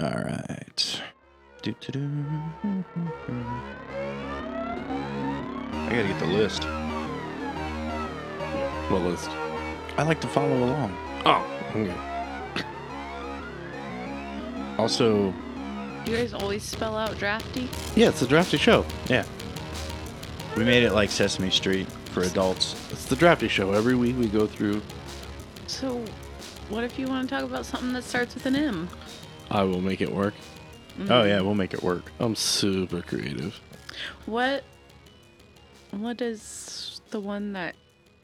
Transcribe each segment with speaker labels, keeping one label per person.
Speaker 1: All right. Doo-doo-doo. I gotta get the list.
Speaker 2: What list?
Speaker 1: I like to follow along.
Speaker 2: Oh, okay.
Speaker 1: Also,
Speaker 3: You guys always spell out drafty?
Speaker 2: Yeah, it's a drafty show.
Speaker 1: yeah, we made it like Sesame Street for adults.
Speaker 2: It's the drafty show. Every week we go through.
Speaker 3: So, what if you want to talk about something that starts with an M?
Speaker 2: I will make it work.
Speaker 3: Mm-hmm.
Speaker 1: Oh yeah, we'll make it work.
Speaker 2: I'm super creative.
Speaker 3: What? What is the one that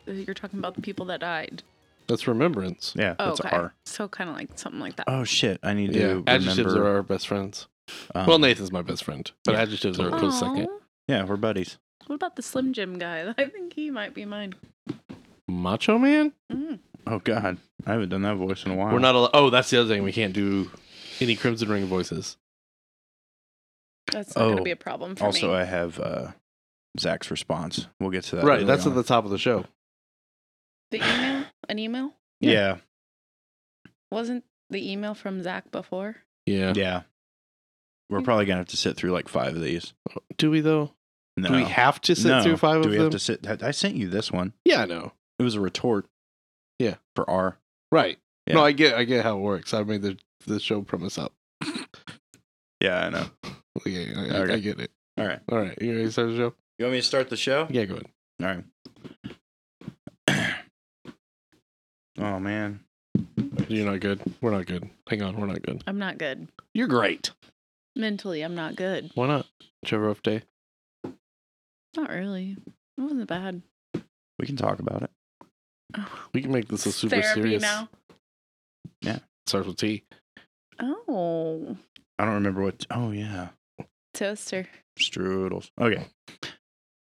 Speaker 3: you're talking about? The people that died.
Speaker 2: That's remembrance.
Speaker 1: Yeah,
Speaker 3: Oh,
Speaker 1: that's
Speaker 3: okay.
Speaker 1: R.
Speaker 3: So kind of like something like that.
Speaker 1: Oh shit, I need
Speaker 2: Yeah,
Speaker 1: to
Speaker 2: adjectives
Speaker 1: remember.
Speaker 2: are our best friends.
Speaker 1: um,
Speaker 2: well, Nathan's my best friend, but
Speaker 1: yeah,
Speaker 2: adjectives are a
Speaker 3: Aw,
Speaker 2: close second.
Speaker 1: yeah, we're buddies.
Speaker 3: What about the Slim Jim guy? I think he might be mine.
Speaker 2: Macho Man?
Speaker 3: Mm.
Speaker 1: Oh god, I haven't done that voice in a while.
Speaker 2: We're not. Al- oh, that's the other thing. We can't do any Crimson Ring voices.
Speaker 3: That's not gonna
Speaker 1: Oh,
Speaker 3: be a problem for
Speaker 1: Also,
Speaker 3: me.
Speaker 1: I have uh, Zach's response. We'll get to that.
Speaker 2: right.
Speaker 1: later
Speaker 2: That's
Speaker 1: on.
Speaker 2: at the top of the show.
Speaker 3: the email, an email
Speaker 1: yeah,
Speaker 3: wasn't the email from Zach before.
Speaker 2: Yeah.
Speaker 1: yeah. We're probably gonna have to sit through like five of these.
Speaker 2: Do we though?
Speaker 1: No.
Speaker 2: Do we have to sit
Speaker 1: No.
Speaker 2: through five
Speaker 1: Do
Speaker 2: of
Speaker 1: we
Speaker 2: them?
Speaker 1: have to sit? I- I sent you this one.
Speaker 2: Yeah, I know.
Speaker 1: It was a retort.
Speaker 2: Yeah.
Speaker 1: For R.
Speaker 2: Right. No,
Speaker 1: Yeah.
Speaker 2: I get. I get how it works. I made the the show premise up.
Speaker 1: Yeah, I know.
Speaker 2: Yeah, I, I-
Speaker 1: Okay.
Speaker 2: I get it.
Speaker 1: All right.
Speaker 2: All right. You ready to start the show?
Speaker 1: You want me to start the show?
Speaker 2: Yeah, go ahead.
Speaker 1: All right. oh man.
Speaker 2: You're not good. We're not good. Hang on. We're not good.
Speaker 3: I'm not good
Speaker 2: You're great.
Speaker 3: mentally. I'm not good.
Speaker 2: Why not? Did you have a rough day?
Speaker 3: Not really. It wasn't bad.
Speaker 1: We can talk about it.
Speaker 2: We can make this a super
Speaker 3: Therapy
Speaker 2: serious.
Speaker 3: now.
Speaker 2: Starts with T.
Speaker 3: Oh,
Speaker 1: I don't remember what. Oh yeah.
Speaker 3: toaster.
Speaker 1: Strudels. Okay.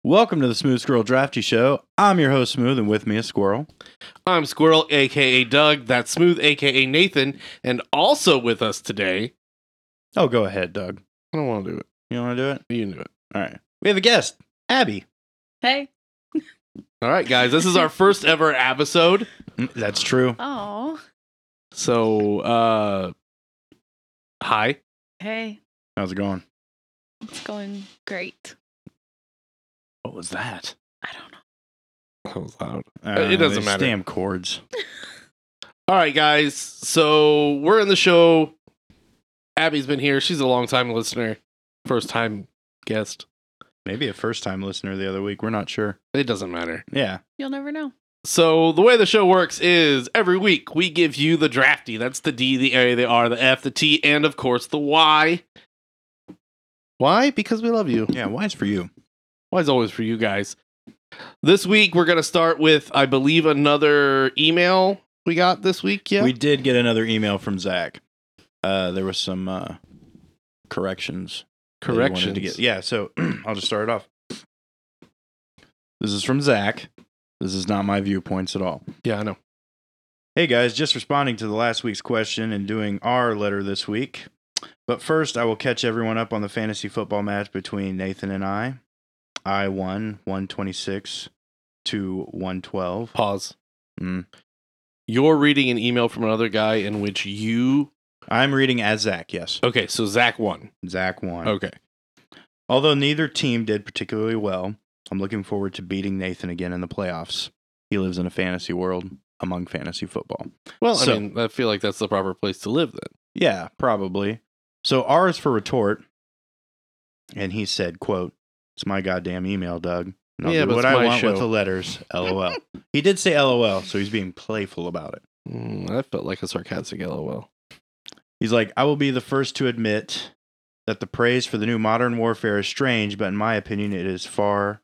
Speaker 1: Welcome to the Smooth Squirrel Drafty Show. I'm your host, Smooth, and with me is Squirrel.
Speaker 2: I'm Squirrel, aka Doug. That's Smooth, aka Nathan, and also with us today.
Speaker 1: Oh, go ahead, Doug.
Speaker 2: I don't want to do it.
Speaker 1: You want to do it?
Speaker 2: You knew it.
Speaker 1: All right. We have a guest, Abby.
Speaker 3: Hey.
Speaker 2: All right, guys. This is our first ever episode.
Speaker 1: Mm, That's true.
Speaker 3: Oh.
Speaker 2: So, uh, hi.
Speaker 3: Hey.
Speaker 1: How's it going?
Speaker 3: It's going great.
Speaker 1: What was that?
Speaker 3: I don't know.
Speaker 2: That was loud.
Speaker 1: Uh,
Speaker 2: It doesn't
Speaker 1: these
Speaker 2: matter.
Speaker 1: Damn chords.
Speaker 2: All right, guys. So we're in the show. Abby's been here. She's a long time listener, first time guest.
Speaker 1: Maybe a first time listener the other week. We're not sure.
Speaker 2: It doesn't matter.
Speaker 1: Yeah.
Speaker 3: You'll never know.
Speaker 2: So the way the show works is every week we give you the drafty. That's the D, the A, the R, the F, the T, and of course the Y. Why? Because we love you.
Speaker 1: Yeah. Wise for you.
Speaker 2: Why's always for you guys. This week we're gonna start with, I believe, another email we got this week. Yeah.
Speaker 1: We did get another email from Zach. Uh, there was some uh, corrections. that he wanted
Speaker 2: Corrections.
Speaker 1: To get. Yeah, so I'll just start it off. This is from Zach. This is not my viewpoints at all.
Speaker 2: yeah, I know.
Speaker 1: Hey guys, just responding to the last week's question and doing our letter this week. But first, I will catch everyone up on the fantasy football match between Nathan and I. I won 126 to 112.
Speaker 2: Pause. Hmm.
Speaker 1: Mm.
Speaker 2: You're reading an email from another guy in which you.
Speaker 1: I'm reading as Zach, yes.
Speaker 2: Okay, so Zach won.
Speaker 1: Zach won.
Speaker 2: Okay.
Speaker 1: Although neither team did particularly well, I'm looking forward to beating Nathan again in the playoffs. He lives in a fantasy world among fantasy football.
Speaker 2: Well, I
Speaker 1: So-
Speaker 2: mean, I feel like that's the proper place to live then.
Speaker 1: Yeah, probably. So R is for retort. And he said, quote, It's my goddamn email, Doug. And I'll
Speaker 2: Yeah,
Speaker 1: do
Speaker 2: but
Speaker 1: what
Speaker 2: it's
Speaker 1: I
Speaker 2: my
Speaker 1: want
Speaker 2: show."
Speaker 1: with the letters. LOL. he did say LOL, so he's being playful about it.
Speaker 2: Mm, that felt like a sarcastic LOL.
Speaker 1: He's like, I will be the first to admit that the praise for the new Modern Warfare is strange, but in my opinion, it is far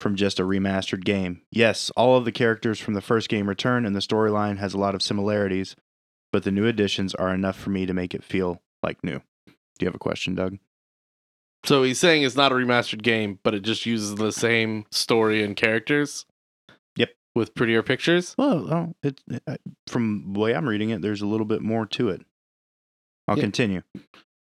Speaker 1: from just a remastered game. Yes, all of the characters from the first game return, and the storyline has a lot of similarities, but the new additions are enough for me to make it feel like new. Do you have a question, Doug?
Speaker 2: So he's saying it's not a remastered game, but it just uses the same story and characters.
Speaker 1: Yep.
Speaker 2: With prettier pictures.
Speaker 1: Well, oh, it, I- from the way I'm reading it, there's a little bit more to it. I'll
Speaker 2: Yeah.
Speaker 1: continue.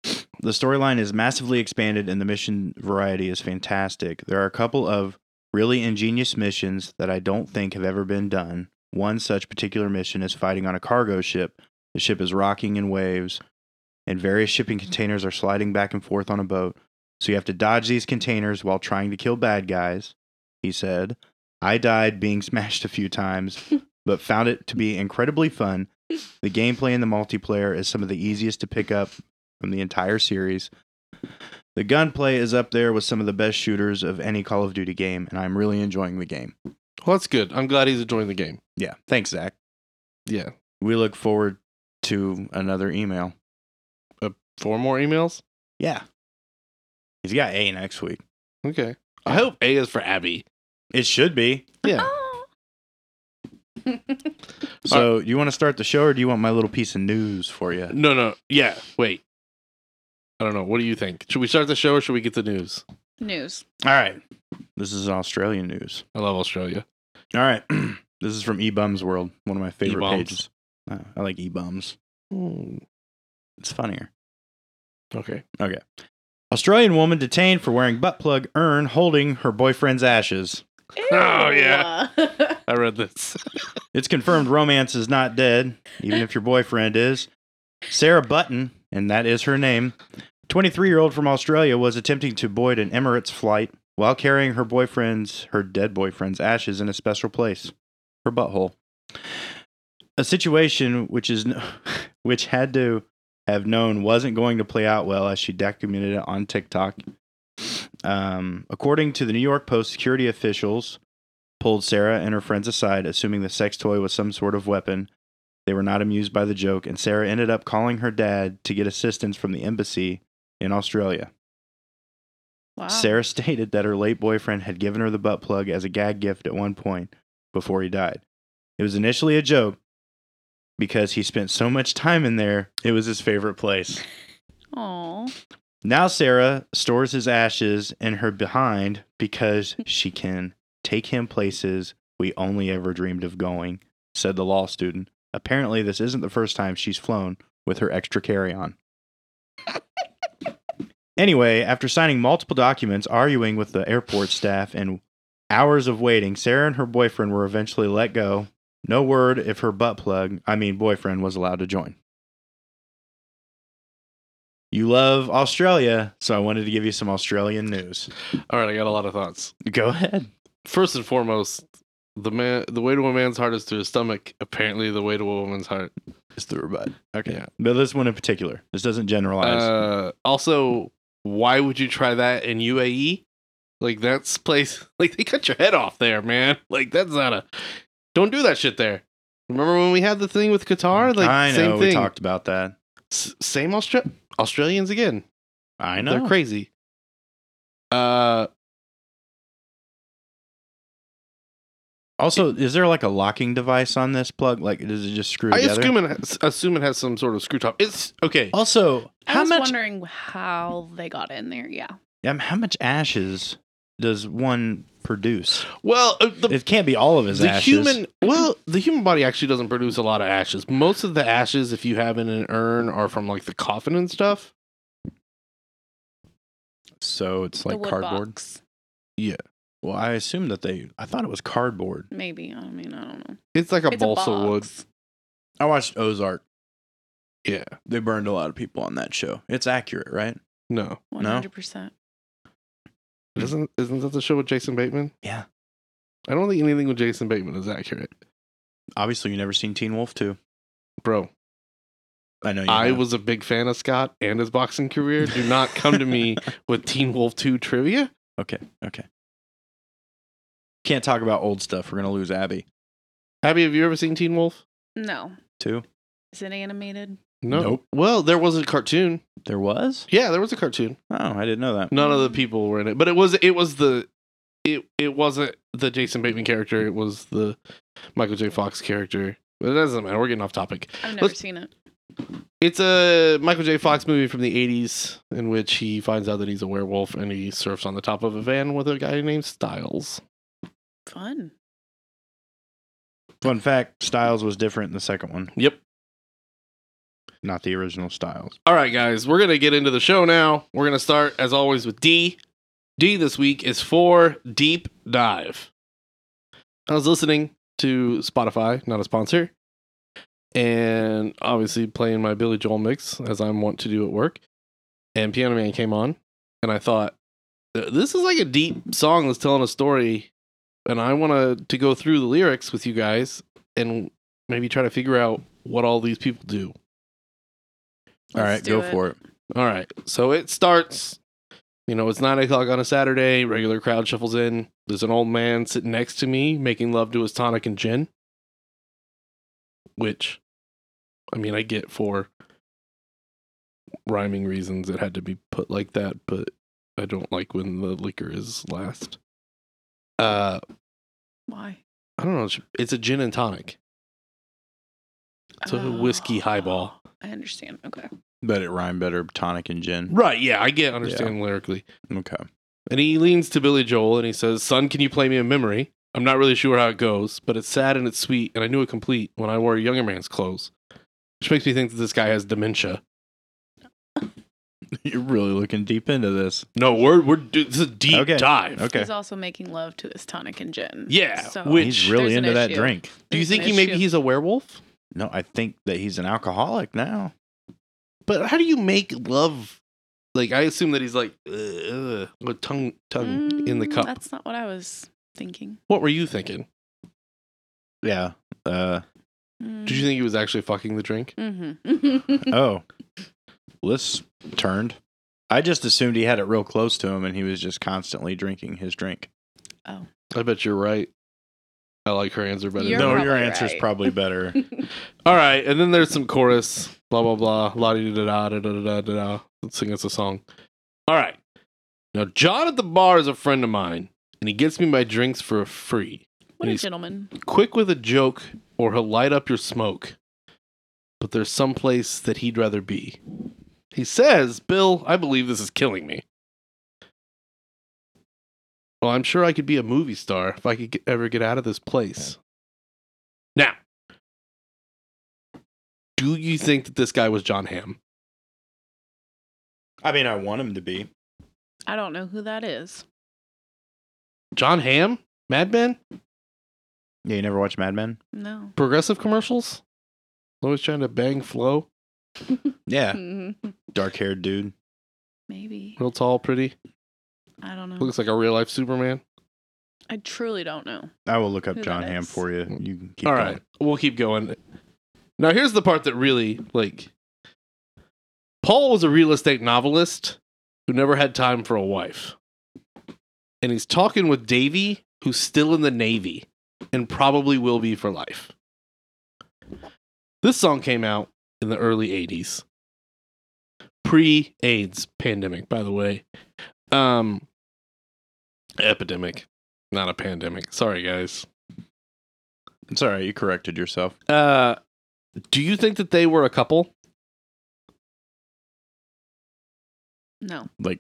Speaker 1: The storyline is massively expanded and the mission variety is fantastic. There are a couple of really ingenious missions that I don't think have ever been done. One such particular mission is fighting on a cargo ship. The ship is rocking in waves, and various shipping containers are sliding back and forth on a boat. So you have to dodge these containers while trying to kill bad guys, he said. I died being smashed a few times, but found it to be incredibly fun. The gameplay in the multiplayer is some of the easiest to pick up from the entire series. The gunplay is up there with some of the best shooters of any Call of Duty game, and I'm really enjoying the game.
Speaker 2: Well, that's good. I'm glad he's enjoying the game.
Speaker 1: Yeah. Thanks, Zach.
Speaker 2: Yeah.
Speaker 1: We look forward to another email.
Speaker 2: Four more emails?
Speaker 1: Yeah. He's got A next week.
Speaker 2: Okay. I hope A is for Abby.
Speaker 1: It should be.
Speaker 2: Yeah.
Speaker 3: Oh.
Speaker 1: So, do you want to start the show or do you want my little piece of news for you?
Speaker 2: No, no. Yeah. Wait. I don't know. What do you think? Should we start the show or should we get the news?
Speaker 3: News.
Speaker 1: All right. This is Australian news.
Speaker 2: I love Australia.
Speaker 1: All right. this is from eBums World, one of my favorite
Speaker 2: E-Bums.
Speaker 1: pages. Uh, I like eBums. It's funnier.
Speaker 2: Hmm. Okay.
Speaker 1: Australian woman detained for wearing butt plug urn holding her boyfriend's ashes.
Speaker 2: Oh,
Speaker 3: Ew.
Speaker 2: yeah. I read this.
Speaker 1: It's confirmed romance is not dead, even if your boyfriend is. Sarah Button, and that is her name, 23 year old from Australia, was attempting to board an Emirates flight while carrying her boyfriend's, her dead boyfriend's ashes in a special place, her butthole. A situation which is, which had to have known wasn't going to play out well as she documented it on TikTok. Um, according to the New York Post, security officials pulled Sarah and her friends aside, assuming the sex toy was some sort of weapon. They were not amused by the joke, and Sarah ended up calling her dad to get assistance from the embassy in Australia.
Speaker 3: Wow.
Speaker 1: Sarah stated that her late boyfriend had given her the butt plug as a gag gift at one point before he died. It was initially a joke because he spent so much time in there, it was his favorite place.
Speaker 3: Aw.
Speaker 1: Now Sarah stores his ashes in her behind because she can take him places we only ever dreamed of going, said the law student. Apparently, this isn't the first time she's flown with her extra carry on. anyway, after signing multiple documents, arguing with the airport staff, and hours of waiting, Sarah and her boyfriend were eventually let go. No word if her butt plug, I mean, boyfriend, was allowed to join. You love Australia, so I wanted to give you some Australian news.
Speaker 2: All right. I got a lot of thoughts.
Speaker 1: Go ahead.
Speaker 2: First and foremost, the man, the way to a man's heart is through his stomach. Apparently, the way to a woman's heart.
Speaker 1: It's through her butt. Okay.
Speaker 2: Yeah.
Speaker 1: But this one in particular. This doesn't generalize.
Speaker 2: Uh, also, why would you try that in UAE? Like that's place. Like they cut your head off there, man. Like that's not a. Don't do that shit there. Remember when we had the thing with Qatar? Like
Speaker 1: I know
Speaker 2: same
Speaker 1: we
Speaker 2: thing.
Speaker 1: talked about that.
Speaker 2: S- same Austra- Australians again.
Speaker 1: I
Speaker 2: They're
Speaker 1: know.
Speaker 2: crazy. Uh,
Speaker 1: also, is there like a locking device on this plug? Like, does it just screw
Speaker 2: I
Speaker 1: together?
Speaker 2: assume it, has, assume it has some sort of screw top. It's okay.
Speaker 1: also,
Speaker 3: I
Speaker 1: how
Speaker 3: was
Speaker 1: much
Speaker 3: wondering how they got in there. Yeah.
Speaker 1: um, how much ashes does one produce?
Speaker 2: Well, uh, the
Speaker 1: It can't be all of his
Speaker 2: the
Speaker 1: ashes.
Speaker 2: human well the human body actually doesn't produce a lot of ashes most of the ashes if you have in an urn are from like the coffin and stuff
Speaker 1: so it's
Speaker 3: the
Speaker 1: like
Speaker 3: wood
Speaker 1: cardboard.
Speaker 3: box.
Speaker 1: Well, I assume that they. I thought it was cardboard.
Speaker 3: Maybe. I mean, I don't know.
Speaker 2: it's like a
Speaker 3: It's
Speaker 2: balsa
Speaker 3: a
Speaker 2: wood
Speaker 3: box.
Speaker 1: I watched Ozark.
Speaker 2: yeah
Speaker 1: They burned a lot of people on that show. It's accurate, right?
Speaker 2: no
Speaker 3: One hundred percent.
Speaker 2: isn't isn't that the show with jason bateman
Speaker 1: Hmm. Yeah.
Speaker 2: i don't think anything with jason bateman is accurate
Speaker 1: Obviously, you never seen Teen Wolf two.
Speaker 2: bro
Speaker 1: I know. You
Speaker 2: i
Speaker 1: have.
Speaker 2: was a big fan of scott and his boxing career do not come to me with teen wolf 2 trivia
Speaker 1: Okay. Okay. Can't talk about old stuff. We're gonna lose Abby
Speaker 2: abby have you ever seen teen wolf
Speaker 3: No.
Speaker 1: too.
Speaker 3: Is it animated?
Speaker 1: Nope.
Speaker 2: well there was a cartoon
Speaker 1: There was?
Speaker 2: yeah there was a cartoon
Speaker 1: Oh, I didn't know that.
Speaker 2: None of the people were in it, but it was it was the it it wasn't the Jason Bateman character. It was the Michael J. Fox character. But it doesn't matter. We're getting off topic.
Speaker 3: I've never
Speaker 2: Let's-
Speaker 3: seen it.
Speaker 2: It's a Michael J. Fox movie from the '80s in which he finds out that he's a werewolf and he surfs on the top of a van with a guy named Styles.
Speaker 3: Fun.
Speaker 1: Fun fact: Styles was different in the second one,
Speaker 2: Yep.
Speaker 1: not the original Styles.
Speaker 2: All right, guys, we're gonna get into the show now. We're gonna start as always with D. D this week is for deep dive. I was listening to Spotify, not a sponsor, and obviously playing my Billy Joel mix as I'm wont to do at work. And Piano Man came on, and I thought, this is like a deep song that's telling a story, and I want to to go through the lyrics with you guys and maybe try to figure out what all these people do.
Speaker 1: All right, go for it.
Speaker 2: All right. So it starts, you know, it's nine o'clock on a Saturday. Regular crowd shuffles in. There's an old man sitting next to me making love to his tonic and gin, which, I mean, I get for rhyming reasons it had to be put like that, but I don't like when the liquor is last. Uh,
Speaker 3: Why?
Speaker 2: I don't know. it's- It's a gin and tonic. It's a whiskey highball.
Speaker 3: Oh. I understand. Okay.
Speaker 1: But it rhymed better tonic and gin.
Speaker 2: Right. Yeah. I get understand lyrically.
Speaker 1: Okay.
Speaker 2: And he leans to Billy Joel and he says, Son, can you play me a memory? I'm not really sure how it goes, but it's sad and it's sweet, and I knew it complete when I wore a younger man's clothes. Which makes me think that this guy has dementia.
Speaker 1: You're really looking deep into this.
Speaker 2: No, we're we're do- this is a deep
Speaker 1: Okay.
Speaker 2: dive.
Speaker 1: Okay.
Speaker 3: He's also making love to his tonic and gin.
Speaker 2: Yeah,
Speaker 3: So
Speaker 2: which-
Speaker 1: he's really
Speaker 3: There's an
Speaker 1: into that
Speaker 3: issue.
Speaker 1: drink.
Speaker 2: Do you
Speaker 3: there's
Speaker 2: think
Speaker 3: an
Speaker 2: he maybe
Speaker 3: issue.
Speaker 2: he's a werewolf?
Speaker 1: No, I think that he's an alcoholic now.
Speaker 2: But how do you make love? Like I assume that he's like ugh, with tongue tongue um, in the
Speaker 3: Mm,
Speaker 2: cup.
Speaker 3: That's not what I was thinking.
Speaker 2: What were you thinking?
Speaker 1: Yeah. Uh
Speaker 2: Did you Uh, think he was actually fucking the drink?
Speaker 3: Mm. Mm-hmm.
Speaker 1: oh. Liz turned. I just assumed he had it real close to him and he was just constantly drinking his drink.
Speaker 2: I bet you're right. I like her answer better.
Speaker 3: You're
Speaker 2: than-
Speaker 1: no, your
Speaker 3: probably
Speaker 1: answer's
Speaker 3: right.
Speaker 1: probably better.
Speaker 2: All right, and then there's some chorus, blah blah blah, la di da da da da da da da. Let's sing us a song. All right. Now John at the bar is a friend of mine, and he gets me my drinks for free.
Speaker 3: what a
Speaker 2: He's-
Speaker 3: gentleman.
Speaker 2: Quick with a joke, or he'll light up your smoke. But there's some place that he'd rather be. He says, "Bill, I believe this is killing me." Well, I'm sure I could be a movie star if I could get, ever get out of this place. Now, do you think that this guy was John Hamm?
Speaker 1: I mean, I want him to be.
Speaker 3: I don't know who that is.
Speaker 2: John Hamm? Mad Men?
Speaker 1: Yeah, you never watch Mad Men?
Speaker 3: No.
Speaker 2: Progressive commercials? Always trying to bang Flo? Hmm.
Speaker 1: Yeah.
Speaker 3: Mhm.
Speaker 1: Dark haired dude.
Speaker 3: Maybe.
Speaker 2: Real tall, pretty.
Speaker 3: I don't know.
Speaker 2: Looks like a real life Superman.
Speaker 3: I truly don't know.
Speaker 1: I will look up
Speaker 3: Who
Speaker 1: John
Speaker 3: that
Speaker 1: Ham
Speaker 3: is.
Speaker 1: for you. You can keep
Speaker 2: All
Speaker 1: going.
Speaker 2: right, we'll keep going. Now here's the part that really like Paul was a real estate novelist who never had time for a wife. And he's talking with Davy, who's still in the Navy and probably will be for life. This song came out in the early 80s. Pre AIDS pandemic, by the way. Um epidemic, not a pandemic. Sorry guys.
Speaker 1: It's all right. You corrected yourself.
Speaker 2: Uh, do you think that they were a couple?
Speaker 3: No.
Speaker 1: Like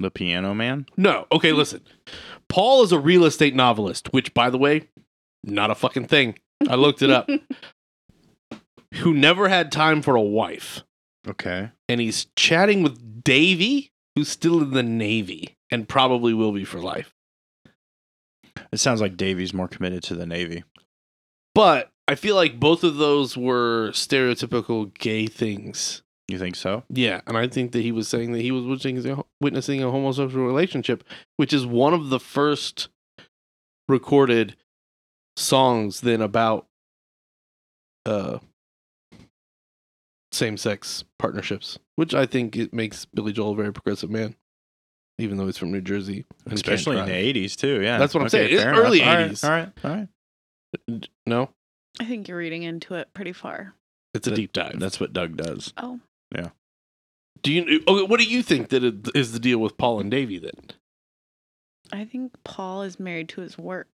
Speaker 1: the piano man?
Speaker 2: No. Okay, listen. Paul is a real estate novelist, which, by the way, not a fucking thing. I looked it up. Who never had time for a wife,
Speaker 1: Okay.
Speaker 2: and he's chatting with Davy, who's still in the Navy and probably will be for life.
Speaker 1: It sounds like Davy's more committed to the Navy.
Speaker 2: But I feel like both of those were stereotypical gay things.
Speaker 1: You think so?
Speaker 2: Yeah, and I think that he was saying that he was witnessing witnessing a homosexual relationship, which is one of the first recorded songs then about uh same sex partnerships, which I think it makes Billy Joel a very progressive man, even though he's from New Jersey, and can't
Speaker 1: Especially in the
Speaker 2: drive.
Speaker 1: 80s, too. Yeah.
Speaker 2: That's what I'm saying.
Speaker 1: fair
Speaker 2: It's early
Speaker 1: enough. All right,
Speaker 2: 80s.
Speaker 1: All right. All right.
Speaker 2: No,
Speaker 3: I think you're reading into it pretty far.
Speaker 2: it's a
Speaker 1: That-
Speaker 2: deep dive.
Speaker 1: That's what Doug does.
Speaker 3: Oh.
Speaker 2: Do you? eh, Okay, what do you think that it is the deal with Paul and Davy then?
Speaker 3: I think Paul is married to his work.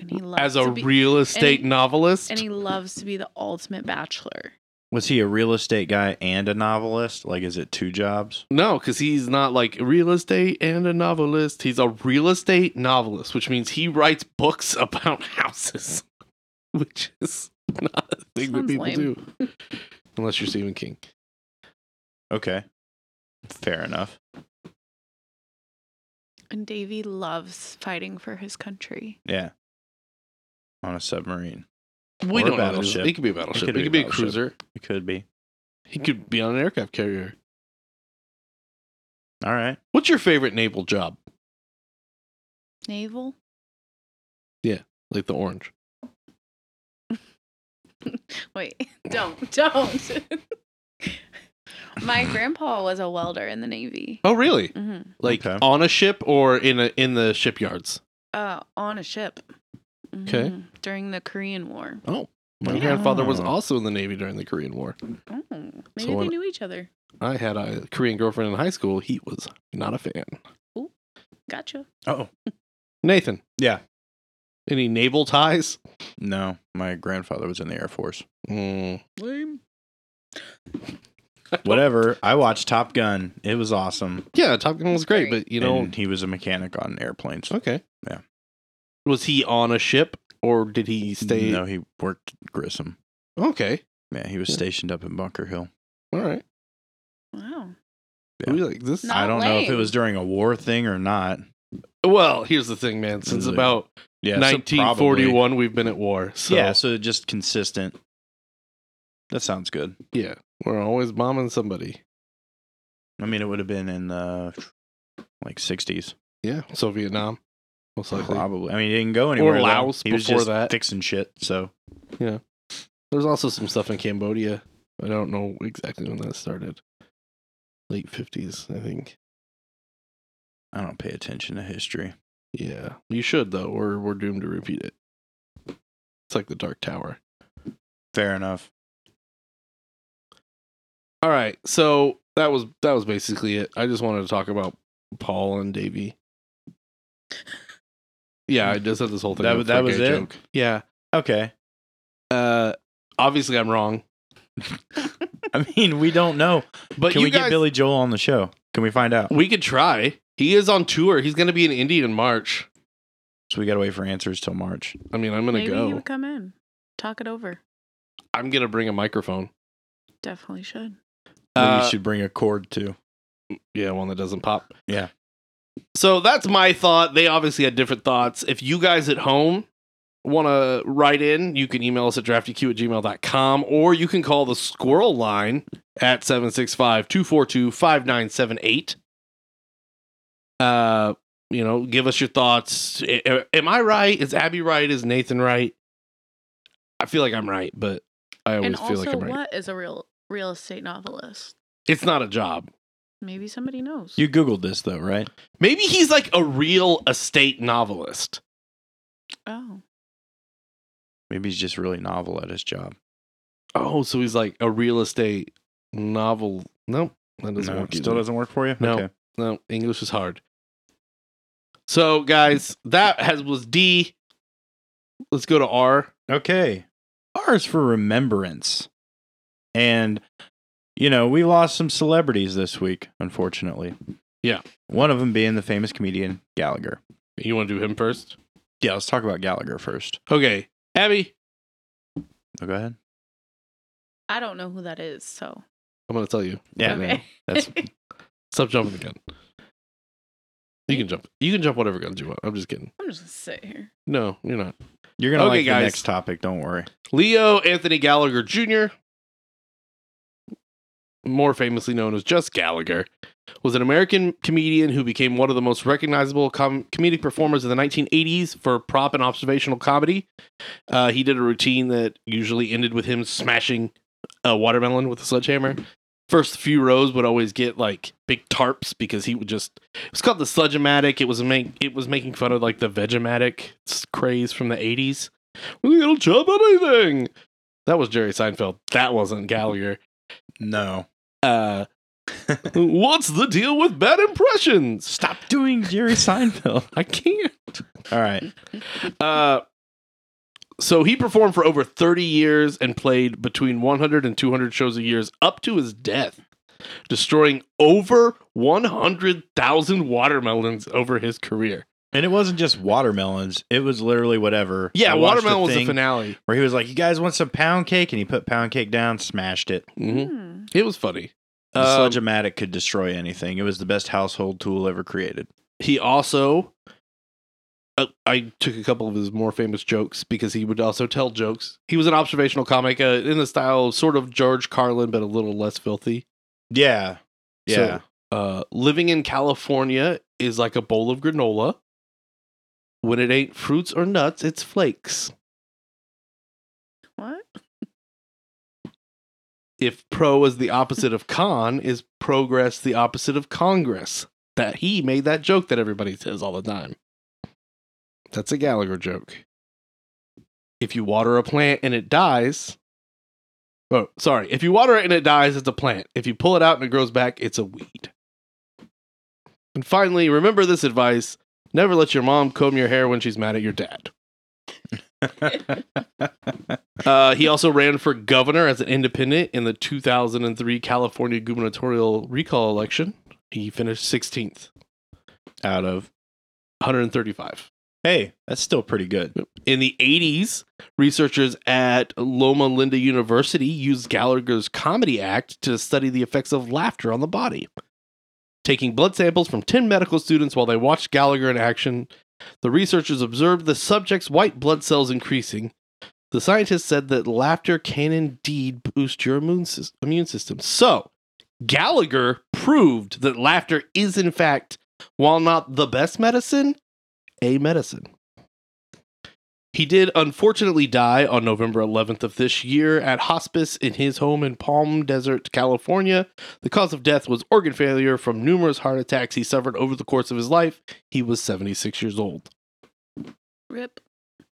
Speaker 3: And he loves
Speaker 2: As a
Speaker 3: to be,
Speaker 2: real estate
Speaker 3: he-
Speaker 2: novelist,
Speaker 3: and he loves to be the ultimate bachelor.
Speaker 1: Was he a real estate guy and a novelist? Like, is it two jobs?
Speaker 2: No, because he's not like real estate and a novelist. He's a real estate novelist, which means he writes books about houses, which is not a thing that
Speaker 3: Sounds
Speaker 2: people
Speaker 3: lame.
Speaker 2: do, unless you're Stephen King.
Speaker 1: Okay. Fair enough.
Speaker 3: And Davy loves fighting for his country.
Speaker 1: Yeah. On a submarine.
Speaker 2: We
Speaker 1: Or a
Speaker 2: don't know. this-
Speaker 1: battleship.
Speaker 2: It could be a battleship. It could,
Speaker 1: could be a
Speaker 2: be a
Speaker 1: battleship.
Speaker 2: cruiser.
Speaker 1: It could be.
Speaker 2: He could be on an aircraft carrier.
Speaker 1: All right.
Speaker 2: What's your favorite naval job?
Speaker 3: Naval?
Speaker 2: Like the orange.
Speaker 3: Wait, don't, don't. My grandpa was a welder in the Navy.
Speaker 2: Oh, really?
Speaker 3: hmm
Speaker 2: Like
Speaker 1: Okay.
Speaker 2: on a ship or in a in the shipyards?
Speaker 3: Uh, on a ship.
Speaker 2: Okay.
Speaker 3: Mhm. During the Korean War.
Speaker 2: Oh, my
Speaker 1: Yeah.
Speaker 2: grandfather was also in the Navy during the Korean War.
Speaker 3: Oh, maybe
Speaker 2: So
Speaker 3: they
Speaker 2: when-
Speaker 3: knew each other.
Speaker 2: I had a Korean girlfriend in high school. He was not a fan.
Speaker 3: Gotcha.
Speaker 1: Oh
Speaker 2: Nathan.
Speaker 1: Yeah.
Speaker 2: Any naval ties?
Speaker 1: no, my grandfather was in the Air Force.
Speaker 2: Mm.
Speaker 1: Lame. Whatever. I watched Top Gun. It was awesome.
Speaker 2: Yeah, Top Gun was great,
Speaker 3: Great.
Speaker 2: but you know,
Speaker 1: and he was a mechanic on airplanes.
Speaker 2: okay.
Speaker 1: Yeah.
Speaker 2: Was he on a ship or did he stay?
Speaker 1: No, he worked Grissom.
Speaker 2: Okay.
Speaker 1: Yeah, he was
Speaker 2: Yeah.
Speaker 1: stationed up in Bunker Hill.
Speaker 2: All right.
Speaker 3: Wow.
Speaker 1: Yeah.
Speaker 2: We like this.
Speaker 3: Not
Speaker 1: I don't know if it
Speaker 3: lame.
Speaker 1: was during a war thing or not.
Speaker 2: Well, here's the thing, man. Since
Speaker 1: Really?
Speaker 2: about
Speaker 1: Yeah, so probably.
Speaker 2: 1941, we've been at war. So
Speaker 1: Yeah, so just consistent. That sounds good.
Speaker 2: yeah, we're always bombing somebody.
Speaker 1: I mean, it would have been in the like 60s,
Speaker 2: Yeah. So Vietnam, most likely.
Speaker 1: probably. I mean, he didn't go anywhere. though.
Speaker 2: Laos
Speaker 1: he was
Speaker 2: before
Speaker 1: just
Speaker 2: that.
Speaker 1: fixing shit. So
Speaker 2: There's also some stuff in Cambodia. I don't know exactly when that started. Late 50s, I think.
Speaker 1: I don't pay attention to history.
Speaker 2: Yeah. You should though, or we're doomed to repeat it. It's like the Dark Tower.
Speaker 1: Fair enough.
Speaker 2: All right. So that was that was basically it. I just wanted to talk about Paul and Davy. Yeah, I just had this whole thing.
Speaker 1: That
Speaker 2: up
Speaker 1: was-
Speaker 2: for a
Speaker 1: that was
Speaker 2: gay
Speaker 1: it?
Speaker 2: Yeah.
Speaker 1: Okay.
Speaker 2: Uh obviously I'm wrong.
Speaker 1: I mean, we don't know.
Speaker 2: But
Speaker 1: Can
Speaker 2: you
Speaker 1: we
Speaker 2: guys,
Speaker 1: get Billy Joel on the show? Can we find out?
Speaker 2: we could try. He is on tour. He's gonna be in Indy in March.
Speaker 1: So we got to wait for answers till March.
Speaker 2: I mean, I'm gonna
Speaker 3: maybe
Speaker 2: go.
Speaker 3: he would come in. Talk it over.
Speaker 2: I'm gonna bring a microphone.
Speaker 3: Definitely should.
Speaker 1: Then
Speaker 2: Uh,
Speaker 1: you should bring a cord too.
Speaker 2: Yeah, one that doesn't pop.
Speaker 1: Yeah.
Speaker 2: So that's my thought. They obviously had different thoughts. If you guys at home want to write in, you can email us at draftyq at gmail.com or you can call the squirrel line at 765 242 5978. Uh, you know, give us your thoughts. A- a- Am I right? Is Abby right? Is Nathan right? I feel like I'm right, but I always
Speaker 3: And
Speaker 2: feel
Speaker 3: also,
Speaker 2: like I'm right.
Speaker 3: what is a real real estate novelist?
Speaker 2: It's not a job.
Speaker 3: Maybe somebody knows.
Speaker 1: You Googled this though, right?
Speaker 2: Maybe he's like a real estate novelist.
Speaker 3: oh,
Speaker 1: Maybe he's just really novel at his job.
Speaker 2: Oh, so he's like a real estate novel. Nope, that doesn't
Speaker 1: No,
Speaker 2: work.
Speaker 1: still
Speaker 2: either.
Speaker 1: doesn't work for you.
Speaker 2: No.
Speaker 1: Okay.
Speaker 2: No, English is hard. So, guys, that has was D. Let's go to R.
Speaker 1: Okay. R is for remembrance. And, you know, we lost some celebrities this week, unfortunately.
Speaker 2: Yeah.
Speaker 1: One of them being the famous comedian Gallagher.
Speaker 2: You want to do him first?
Speaker 1: Yeah, let's talk about Gallagher first.
Speaker 2: Okay, Abby.
Speaker 1: Oh, go ahead.
Speaker 3: I don't know who that is. So
Speaker 2: I'm gonna tell you.
Speaker 1: Yeah.
Speaker 2: Okay. That's stop jumping the gun. You can jump. You can jump whatever guns you want. I'm just kidding.
Speaker 3: I'm just gonna sit here.
Speaker 2: No, you're not.
Speaker 1: You're going to
Speaker 2: Okay,
Speaker 1: like
Speaker 2: guys.
Speaker 1: the next topic. Don't worry.
Speaker 2: Leo Anthony Gallagher Jr., more famously known as just Gallagher, was an American comedian who became one of the most recognizable com- comedic performers of the 1980s for prop and observational comedy. Uh, he did a routine that usually ended with him smashing a watermelon with a sledgehammer. First few rows would always get like big tarps because he would just. It was called the Sludgematic. It was make, it was making fun of like the Vegematic craze from the 80s. It'll jump anything. That was Jerry Seinfeld. That wasn't Gallagher.
Speaker 1: No.
Speaker 2: Uh, what's the deal with bad impressions?
Speaker 1: Stop doing Jerry Seinfeld.
Speaker 2: I can't.
Speaker 1: All right.
Speaker 2: Uh, so he performed for over 30 years and played between 100 and 200 shows a year up to his death, destroying over 100,000 watermelons over his career.
Speaker 1: And it wasn't just watermelons. It was literally whatever.
Speaker 2: Yeah,
Speaker 1: I watched
Speaker 2: watermelon was the
Speaker 1: thing
Speaker 2: finale.
Speaker 1: Where he was like, you guys want some pound cake? And he put pound cake down, smashed it.
Speaker 2: Mhm.
Speaker 3: Hmm.
Speaker 2: It was funny.
Speaker 1: The
Speaker 2: Um,
Speaker 1: Sludge-O-Matic could destroy anything. It was the best household tool ever created.
Speaker 2: He also uh, I took a couple of his more famous jokes because he would also tell jokes. He was an observational comic uh, in the style of sort of George Carlin, but a little less filthy.
Speaker 1: Yeah.
Speaker 2: So,
Speaker 1: Yeah.
Speaker 2: uh, living in California is like a bowl of granola. When it ain't fruits or nuts, it's flakes.
Speaker 3: What?
Speaker 2: If pro is the opposite of con, is progress the opposite of Congress? That he made that joke that everybody says all the time. That's a Gallagher joke. If you water a plant and it dies, oh, sorry, if you water it and it dies, it's a plant. If you pull it out and it grows back, it's a weed. And finally, remember this advice never let your mom comb your hair when she's mad at your dad. Uh, he also ran for governor as an independent in the 2003 California gubernatorial recall election. He finished 16th,
Speaker 1: Out of.
Speaker 2: 135.
Speaker 1: Hey, that's still pretty good.
Speaker 2: In the 80s, researchers at Loma Linda University used Gallagher's comedy act to study the effects of laughter on the body. Taking blood samples from 10 medical students while they watched Gallagher in action, the researchers observed the subjects' white blood cells increasing. The scientists said that laughter can indeed boost your immune, sys- immune system. So, Gallagher proved that laughter is, in fact, while not the best medicine, a medicine. He did unfortunately die on November 11th of this year at hospice in his home in Palm Desert, California. The cause of death was organ failure from numerous heart attacks he suffered over the course of his life. He was 76 years old.
Speaker 3: Rip.
Speaker 1: I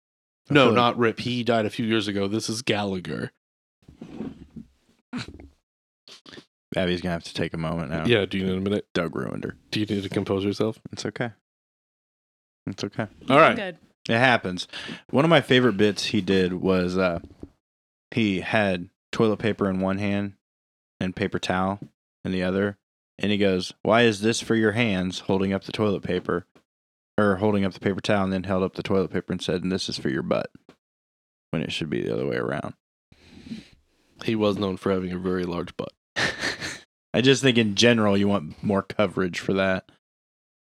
Speaker 2: No,
Speaker 1: feel like-
Speaker 2: not Rip. He died a few years ago. This is Gallagher.
Speaker 1: Abby's going to have to take a moment now.
Speaker 2: Yeah, do you need a minute?
Speaker 1: Doug ruined her.
Speaker 2: Do you need to compose yourself?
Speaker 1: It's okay. It's okay.
Speaker 2: All
Speaker 3: I'm
Speaker 2: right.
Speaker 3: Good.
Speaker 1: It happens. One of my favorite bits he did was uh, he had toilet paper in one hand and paper towel in the other. And he goes, Why is this for your hands? holding up the toilet paper or holding up the paper towel and then held up the toilet paper and said, And this is for your butt when it should be the other way around.
Speaker 2: He was known for having a very large butt.
Speaker 1: I just think in general, you want more coverage for that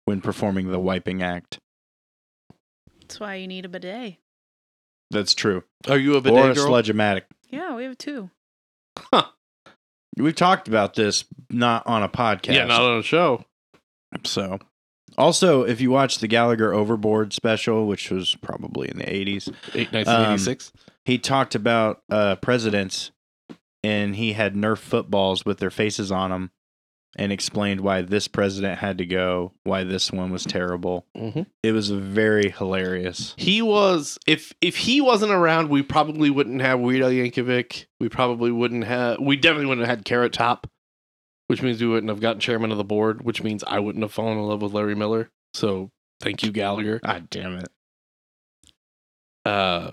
Speaker 1: when performing the wiping act.
Speaker 3: That's why you need a bidet.
Speaker 1: That's true.
Speaker 2: Are you a bidet
Speaker 1: or a
Speaker 2: girl?
Speaker 1: sludge-o-matic.
Speaker 3: Yeah, we have two.
Speaker 1: We've talked about this not on a podcast.
Speaker 2: Yeah, not on a show.
Speaker 1: So, also, if you watch the Gallagher Overboard special, which was probably in the 80s,
Speaker 2: Eight- 1986.
Speaker 1: he talked about uh, presidents and he had Nerf footballs with their faces on them and explained why this president had to go, why this one was terrible.
Speaker 2: mm-hmm.
Speaker 1: It was very hilarious.
Speaker 2: He was if if he wasn't around, we probably wouldn't have Weird Al Yankovic. We probably wouldn't have. We definitely wouldn't have had Carrot Top, which means we wouldn't have gotten chairman of the board, which means I wouldn't have fallen in love with Larry Miller. So thank you, Gallagher.
Speaker 1: God Ah, damn it.
Speaker 2: Uh,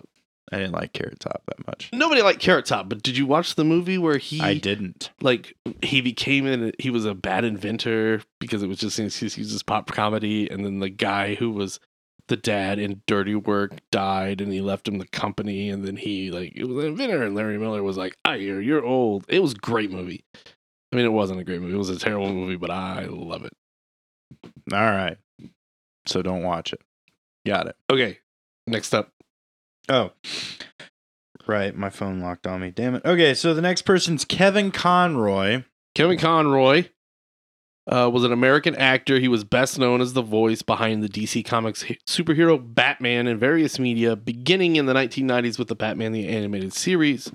Speaker 1: I didn't like Carrot Top that much.
Speaker 2: nobody liked Carrot Top, but did you watch the movie where he
Speaker 1: I didn't.
Speaker 2: like he became an he was a bad inventor because it was just he uses pop comedy, and then the guy who was the dad in Dirty Work died, and he left him the company, and then he like it was an inventor, and Larry Miller was like, "I hear you're old." It was a great movie. I mean, it wasn't a great movie; it was a terrible movie, but I love it.
Speaker 1: All right. So don't watch it. Got it.
Speaker 2: Okay, next up,
Speaker 1: Oh. Right, my phone locked on me. Damn it. Okay, so the next person's Kevin Conroy.
Speaker 2: Kevin Conroy. Uh, was an American actor. He was best known as the voice behind the DC Comics hi- superhero Batman in various media, beginning in the 1990s with the Batman the Animated Series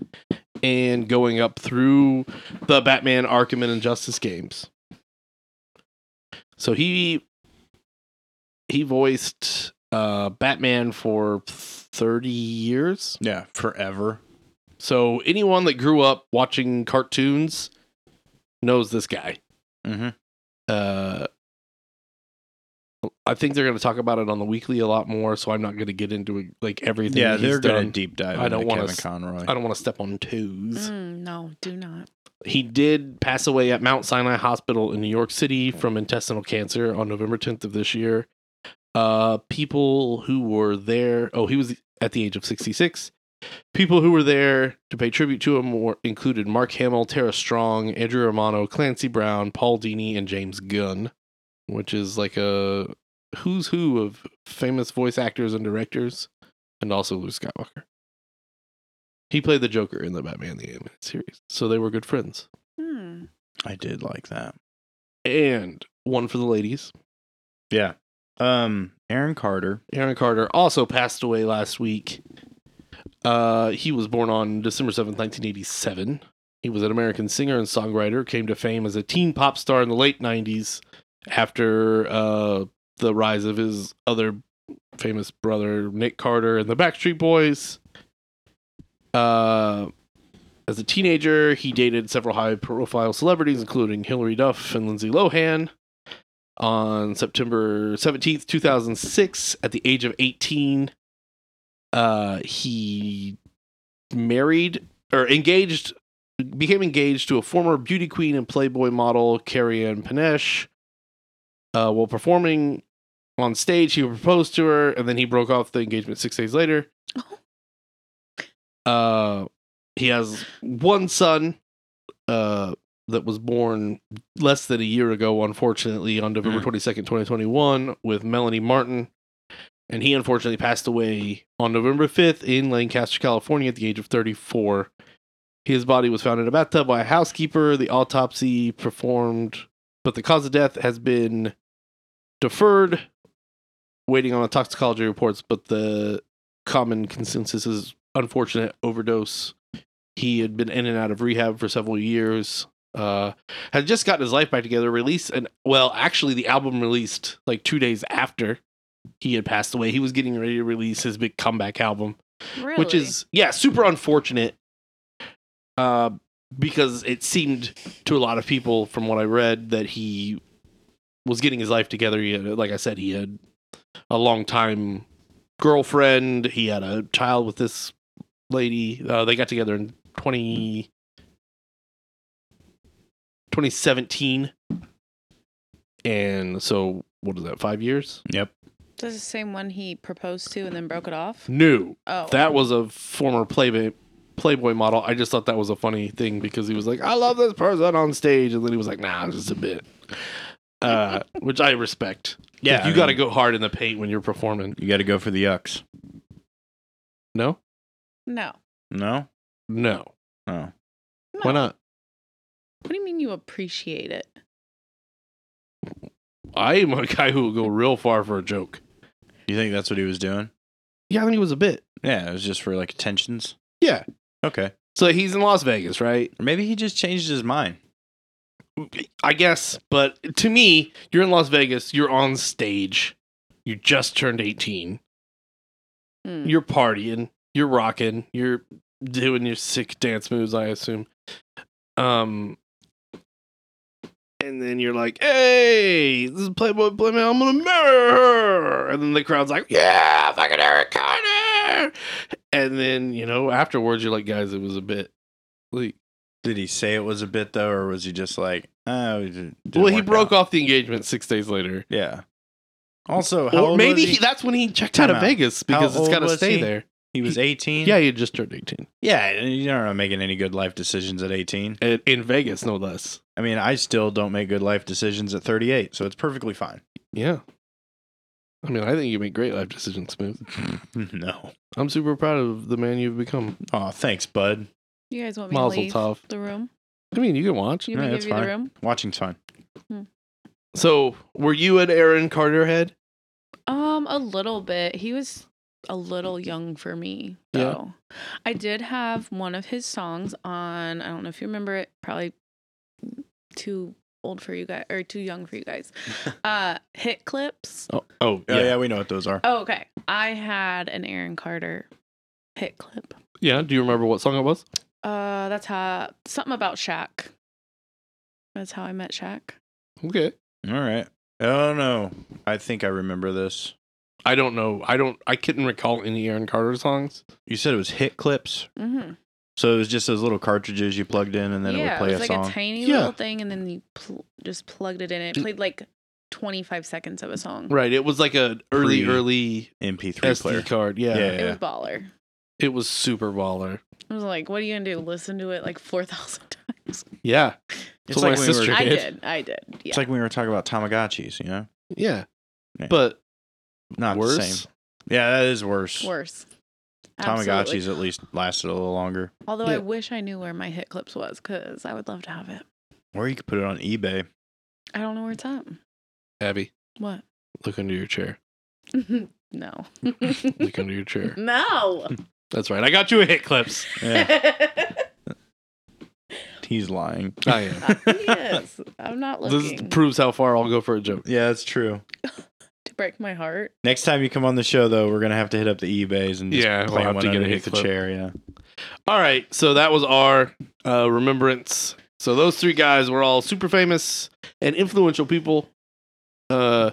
Speaker 2: and going up through the Batman Arkham and Injustice games. So he he voiced uh, Batman for 30 years.
Speaker 1: Yeah, forever.
Speaker 2: So anyone that grew up watching cartoons knows this guy.
Speaker 1: Mm-hmm.
Speaker 2: Uh, I think they're going to talk about it on the weekly a lot more, so I'm not going to get into it, like everything.
Speaker 1: Yeah,
Speaker 2: he's
Speaker 1: they're going to
Speaker 2: done.
Speaker 1: deep dive
Speaker 2: I
Speaker 1: I
Speaker 2: don't
Speaker 1: don't
Speaker 2: wanna
Speaker 1: Kevin
Speaker 2: s-
Speaker 1: Conroy.
Speaker 2: I don't want to step on toes.
Speaker 3: Mm, no, do not.
Speaker 2: He did pass away at Mount Sinai Hospital in New York City from intestinal cancer on November 10th of this year. Uh, people who were there, oh, he was at the age of 66. People who were there to pay tribute to him were, included Mark Hamill, Tara Strong, Andrew Romano, Clancy Brown, Paul Dini, and James Gunn, which is like a who's who of famous voice actors and directors, and also Luke Skywalker. He played the Joker in the Batman the Animated Series, so they were good friends.
Speaker 3: Hmm.
Speaker 1: I did like that.
Speaker 2: And one for the ladies,
Speaker 1: Yeah. Um, Aaron Carter.
Speaker 2: Aaron Carter, also passed away last week. Uh, he was born on December seventh, 1987. He was an American singer and songwriter, came to fame as a teen pop star in the late 90s after uh, the rise of his other famous brother, Nick Carter, and the Backstreet Boys. Uh, as a teenager, he dated several high profile celebrities, including Hilary Duff and Lindsay Lohan. On September 17th, 2006, at the age of 18, uh, he married or engaged, became engaged to a former beauty queen and Playboy model, Carrie Ann Panesh. Uh, while performing on stage, he proposed to her, and then he broke off the engagement six days later. Uh, he has one son uh, that was born less than a year ago, unfortunately, on November
Speaker 1: Mm.
Speaker 2: twenty second, twenty twenty one, with Melanie Martin, and he unfortunately passed away on November fifth in Lancaster, California, at the age of thirty four. His body was found in a bathtub by a housekeeper. The autopsy performed, but the cause of death has been deferred, waiting on the toxicology reports. But the common consensus is unfortunate overdose. He had been in and out of rehab for several years. Uh, had just gotten his life back together. Released and well, actually, the album released like two days after he had passed away. He was getting ready to release his big comeback album
Speaker 3: Really?
Speaker 2: which is yeah super unfortunate uh because it seemed to a lot of people from what i read that he was getting his life together he had, like i said he had a long time girlfriend he had a child with this lady uh, they got together in 20 2017 and so what is that five years
Speaker 1: Yep.
Speaker 3: That's the same one he proposed to and then broke it off.
Speaker 2: new
Speaker 3: Oh.
Speaker 2: that was a former Playboy Playboy model. I just thought that was a funny thing because he was like, "I love this person on stage," and then he was like, "Nah, it's just a bit," uh, which I respect.
Speaker 1: Yeah,
Speaker 2: Like,
Speaker 1: I
Speaker 2: you got to
Speaker 1: mean-
Speaker 2: go hard in the paint when you're performing.
Speaker 1: You got to go for the yucks.
Speaker 2: No,
Speaker 3: no.
Speaker 1: No.
Speaker 2: no,
Speaker 1: Oh.
Speaker 2: why not?
Speaker 3: What do you mean you appreciate it?
Speaker 2: I am a guy who will go real far for a joke.
Speaker 1: You think that's what he was doing?
Speaker 2: Yeah, I think it was a bit.
Speaker 1: Yeah, it was just for like attentions.
Speaker 2: Yeah.
Speaker 1: Okay.
Speaker 2: So he's in Las Vegas, right?
Speaker 1: Or maybe he just changed his mind.
Speaker 2: I guess, but to me, you're in Las Vegas. You're on stage. You just turned 18.
Speaker 3: Hmm.
Speaker 2: you're partying, you're rocking, you're doing your sick dance moves, I assume. Um, and then you're like, "Hey, this is Playboy Playman. I'm gonna marry her." And then the crowd's like, "Yeah, fucking Eric Carter." And then you know afterwards, you're like, "Guys, it was a bit." Like,
Speaker 1: Did he say it was a bit though, or was he just like, oh, it didn't
Speaker 2: well, he
Speaker 1: work
Speaker 2: broke
Speaker 1: out.
Speaker 2: off the engagement six days later.
Speaker 1: Yeah. Also, how
Speaker 2: Or
Speaker 1: old
Speaker 2: maybe
Speaker 1: was
Speaker 2: he?
Speaker 1: he?
Speaker 2: that's when he checked
Speaker 1: Time
Speaker 2: out of
Speaker 1: out.
Speaker 2: Vegas because it's
Speaker 1: old
Speaker 2: got to
Speaker 1: was
Speaker 2: stay
Speaker 1: he?
Speaker 2: there.
Speaker 1: He was eighteen.
Speaker 2: Yeah, he had just turned 18.
Speaker 1: Yeah. You're not making any good life decisions at eighteen.
Speaker 2: In- In Vegas, no less.
Speaker 1: I mean, I still don't make good life decisions at 38, so it's perfectly fine.
Speaker 2: Yeah. I mean, I think you make great life decisions, Smooth.
Speaker 1: no.
Speaker 2: I'm super proud of the man you've become.
Speaker 1: Oh, thanks, bud.
Speaker 3: You guys want me to
Speaker 2: Mazel
Speaker 3: leave
Speaker 2: tov.
Speaker 3: the room?
Speaker 2: I mean, you can watch.
Speaker 3: You
Speaker 1: No,
Speaker 3: want me to
Speaker 1: that's
Speaker 3: give you the
Speaker 1: fine.
Speaker 3: room?
Speaker 1: Watching's fine.
Speaker 2: So, were you an Aaron Carter head?
Speaker 3: Um, a little bit. He was a little young for me,
Speaker 2: Yeah.
Speaker 3: though. I did have one of his songs on. I don't know if you remember it. Probably too old for you guys or too young for you guys. Uh, hit clips.
Speaker 2: Oh, oh
Speaker 1: Oh, yeah. we know what those are.
Speaker 3: Oh, okay. I had an Aaron Carter hit clip.
Speaker 2: Yeah, Do you remember what song it was?
Speaker 3: Uh, that's how something about Shaq. That's how I met Shaq.
Speaker 2: Okay.
Speaker 1: All right. Oh, no. I think I remember this.
Speaker 2: I don't know. I don't. I couldn't recall any Aaron Carter songs.
Speaker 1: You said it was hit clips.
Speaker 3: Mm-hmm.
Speaker 1: So it was just those little cartridges you plugged in and then it would play
Speaker 3: was
Speaker 1: a
Speaker 3: like
Speaker 1: song.
Speaker 3: a tiny
Speaker 2: Yeah.
Speaker 3: little thing, and then you pl- just plugged it in. It played like 25 seconds of a song.
Speaker 2: Right. It was like a early,
Speaker 1: Pre-
Speaker 2: early
Speaker 1: MP3
Speaker 2: SD
Speaker 1: player.
Speaker 2: card. Yeah.
Speaker 1: Yeah.
Speaker 3: It was baller.
Speaker 2: It was super baller.
Speaker 3: I was like, what are you going to do? Listen to it like 4,000 times?
Speaker 2: Yeah.
Speaker 1: It's
Speaker 2: So
Speaker 1: like
Speaker 2: my
Speaker 1: when we were
Speaker 2: sister
Speaker 3: I
Speaker 2: did.
Speaker 3: did. I did. Yeah.
Speaker 1: It's like when we were talking about Tamagotchis, you know?
Speaker 2: Yeah.
Speaker 1: Yeah.
Speaker 2: But
Speaker 1: Not
Speaker 2: worse.
Speaker 1: the same. Yeah, that is worse.
Speaker 3: Worse. Absolutely.
Speaker 1: Tamagotchis at least lasted a little longer.
Speaker 3: Although
Speaker 2: Yeah.
Speaker 3: I wish I knew where my hit clips was because I would love to have it.
Speaker 1: Or you could put it on eBay.
Speaker 3: I don't know where it's at.
Speaker 2: Abby,
Speaker 3: What?
Speaker 2: look under your chair.
Speaker 3: no.
Speaker 2: Look under your chair.
Speaker 3: no.
Speaker 2: That's right. I got you a hit clips.
Speaker 1: Yeah, he's lying.
Speaker 2: I am.
Speaker 3: yes. I'm not
Speaker 2: This
Speaker 3: looking
Speaker 2: proves how far I'll go for a joke.
Speaker 1: Yeah, that's true.
Speaker 3: to break my heart.
Speaker 1: Next time you come on the show, though, we're gonna have to hit up the eBays and just
Speaker 2: Yeah, we'll
Speaker 1: plan
Speaker 2: have
Speaker 1: one
Speaker 2: to get a
Speaker 1: underneath the
Speaker 2: hit clip.
Speaker 1: chair. Yeah,
Speaker 2: All right. So that was our uh, remembrance. So those three guys were all super famous and influential people uh,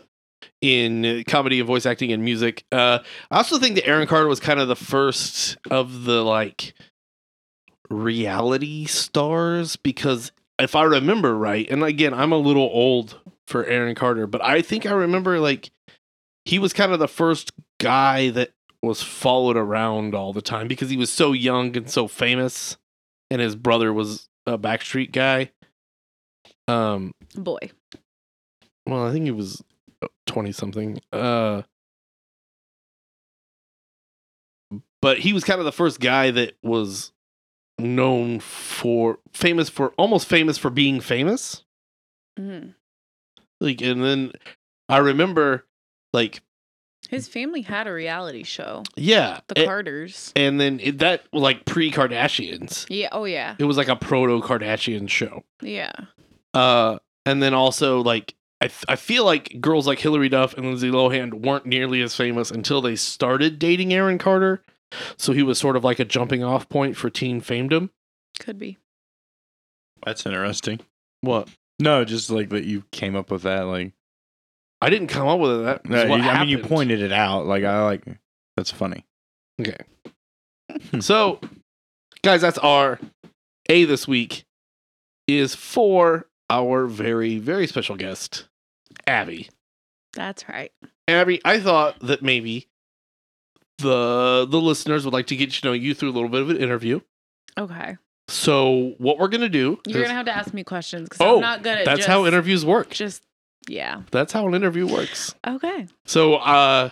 Speaker 2: in comedy and voice acting and music. Uh, I also think that Aaron Carter was kind of the first of the like reality stars because if I remember right, and again, I'm a little old for Aaron Carter, but I think I remember like he was kind of the first guy that was followed around all the time because he was so young and so famous and his brother was a backstreet guy um
Speaker 3: Boy.
Speaker 2: well i think he was 20 something uh but he was kind of the first guy that was known for famous for almost famous for being famous
Speaker 3: Mhm.
Speaker 2: like and then i remember like
Speaker 3: His family had a reality show,
Speaker 2: yeah
Speaker 3: The
Speaker 2: a-
Speaker 3: Carters.
Speaker 2: and then it, that like pre-kardashians
Speaker 3: Yeah. Oh, yeah.
Speaker 2: it was like a proto Kardashian show.
Speaker 3: Yeah.
Speaker 2: Uh, and then also like I, th- I feel like girls like Hillary Duff and Lindsay Lohan weren't nearly as famous until they started dating Aaron Carter. So he was sort of like a jumping off point for teen famedom.
Speaker 3: Could be.
Speaker 1: that's interesting.
Speaker 2: What?
Speaker 1: No, just like that you came up with that. Like,
Speaker 2: I didn't come up with it. That was
Speaker 1: No,
Speaker 2: what
Speaker 1: you- I mean, you
Speaker 2: happened.
Speaker 1: pointed it out. Like, I like that's funny.
Speaker 2: So, guys, that's our A this week is for our very very special guest, Abby.
Speaker 3: That's right.
Speaker 2: Abby, I thought that maybe the the listeners would like to get to know you through a little bit of an interview.
Speaker 3: Okay.
Speaker 2: So what we're gonna do? is-
Speaker 3: You're going to have to ask me questions because
Speaker 2: Oh,
Speaker 3: I'm not good at
Speaker 2: that's
Speaker 3: just,
Speaker 2: how interviews work.
Speaker 3: Just, yeah.
Speaker 2: That's how an interview works.
Speaker 3: Okay.
Speaker 2: So uh,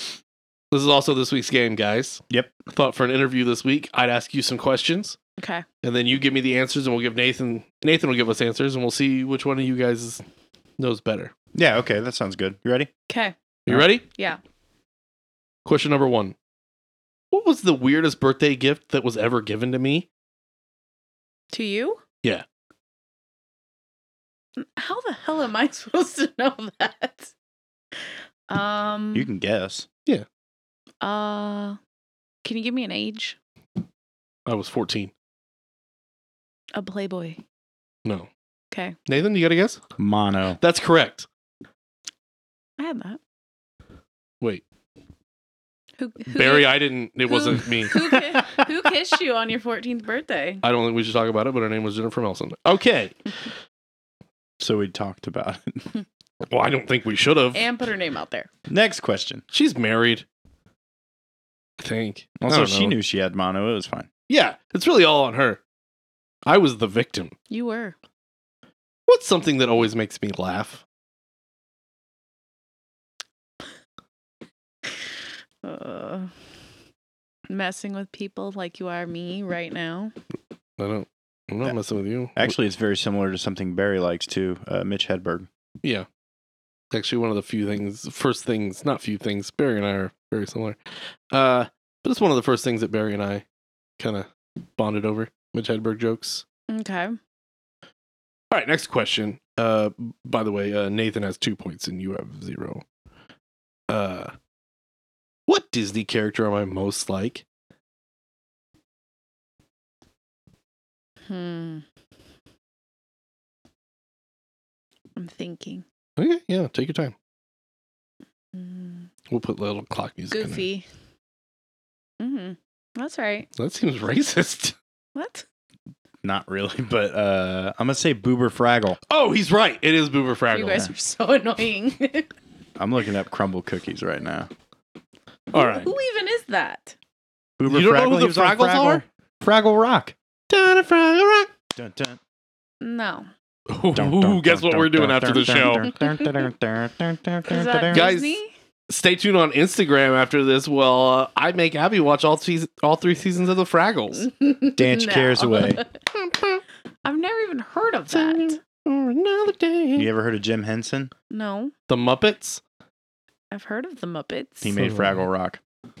Speaker 2: this is also this week's game, guys.
Speaker 1: Yep.
Speaker 2: Thought for an interview this week, I'd ask you some questions,
Speaker 3: Okay.
Speaker 2: and then you give me the answers, and we'll give Nathan Nathan will give us answers, and we'll see which one of you guys is- knows better.
Speaker 1: Yeah, okay, that sounds good. You ready?
Speaker 3: Okay.
Speaker 2: You ready?
Speaker 3: Yeah.
Speaker 2: Question number one. What was the weirdest birthday gift that was ever given to me?
Speaker 3: To you?
Speaker 2: Yeah.
Speaker 3: How the hell am I supposed to know that? Um
Speaker 1: You can guess.
Speaker 3: uh can you give me an age?
Speaker 2: I was 14.
Speaker 3: A Playboy.
Speaker 2: No.
Speaker 3: Okay.
Speaker 2: Nathan, you got to guess?
Speaker 1: Mono.
Speaker 2: That's correct.
Speaker 3: I had that.
Speaker 2: Wait.
Speaker 3: Who, who
Speaker 2: Barry,
Speaker 3: ki-
Speaker 2: I didn't. It
Speaker 3: who-
Speaker 2: wasn't me.
Speaker 3: who ki- who kissed you on your 14th birthday?
Speaker 2: I don't think we should talk about it, but her name was Jennifer Melson. Okay.
Speaker 1: So we talked about it.
Speaker 2: Well, I don't think we should have.
Speaker 3: And put her name out there.
Speaker 1: Next question.
Speaker 2: She's married. I think. I
Speaker 1: Also,
Speaker 2: don't
Speaker 1: she
Speaker 2: know.
Speaker 1: knew she had mono. It was fine.
Speaker 2: Yeah, it's really all on her. I was the victim.
Speaker 3: You were.
Speaker 2: What's something that always makes me laugh?
Speaker 3: Uh, messing with people like you are me right now.
Speaker 2: I don't. I'm not
Speaker 3: Uh,
Speaker 1: Yeah.
Speaker 2: messing with you.
Speaker 1: Actually, it's very similar to something Barry likes too. Uh, Mitch Hedberg.
Speaker 2: Yeah. Actually, one of the few things, first things, not few things, Barry and I are very similar. Uh, but it's one of the first things that Barry and I kind of bonded over Mitch Hedberg jokes.
Speaker 3: Okay.
Speaker 2: All right, next question. Uh, by the way, uh, Nathan has two points and you have zero. Uh, what Disney character am I most like?
Speaker 3: Hmm. I'm thinking.
Speaker 2: Okay, yeah, take your time.
Speaker 3: Mm,
Speaker 2: We'll put little clock music. in there.
Speaker 3: goofy. Mm-hmm. That's right.
Speaker 2: That seems racist.
Speaker 3: What?
Speaker 1: Not really, but uh, I'm gonna say Boober Fraggle.
Speaker 2: Oh, he's right. It is Boober Fraggle.
Speaker 3: You guys are so annoying.
Speaker 1: I'm looking up Crumble Cookies right now.
Speaker 2: All right.
Speaker 3: Who even is that?
Speaker 1: Boober
Speaker 2: You don't know who the
Speaker 1: He was on
Speaker 2: Fraggles are?
Speaker 1: Fraggle Rock.
Speaker 2: Down in Fraggle Rock.
Speaker 1: Dun, dun,
Speaker 3: No.
Speaker 2: Ooh, guess what we're doing after the show.
Speaker 3: dun, dun,
Speaker 1: show?
Speaker 3: Is that
Speaker 2: Guys-
Speaker 3: Disney?
Speaker 2: stay tuned on Instagram after this. Well, uh, I make Abby watch all seas all three seasons of the Fraggles.
Speaker 1: Dance cares away.
Speaker 3: I've never even heard of that.
Speaker 2: Or another day.
Speaker 1: You ever heard of Jim Henson?
Speaker 3: No,
Speaker 2: The Muppets.
Speaker 3: I've heard of the Muppets.
Speaker 1: He made
Speaker 2: So-
Speaker 1: Fraggle Rock.
Speaker 2: All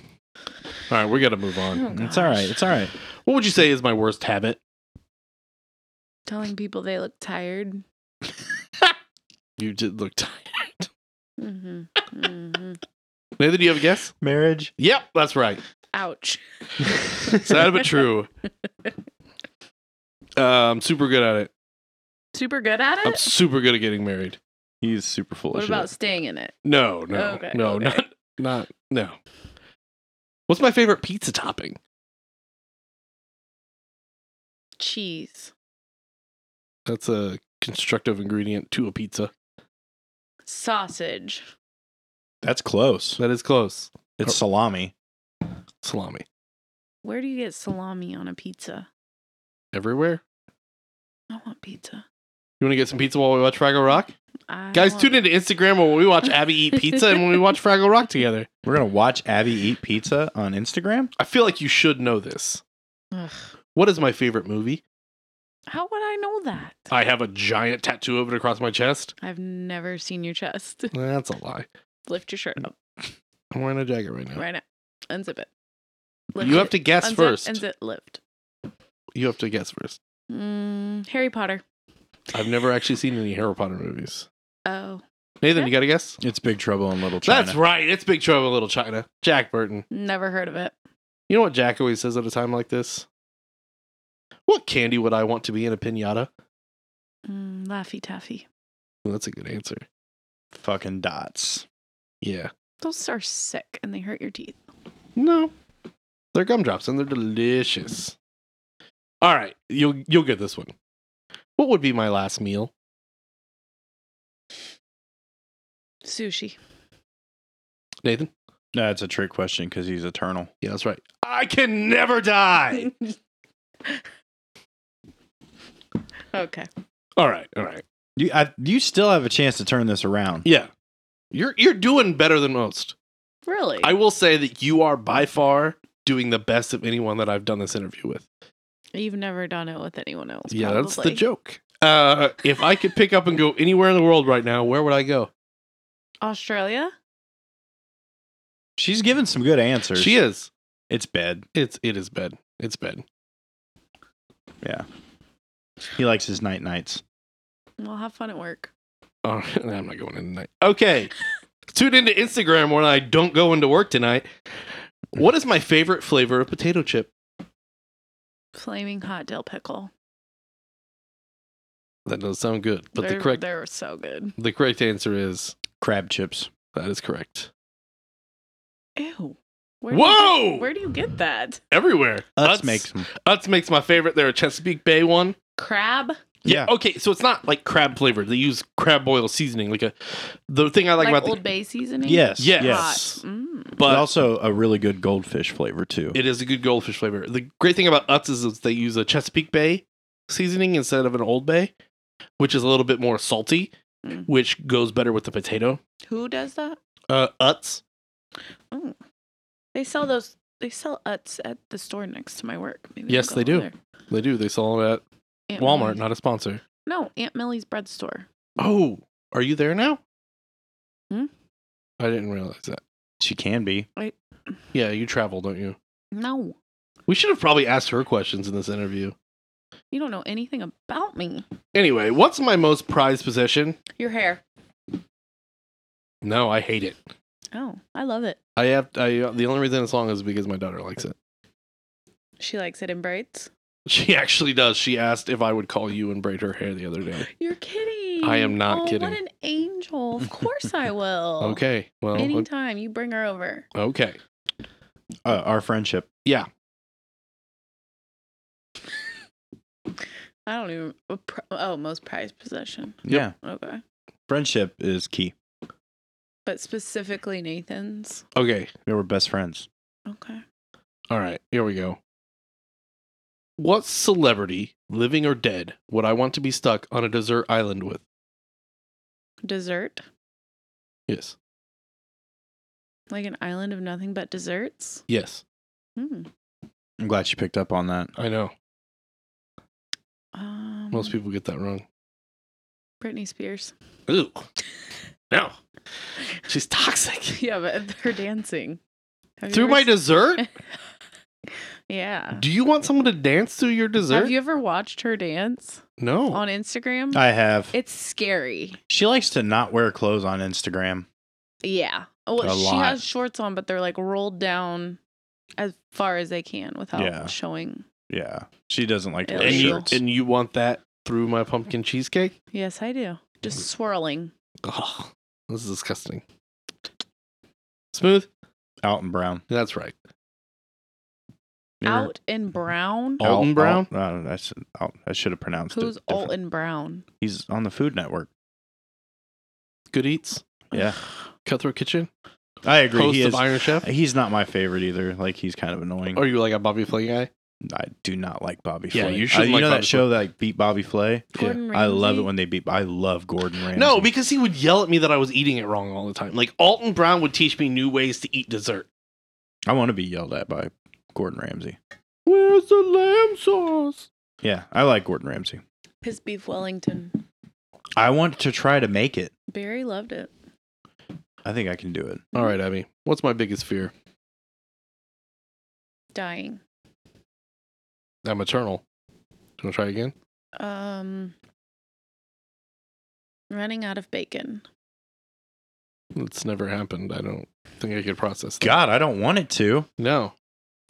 Speaker 2: right, we got to move on.
Speaker 3: Oh,
Speaker 1: Mm, It's all right.
Speaker 3: gosh.
Speaker 1: It's all right.
Speaker 2: What would you say is my worst habit?
Speaker 3: Telling people they look tired.
Speaker 2: You did look tired.
Speaker 3: hmm hmm
Speaker 2: Nathan, do you have a guess?
Speaker 1: Marriage.
Speaker 2: Yep, that's right.
Speaker 3: Ouch.
Speaker 2: Sad but true. Uh, I'm super good at it.
Speaker 3: Super good at it.
Speaker 2: I'm super good at getting married.
Speaker 1: He's super full
Speaker 3: what
Speaker 1: of
Speaker 3: about
Speaker 1: shit.
Speaker 3: staying in it?
Speaker 2: No, no,
Speaker 3: Okay,
Speaker 2: no,
Speaker 3: okay.
Speaker 2: not, not, no. What's my favorite pizza topping?
Speaker 3: Cheese,
Speaker 2: That's a constructive ingredient to a pizza.
Speaker 3: sausage.
Speaker 1: That's close.
Speaker 2: That is close.
Speaker 1: It's salami.
Speaker 2: Salami
Speaker 3: Where do you get salami on a pizza?
Speaker 2: everywhere.
Speaker 3: I want pizza.
Speaker 2: You want to get some pizza while we watch Fraggle Rock?
Speaker 3: I
Speaker 2: Guys,
Speaker 3: want-
Speaker 2: tune into Instagram when we watch Abby eat pizza and when we watch Fraggle Rock together.
Speaker 1: We're gonna watch Abby eat pizza on Instagram.
Speaker 2: I feel like you should know this.
Speaker 3: Ugh.
Speaker 2: What is my favorite movie?
Speaker 3: How would I know that?
Speaker 2: I have a giant tattoo of it across my chest.
Speaker 3: I've never seen your chest.
Speaker 2: That's a lie.
Speaker 3: Lift your shirt up
Speaker 2: I'm wearing a jacket right now.
Speaker 3: right now. Unzip it.
Speaker 2: You have to guess
Speaker 3: unzip,
Speaker 2: first.
Speaker 3: Unzip, lift.
Speaker 2: You have to guess first.
Speaker 3: Mm, Harry Potter.
Speaker 2: I've never actually seen any Harry Potter movies.
Speaker 3: Oh
Speaker 2: Nathan,
Speaker 3: Yeah.
Speaker 2: you got to guess?
Speaker 1: It's Big Trouble in Little China.
Speaker 2: That's right. It's Big Trouble in Little China. Jack Burton.
Speaker 3: Never heard of it.
Speaker 2: You know what Jack always says at a time like this? What candy would I want to be in a pinata?
Speaker 3: Mm, Laffy Taffy.
Speaker 2: Well, that's a good answer.
Speaker 1: Fucking dots.
Speaker 2: Yeah.
Speaker 3: Those are sick and they hurt your teeth.
Speaker 2: No. They're gumdrops and they're delicious. All right, you'll you'll get this one. What would be my last meal?
Speaker 3: Sushi.
Speaker 2: Nathan?
Speaker 1: No, it's a trick question because he's eternal.
Speaker 2: Yeah, that's right. I can never die.
Speaker 3: okay.
Speaker 2: all right, all right.
Speaker 1: You, I, you still have a chance to turn this around.
Speaker 2: Yeah. You're you're doing better than most.
Speaker 3: Really?
Speaker 2: I will say that you are by far doing the best of anyone that I've done this interview with.
Speaker 3: You've never done it with anyone else.
Speaker 2: yeah, that's the
Speaker 3: probably.
Speaker 2: joke. Uh, if I could pick up and go anywhere in the world right now, where would I go?
Speaker 3: Australia?
Speaker 1: She's given some good answers.
Speaker 2: She is.
Speaker 1: It's bed.
Speaker 2: It's it is bed. It's bed.
Speaker 1: He likes his night nights.
Speaker 3: Well, have fun at work.
Speaker 2: All right, Oh, I'm not going in tonight. Okay. Tune into Instagram when I don't go into work tonight. What is my favorite flavor of potato chip?
Speaker 3: Flaming hot dill pickle.
Speaker 2: That does sound good, but
Speaker 3: they're,
Speaker 2: the correct
Speaker 3: They're so good.
Speaker 2: the correct answer is
Speaker 1: Crab chips.
Speaker 2: that is correct.
Speaker 3: Ew. Where do you get-
Speaker 2: Whoa!
Speaker 3: where do you get that?
Speaker 2: Everywhere.
Speaker 1: Utz, makes them.
Speaker 2: Utz makes my favorite. They're a Chesapeake Bay one.
Speaker 3: Crab?
Speaker 1: Yeah.
Speaker 2: Okay, so it's not like crab flavored. They use crab oil seasoning, like a the thing I like,
Speaker 3: Like,
Speaker 2: about
Speaker 3: Old
Speaker 2: the
Speaker 3: Bay seasoning?
Speaker 1: Yes.
Speaker 2: Yes.
Speaker 1: Yes.
Speaker 3: Hot. Mm.
Speaker 1: But
Speaker 2: but
Speaker 1: also a really good goldfish flavor too.
Speaker 2: It is a good goldfish flavor. The great thing about Utz is that they use a Chesapeake Bay seasoning instead of an Old Bay, which is a little bit more salty,
Speaker 3: Mm.
Speaker 2: which goes better with the potato.
Speaker 3: Who does that?
Speaker 2: Uh, Utz.
Speaker 3: Mm. They sell those. They sell Utz at the store next to my work. Maybe I'll
Speaker 2: Yes,
Speaker 3: go
Speaker 2: they do.
Speaker 3: over there.
Speaker 2: They do. They sell it at
Speaker 3: Aunt
Speaker 2: Walmart,
Speaker 3: Millie's-
Speaker 2: not a sponsor.
Speaker 3: No, Aunt Millie's bread store.
Speaker 2: Oh, are you there now?
Speaker 3: Hmm?
Speaker 2: I didn't realize that.
Speaker 1: She can be.
Speaker 2: Yeah, you travel, don't you?
Speaker 3: No,
Speaker 2: We should have probably asked her questions in this interview.
Speaker 3: you don't know anything about me.
Speaker 2: Anyway, what's my most prized possession?
Speaker 3: Your hair.
Speaker 2: No, I hate it.
Speaker 3: Oh, I love it.
Speaker 2: I have. I the only reason it's long is because my daughter likes it.
Speaker 3: She likes it in braids.
Speaker 2: She actually does. She asked if I would call you and braid her hair the other day.
Speaker 3: You're kidding.
Speaker 2: I am not
Speaker 3: Oh,
Speaker 2: kidding.
Speaker 3: What an angel. Of course I will.
Speaker 2: Okay. Well, o-
Speaker 3: Anytime you bring her over.
Speaker 2: okay.
Speaker 1: Uh, our friendship.
Speaker 3: I don't even. a pri- Oh, most prized possession.
Speaker 1: Yeah.
Speaker 3: Okay.
Speaker 1: Friendship is key.
Speaker 3: But specifically Nathan's.
Speaker 2: Okay.
Speaker 1: We were best friends.
Speaker 3: Okay.
Speaker 2: All right. Here we go. What celebrity, living or dead, would I want to be stuck on a desert island with?
Speaker 3: Dessert.
Speaker 2: Yes.
Speaker 3: Like an island of nothing but desserts.
Speaker 2: Yes,
Speaker 3: Hmm.
Speaker 1: I'm glad you picked up on that.
Speaker 2: I know.
Speaker 3: Um,
Speaker 2: Most people get that wrong.
Speaker 3: Britney Spears.
Speaker 2: Ooh, no, she's toxic.
Speaker 3: yeah, but they're dancing. Have you
Speaker 2: Through
Speaker 3: ever
Speaker 2: my
Speaker 3: s-
Speaker 2: dessert?
Speaker 3: yeah.
Speaker 2: Do you want someone to dance through your dessert?
Speaker 3: Have you ever watched her dance
Speaker 2: no.
Speaker 3: on Instagram?
Speaker 1: I have.
Speaker 3: it's scary.
Speaker 1: she likes to not wear clothes on Instagram.
Speaker 3: Yeah. Well,
Speaker 1: A
Speaker 3: she
Speaker 1: lot.
Speaker 3: has shorts on, but they're like rolled down as far as they can without
Speaker 1: Yeah.
Speaker 3: showing.
Speaker 1: Yeah. She doesn't like to wear
Speaker 2: and you
Speaker 1: shirts.
Speaker 2: and you want that through my pumpkin cheesecake?
Speaker 3: Yes, I do. Just swirling.
Speaker 2: Oh, this is disgusting. Smooth?
Speaker 1: Alton Brown.
Speaker 2: That's right.
Speaker 3: Out in Brown.
Speaker 2: Oh, Alton Brown?
Speaker 1: Al- uh, I, should, Al- I should have pronounced
Speaker 3: Who's
Speaker 1: it. different.
Speaker 3: Alton Brown?
Speaker 1: He's on the Food Network.
Speaker 2: Good eats.
Speaker 1: Yeah.
Speaker 2: Cutthroat Kitchen.
Speaker 1: I agree.
Speaker 2: Host
Speaker 1: He
Speaker 2: of
Speaker 1: is,
Speaker 2: Iron Chef.
Speaker 1: he's not my favorite either. Like, he's kind of annoying.
Speaker 2: Are you like a Bobby Flay guy?
Speaker 1: I do not like Bobby
Speaker 2: Yeah,
Speaker 1: Flay.
Speaker 2: you
Speaker 1: I,
Speaker 2: shouldn't
Speaker 1: You
Speaker 2: like
Speaker 1: know
Speaker 2: Bobby
Speaker 1: that show that like, beat Bobby Flay?
Speaker 3: Gordon
Speaker 1: I love it
Speaker 3: Ramsay?
Speaker 1: when they beat. I love Gordon Ramsay.
Speaker 2: No, because he would yell at me that I was eating it wrong all the time. Like Alton Brown would teach me new ways to eat dessert.
Speaker 1: I want to be yelled at by Gordon Ramsay.
Speaker 2: Where's the lamb sauce?
Speaker 1: Yeah, I like Gordon Ramsay.
Speaker 3: His beef Wellington.
Speaker 1: I want to try to make it.
Speaker 3: Barry loved it.
Speaker 1: I think I can do it.
Speaker 2: All right, Abby. What's my biggest fear?
Speaker 3: Dying.
Speaker 2: I'm eternal. Do you want to try again?
Speaker 3: Um, running out of bacon.
Speaker 2: It's never happened. I don't think I could process that.
Speaker 1: God, I don't want it to.
Speaker 2: No.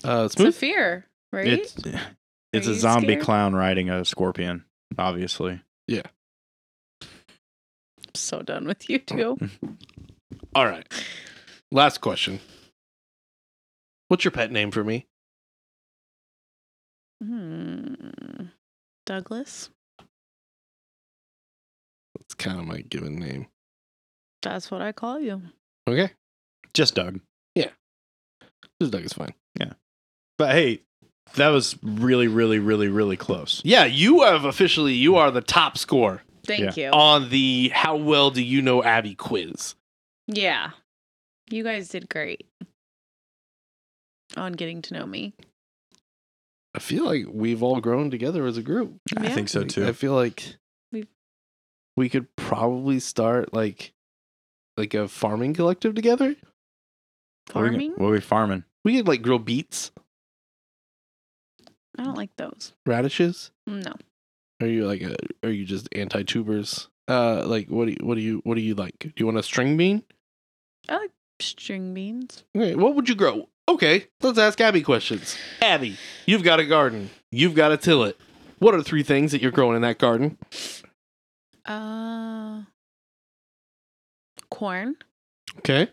Speaker 2: Uh,
Speaker 3: It's a
Speaker 2: smooth.
Speaker 3: fear, right?
Speaker 1: Hmm? It's it's
Speaker 3: you
Speaker 1: a zombie
Speaker 3: scared?
Speaker 1: clown riding a scorpion, obviously.
Speaker 3: I'm so done with you two.
Speaker 2: All right. Last question. What's your pet name for me?
Speaker 1: Oh.
Speaker 3: Hmm. Douglas.
Speaker 2: That's kind of my given name.
Speaker 3: That's what I call you.
Speaker 2: Okay.
Speaker 1: Just Doug.
Speaker 2: This dog is fine.
Speaker 1: But hey, that was really, really, really, really close.
Speaker 2: Yeah, you have officially you are the top scorer
Speaker 3: Thank you.
Speaker 2: on the how well do you know Abby quiz.
Speaker 3: Yeah. You guys did great on getting to know me.
Speaker 2: I feel like we've all grown together as a group.
Speaker 1: I
Speaker 3: Yeah.
Speaker 1: think so
Speaker 2: Like,
Speaker 1: too.
Speaker 2: I feel like we
Speaker 3: We've-
Speaker 2: we could probably start like like a farming collective together.
Speaker 1: What are we gonna-
Speaker 3: Farming?
Speaker 1: What are we farming?
Speaker 2: We could like grow beets,
Speaker 3: I don't like those.
Speaker 2: radishes.
Speaker 3: No.
Speaker 2: Are you like a, are you just anti tubers? Uh, like what do you, what do you what do you like? Do you want a string bean?
Speaker 3: String beans.
Speaker 2: Okay, what would you grow? Okay, let's ask Abby questions. Abby, you've got a garden. You've got to till it. What are three things that you're growing in that garden?
Speaker 3: Uh corn,
Speaker 2: Okay,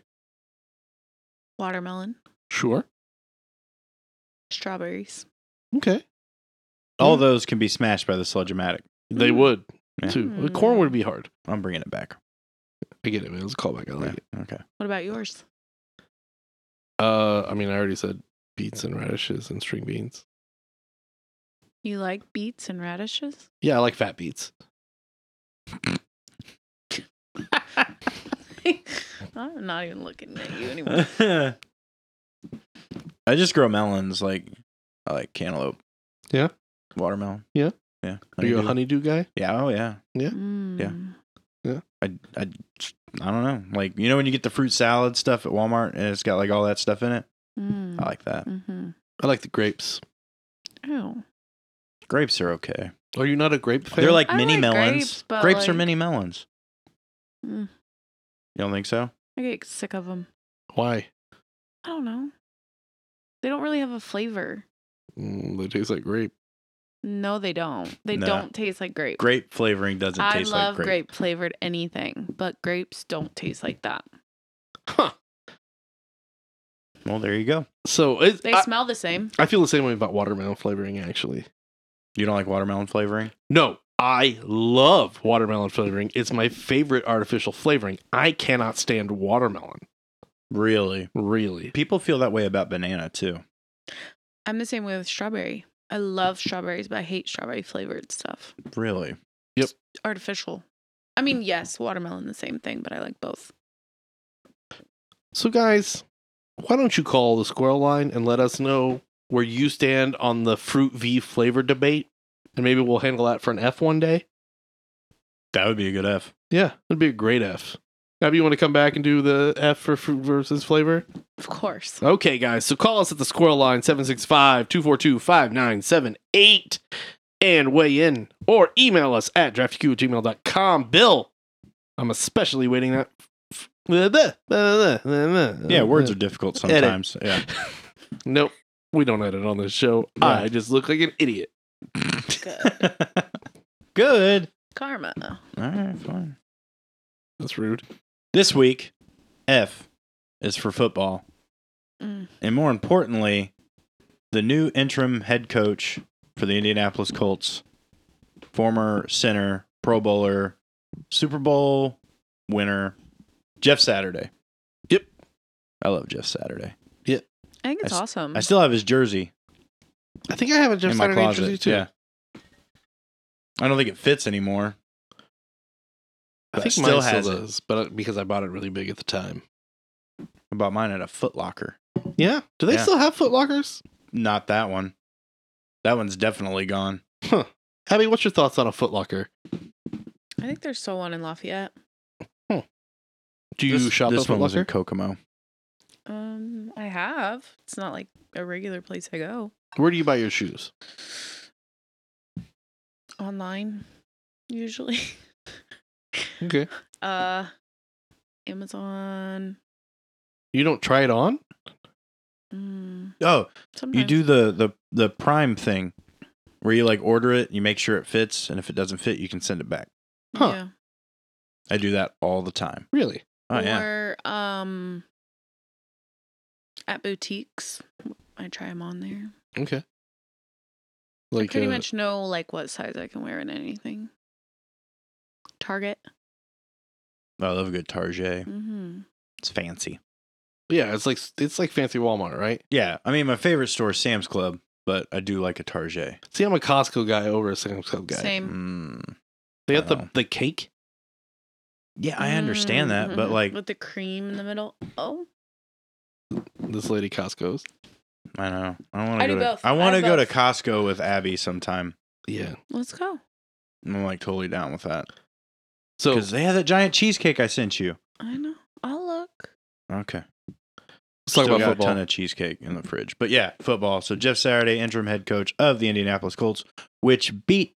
Speaker 3: watermelon,
Speaker 2: sure.
Speaker 3: strawberries.
Speaker 2: Okay,
Speaker 1: All
Speaker 2: Mm-hmm.
Speaker 1: those can be smashed by the sludge-o-matic.
Speaker 2: they would
Speaker 1: Mm. Yeah.
Speaker 2: too.
Speaker 3: Hmm.
Speaker 2: Corn would be hard.
Speaker 1: I'm bringing it back.
Speaker 2: I get it, man. Let's call back. I like it.
Speaker 1: Yeah, Okay.
Speaker 3: What about yours?
Speaker 2: Uh, I mean, I already said beets and radishes and string beans.
Speaker 3: You like beets and radishes?
Speaker 2: Yeah, I like fat beets.
Speaker 3: I'm not even looking at you anymore.
Speaker 1: I just grow melons. Like I like cantaloupe.
Speaker 2: Yeah?
Speaker 1: Watermelon.
Speaker 2: Yeah?
Speaker 1: Yeah.
Speaker 2: Are you a
Speaker 1: Honeydew.
Speaker 2: honeydew guy?
Speaker 1: Yeah. Oh yeah.
Speaker 3: Mm.
Speaker 1: I, I, I don't know. Like you know when you get the fruit salad stuff at Walmart and it's got like all that stuff in it.
Speaker 3: Mm.
Speaker 1: I like that.
Speaker 3: Mm-hmm.
Speaker 2: I like the grapes.
Speaker 3: Oh.
Speaker 1: Grapes are okay.
Speaker 2: Are you not a grape fan?
Speaker 1: They're like
Speaker 3: I
Speaker 1: mini
Speaker 3: like
Speaker 1: melons. Grapes,
Speaker 3: grapes, but,
Speaker 1: are
Speaker 3: like-
Speaker 1: mini melons.
Speaker 3: Mm.
Speaker 1: You don't think so?
Speaker 3: I get sick of them.
Speaker 2: why?
Speaker 3: I don't know. They don't really have a flavor.
Speaker 2: Mm, they taste like grape.
Speaker 3: No, they don't. They
Speaker 1: No.
Speaker 3: don't taste like grape.
Speaker 1: Grape flavoring doesn't
Speaker 3: I
Speaker 1: taste
Speaker 3: love
Speaker 1: like grape.
Speaker 3: grape. flavored anything, but grapes don't taste like that.
Speaker 2: Huh.
Speaker 1: Well, there you go.
Speaker 2: So it's,
Speaker 3: They
Speaker 2: I,
Speaker 3: smell the same.
Speaker 2: I feel the same way about watermelon flavoring, actually.
Speaker 1: You don't like watermelon flavoring?
Speaker 2: No, I love watermelon flavoring. It's my favorite artificial flavoring. I cannot stand watermelon,
Speaker 1: Really?
Speaker 2: really.
Speaker 1: People feel that way about banana too.
Speaker 3: I'm the same way with strawberry. I love strawberries, but I hate strawberry flavored stuff.
Speaker 1: Really?
Speaker 3: Artificial. I mean, yes, watermelon the same thing, but I like both.
Speaker 2: So, guys, why don't you call the squirrel line and let us know where you stand on the fruit v flavor debate? And maybe we'll handle that for an F one day.
Speaker 1: That would be a good F.
Speaker 2: Yeah, that'd be a great F. Now, do you want to come back and do the F for fruit versus flavor?
Speaker 3: Of course.
Speaker 2: Okay, guys. So call us at the squirrel line 765 242 5978 and weigh in or email us at draftq Bill, I'm especially waiting that.
Speaker 1: Yeah,
Speaker 2: Yeah,
Speaker 1: words are difficult
Speaker 2: Edit.
Speaker 1: sometimes. Yeah.
Speaker 2: Nope. We don't edit on this show.
Speaker 1: Yeah.
Speaker 2: I just look like an idiot.
Speaker 3: Good.
Speaker 1: good.
Speaker 3: Karma.
Speaker 1: All right, fine.
Speaker 2: That's rude.
Speaker 1: This week, F is for football.
Speaker 3: Mm.
Speaker 1: And more importantly, the new interim head coach for the Indianapolis Colts, former center, Pro Bowler, Super Bowl winner, Jeff Saturday.
Speaker 2: Yep.
Speaker 1: I love Jeff Saturday.
Speaker 3: I think it's
Speaker 1: I s-
Speaker 3: awesome.
Speaker 1: I still have his jersey
Speaker 2: I think I have a Jeff
Speaker 1: in my
Speaker 2: Saturday
Speaker 1: closet.
Speaker 2: jersey too.
Speaker 1: Yeah. I don't think it fits anymore.
Speaker 2: I
Speaker 1: But
Speaker 2: think
Speaker 1: still
Speaker 2: mine still
Speaker 1: has it.
Speaker 2: does, but uh, because I bought it really big at the time.
Speaker 1: I bought mine at a Foot Locker.
Speaker 2: Yeah. Do they
Speaker 1: Yeah.
Speaker 2: still have Foot Lockers?
Speaker 1: Not that one. That one's definitely gone.
Speaker 2: Abby, what's your thoughts on a Foot Locker?
Speaker 3: I think there's still one in Lafayette.
Speaker 2: Do you
Speaker 1: this,
Speaker 2: shop
Speaker 1: this
Speaker 2: at Foot
Speaker 1: one was
Speaker 2: Locker?
Speaker 1: in Kokomo.
Speaker 3: Um, I have. It's not like a regular place I go.
Speaker 2: Where do you buy your shoes?
Speaker 3: Online, usually.
Speaker 2: Okay.
Speaker 3: Uh, Amazon.
Speaker 2: You don't try it on?
Speaker 3: Mm,
Speaker 1: Oh,
Speaker 3: sometimes.
Speaker 1: you do the the the Prime thing where you like order it, you make sure it fits, and if it doesn't fit, you can send it back.
Speaker 2: Huh.
Speaker 3: Yeah.
Speaker 1: I do that all the time.
Speaker 2: Really?
Speaker 1: Oh yeah,
Speaker 3: or um, at boutiques, I try them on there.
Speaker 2: Okay.
Speaker 3: I
Speaker 2: Like
Speaker 3: pretty
Speaker 2: uh,
Speaker 3: much know like what size I can wear in anything. Target.
Speaker 1: I love a good Target.
Speaker 3: Mm-hmm.
Speaker 1: It's fancy.
Speaker 2: yeah, it's like it's like fancy Walmart, right?
Speaker 1: Yeah, I mean my favorite store is Sam's Club, but I do like a Target.
Speaker 2: See, I'm a Costco guy over a Sam's Club guy.
Speaker 3: Same.
Speaker 1: Mm.
Speaker 2: They got the
Speaker 1: Wow.
Speaker 2: the cake.
Speaker 1: Yeah, I understand that, but
Speaker 2: Mm-hmm.
Speaker 3: Mhm.
Speaker 1: like
Speaker 3: with the cream in the middle. Oh,
Speaker 2: This lady Costco's.
Speaker 1: I don't know I want
Speaker 3: I
Speaker 1: to
Speaker 3: do
Speaker 1: go. To,
Speaker 3: both.
Speaker 1: I want
Speaker 3: I
Speaker 1: to
Speaker 3: do
Speaker 1: go to
Speaker 3: both.
Speaker 1: Costco with Abby sometime.
Speaker 2: Yeah.
Speaker 3: let's go.
Speaker 1: I'm like totally down with that
Speaker 2: So
Speaker 1: because they have that giant cheesecake I sent you.
Speaker 3: I know. I'll look.
Speaker 1: Okay.
Speaker 2: let's talk
Speaker 1: Still
Speaker 2: about
Speaker 1: got a ton
Speaker 2: football.
Speaker 1: of cheesecake in the fridge. But yeah, football. So Jeff Saturday, interim head coach of the Indianapolis Colts, which beat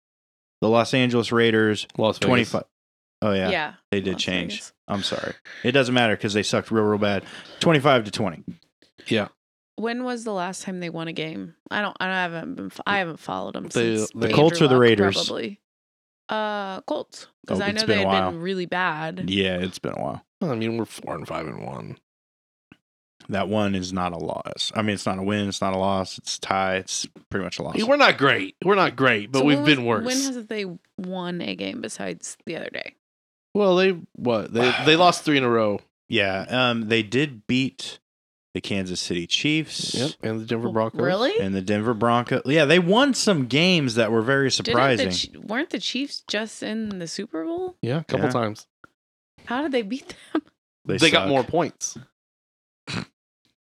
Speaker 1: the Los Angeles Raiders
Speaker 2: Las Vegas.
Speaker 1: 25. Oh yeah,
Speaker 3: Yeah,
Speaker 1: they did
Speaker 3: Las
Speaker 1: change.
Speaker 3: Vegas.
Speaker 1: I'm sorry. It doesn't matter cuz they sucked real real bad. 25 to 20.
Speaker 2: Yeah.
Speaker 3: When was the last time they won a game? I don't. I haven't been. I haven't followed them.
Speaker 2: The-
Speaker 3: since
Speaker 2: the
Speaker 3: Andrew
Speaker 1: Colts or the
Speaker 3: Luck,
Speaker 1: Raiders?
Speaker 3: Probably. Uh, Colts. Because
Speaker 1: Oh,
Speaker 3: I
Speaker 1: it's
Speaker 3: know
Speaker 1: been a
Speaker 3: they had
Speaker 1: while.
Speaker 3: been really bad.
Speaker 1: Yeah, it's been a while.
Speaker 2: Well, I mean, we're four and five and one.
Speaker 1: That one is not a loss. I mean, it's not a win, it's not a loss, it's a tie, it's pretty much a loss.
Speaker 2: Hey, We're not great. We're not great, but
Speaker 3: So
Speaker 2: we've
Speaker 3: when
Speaker 2: been
Speaker 3: was-
Speaker 2: worse.
Speaker 3: When has they won a game besides the other day?
Speaker 2: well, they what they they lost three in a row.
Speaker 1: yeah, um they did beat the Kansas City Chiefs.
Speaker 2: Yep, and the Denver Broncos.
Speaker 3: Really?
Speaker 1: And the Denver Broncos. Yeah, they won some games that were very
Speaker 3: Didn't the
Speaker 1: surprising.
Speaker 3: Chi- weren't the Chiefs just in the Super Bowl?
Speaker 2: Yeah, a couple
Speaker 1: Yeah.
Speaker 2: times.
Speaker 3: How did they beat them?
Speaker 2: They, got
Speaker 1: suck.
Speaker 2: more points.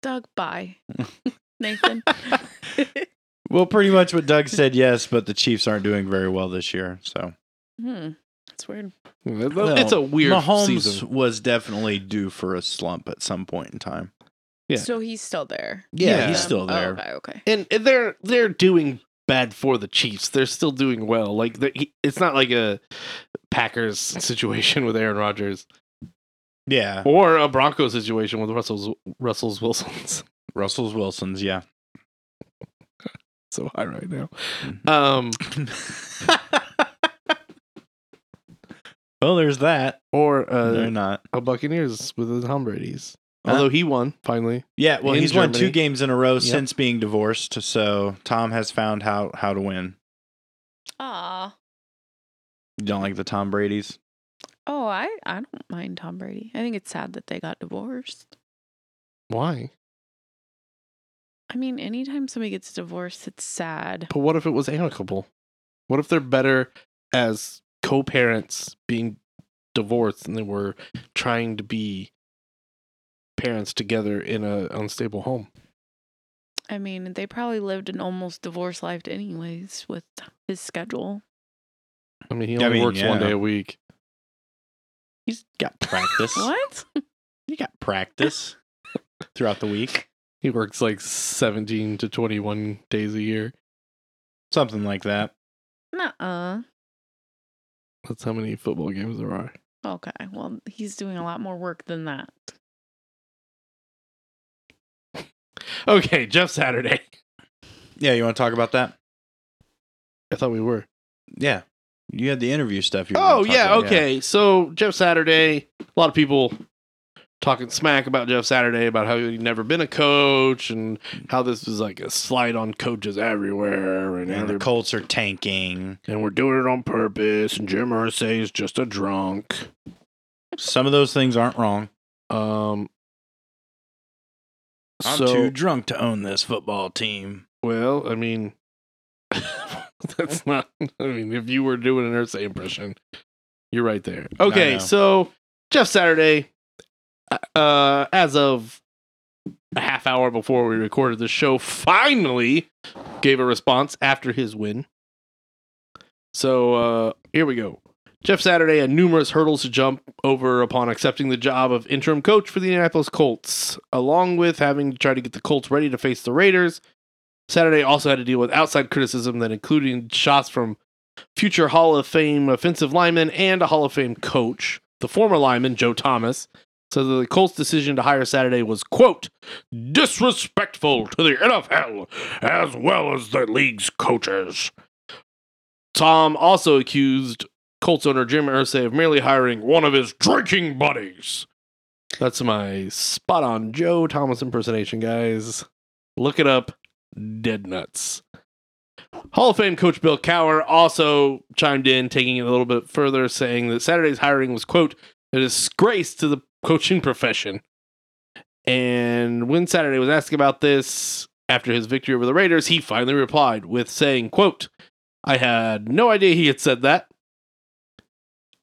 Speaker 3: Doug, bye, Nathan.
Speaker 1: Well, pretty much what Doug said, yes, but the Chiefs aren't doing very well this year. So
Speaker 3: hmm. That's weird.
Speaker 2: it's a weird
Speaker 1: Mahomes
Speaker 2: season.
Speaker 1: was definitely due for a slump at some point in time.
Speaker 2: Yeah.
Speaker 3: So he's still there.
Speaker 1: Yeah,
Speaker 2: Yeah.
Speaker 1: he's still
Speaker 3: Oh,
Speaker 1: there.
Speaker 3: okay, okay.
Speaker 2: and and they're they're doing bad for the Chiefs. They're still doing well. Like they- he- it's not like a Packers situation with Aaron Rodgers
Speaker 1: Yeah,
Speaker 2: or a Broncos situation with Russell's Russell's Wilson's
Speaker 1: Russell's Wilson's. Yeah,
Speaker 2: so high right now.
Speaker 1: Mm-hmm.
Speaker 2: Um,
Speaker 1: well, there's that.
Speaker 2: or
Speaker 1: They're
Speaker 2: uh,
Speaker 1: not.
Speaker 2: a Buccaneers with the Tom Brady's.
Speaker 1: Huh?
Speaker 2: Although he won finally.
Speaker 1: Yeah, well,
Speaker 2: in
Speaker 1: he's won two
Speaker 2: Germany.
Speaker 1: games in a row
Speaker 2: Yep.
Speaker 1: since being divorced. So Tom has found how how to win.
Speaker 3: Aw.
Speaker 1: You don't like the Tom Brady's?
Speaker 3: Oh, I, I don't mind Tom Brady. I think it's sad that they got divorced.
Speaker 2: Why?
Speaker 3: I mean, anytime somebody gets divorced, it's sad.
Speaker 2: But what if it was amicable? What if they're better as co-parents being divorced than they were trying to be parents together in a unstable home.
Speaker 3: I mean, they probably lived an almost divorced life, anyways, with his schedule.
Speaker 2: I mean, he
Speaker 1: I
Speaker 2: only
Speaker 1: mean,
Speaker 2: works one
Speaker 1: yeah.
Speaker 2: day a week.
Speaker 1: He's got practice.
Speaker 3: What?
Speaker 1: You got practice throughout the week.
Speaker 2: He works like 17 to 21 days a year.
Speaker 1: Something like that.
Speaker 3: Nuh uh.
Speaker 2: That's how many football games there are.
Speaker 3: Okay. Well, he's doing a lot more work than that.
Speaker 2: Okay, Jeff Saturday.
Speaker 1: Yeah, you want to talk about that?
Speaker 2: I thought we were.
Speaker 1: Yeah. You had the interview stuff. You were
Speaker 2: Oh
Speaker 1: gonna talk
Speaker 2: yeah,
Speaker 1: about,
Speaker 2: okay. So Jeff Saturday, a lot of people talking smack about Jeff Saturday about how he'd never been a coach and how this was like a slide on coaches everywhere and
Speaker 1: And the
Speaker 2: every-
Speaker 1: Colts are tanking.
Speaker 2: and we're doing it on purpose and Jim Irsay is just a drunk.
Speaker 1: Some of those things aren't wrong.
Speaker 2: Um
Speaker 1: I'm
Speaker 2: so-
Speaker 1: too drunk to own this football team.
Speaker 2: Well, I mean, that's not. I mean, if you were doing an Ursa impression, you're right there.
Speaker 1: I know.
Speaker 2: Okay, so Jeff Saturday, uh, as of a half hour before we recorded the show, finally gave a response after his win. So uh, here we go. Jeff Saturday had numerous hurdles to jump over upon accepting the job of interim coach for the Indianapolis Colts, along with having to try to get the Colts ready to face the Raiders. Saturday also had to deal with outside criticism that included shots from future Hall of Fame offensive lineman and a Hall of Fame coach, the former lineman Joe Thomas. So the Colts' decision to hire Saturday was quote disrespectful to the NFL as well as the league's coaches. Tom also accused Colts owner Jim Irsay of merely hiring one of his drinking buddies. That's my spot on Joe Thomas impersonation, guys. Look it up. Dead nuts. Hall of Fame coach Bill Cower also chimed in, taking it a little bit further, saying that Saturday's hiring was, quote, a disgrace to the coaching profession. And when Saturday was asked about this after his victory over the Raiders, he finally replied with saying, quote, I had no idea he had said that.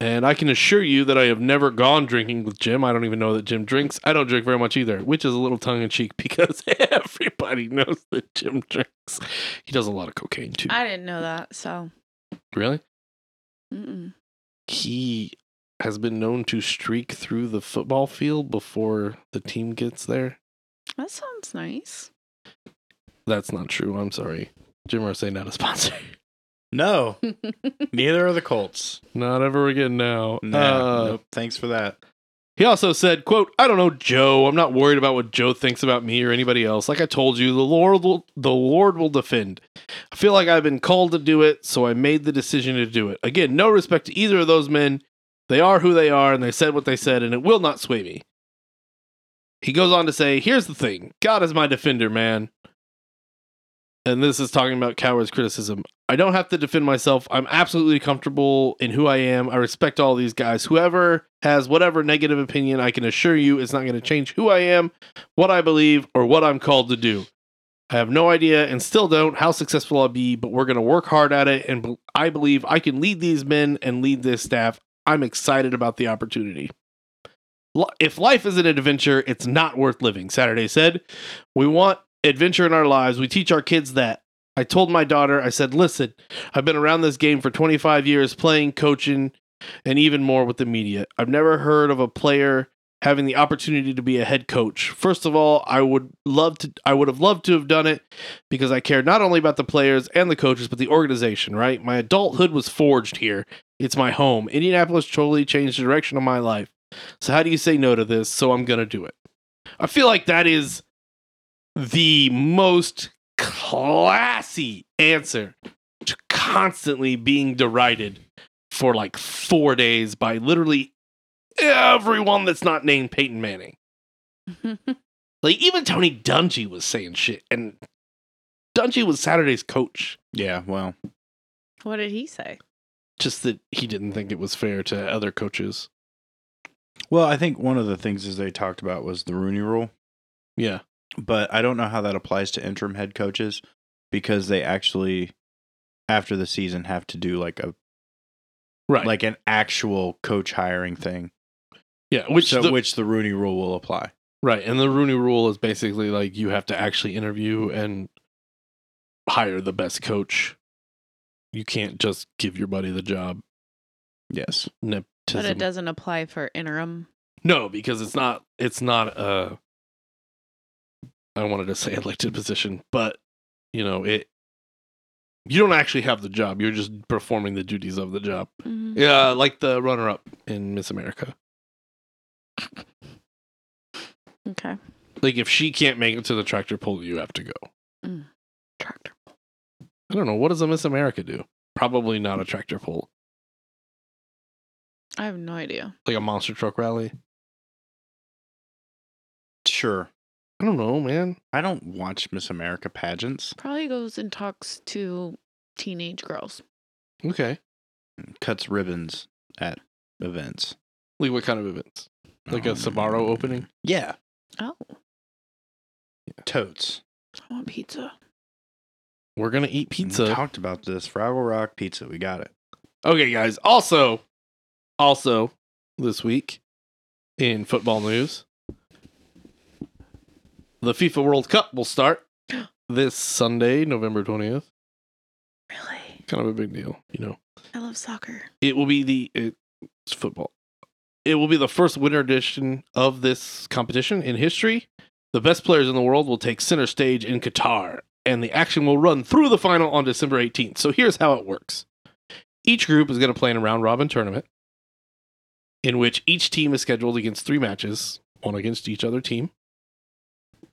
Speaker 2: And I can assure you that I have never gone drinking with Jim. I don't even know that Jim drinks. I don't drink very much either, which is a little tongue in cheek because everybody knows that Jim drinks. He does a lot of cocaine too.
Speaker 3: I didn't know that. So,
Speaker 2: really?
Speaker 3: mm-mm.
Speaker 2: He has been known to streak through the football field before the team gets there.
Speaker 3: that sounds nice.
Speaker 2: That's not true. I'm sorry. Jim Irsay not a sponsor.
Speaker 1: No, neither are the Colts.
Speaker 2: not ever again now.
Speaker 1: No,
Speaker 2: Uh,
Speaker 1: nope. Thanks for that.
Speaker 2: He also said, quote, I don't know Joe. I'm not worried about what Joe thinks about me or anybody else. Like I told you, the Lord will the Lord will defend. I feel like I've been called to do it, so I made the decision to do it. Again, no respect to either of those men. They are who they are, and they said what they said, and it will not sway me. He goes on to say, Here's the thing God is my defender, man. And this is talking about Coward's criticism. I don't have to defend myself. I'm absolutely comfortable in who I am. I respect all these guys. Whoever has whatever negative opinion, I can assure you it's not going to change who I am, what I believe, or what I'm called to do. I have no idea and still don't how successful I'll be, but we're going to work hard at it. And bel- I believe I can lead these men and lead this staff. I'm excited about the opportunity. Li- If life is an adventure, it's not worth living, Saturday said. We want adventure in our lives. We teach our kids that. I told my daughter, I said, listen, I've been around this game for 25 years, playing, coaching, and even more with the media. I've never heard of a player having the opportunity to be a head coach. First of all, I would love to I would have loved to have done it because I cared not only about the players and the coaches, but the organization, right? My adulthood was forged here. It's my home. Indianapolis totally changed the direction of my life. So how do you say no to this? So I'm going to do it. I feel like that is the most classy answer to constantly being derided for like four days by literally everyone that's not named Peyton Manning. Like even Tony Dungy was saying shit, and Dungy was Saturday's coach.
Speaker 1: Yeah, well,
Speaker 3: what did he say?
Speaker 2: Just that he didn't think it was fair to other coaches.
Speaker 1: well, I think one of the things is they talked about was the Rooney Rule,
Speaker 2: Yeah,
Speaker 1: but I don't know how that applies to interim head coaches because they actually, after the season, have to do like a
Speaker 2: right.
Speaker 1: like
Speaker 2: Like
Speaker 1: an actual coach hiring thing.
Speaker 2: yeah, which
Speaker 1: so
Speaker 2: the,
Speaker 1: which the Rooney Rule will apply.
Speaker 2: Right. And the Rooney rule is basically like you have to actually interview and hire the best coach. You can't just give your buddy the job.
Speaker 1: Yes.
Speaker 2: Nepotism.
Speaker 3: But it doesn't apply for interim.
Speaker 2: No, because it's not it's not a I wanted to say elected position, but you know, it you don't actually have the job. You're just performing the duties of the job.
Speaker 3: Mhm.
Speaker 2: Yeah, like the runner up in Miss America.
Speaker 3: Okay.
Speaker 2: Like if she can't make it to the tractor pull, you have to go.
Speaker 3: Tractor.
Speaker 2: I don't know, what does a Miss America do? Probably not a tractor pull.
Speaker 3: I have no idea.
Speaker 2: Like a monster truck rally.
Speaker 1: Sure.
Speaker 2: I don't know, man.
Speaker 1: I don't watch Miss America pageants.
Speaker 3: Probably goes and talks to teenage girls.
Speaker 2: Okay.
Speaker 1: Cuts ribbons at events.
Speaker 2: Like what kind of events? Like a
Speaker 1: Um,
Speaker 2: Sbarro opening?
Speaker 1: Yeah.
Speaker 3: Oh,
Speaker 1: Totes.
Speaker 3: I want pizza.
Speaker 2: We're gonna eat
Speaker 1: We
Speaker 2: pizza.
Speaker 1: talked about this. Fraggle Rock pizza. We got it.
Speaker 2: Okay, guys. Also, also this week in football news, the FIFA World Cup will start this Sunday, November twentieth.
Speaker 3: Really?
Speaker 2: Kind of a big deal, you know.
Speaker 3: I love soccer.
Speaker 2: It will be the it's football. It will be the first winter edition of this competition in history. The best players in the world will take center stage in Qatar, and the action will run through the final on December 18th. So here's how it works. Each group is going to play in a round robin tournament in which each team is scheduled against three matches, one against each other team.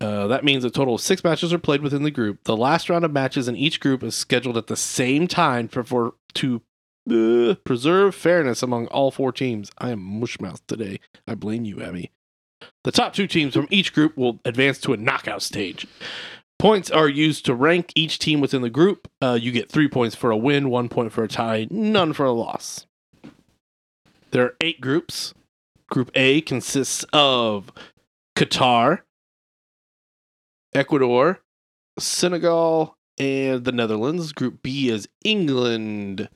Speaker 2: Uh, that means a total of six matches are played within the group. The last round of matches in each group is scheduled at the same time for, for to uh, preserve fairness among all four teams. I am mushmouth today. I blame you, Abby. The top two teams from each group will advance to a knockout stage. Points are used to rank each team within the group. Uh, you get three points for a win, one point for a tie, none for a loss. There are eight groups. Group A consists of Qatar, Ecuador, Senegal, and the Netherlands. Group B is England,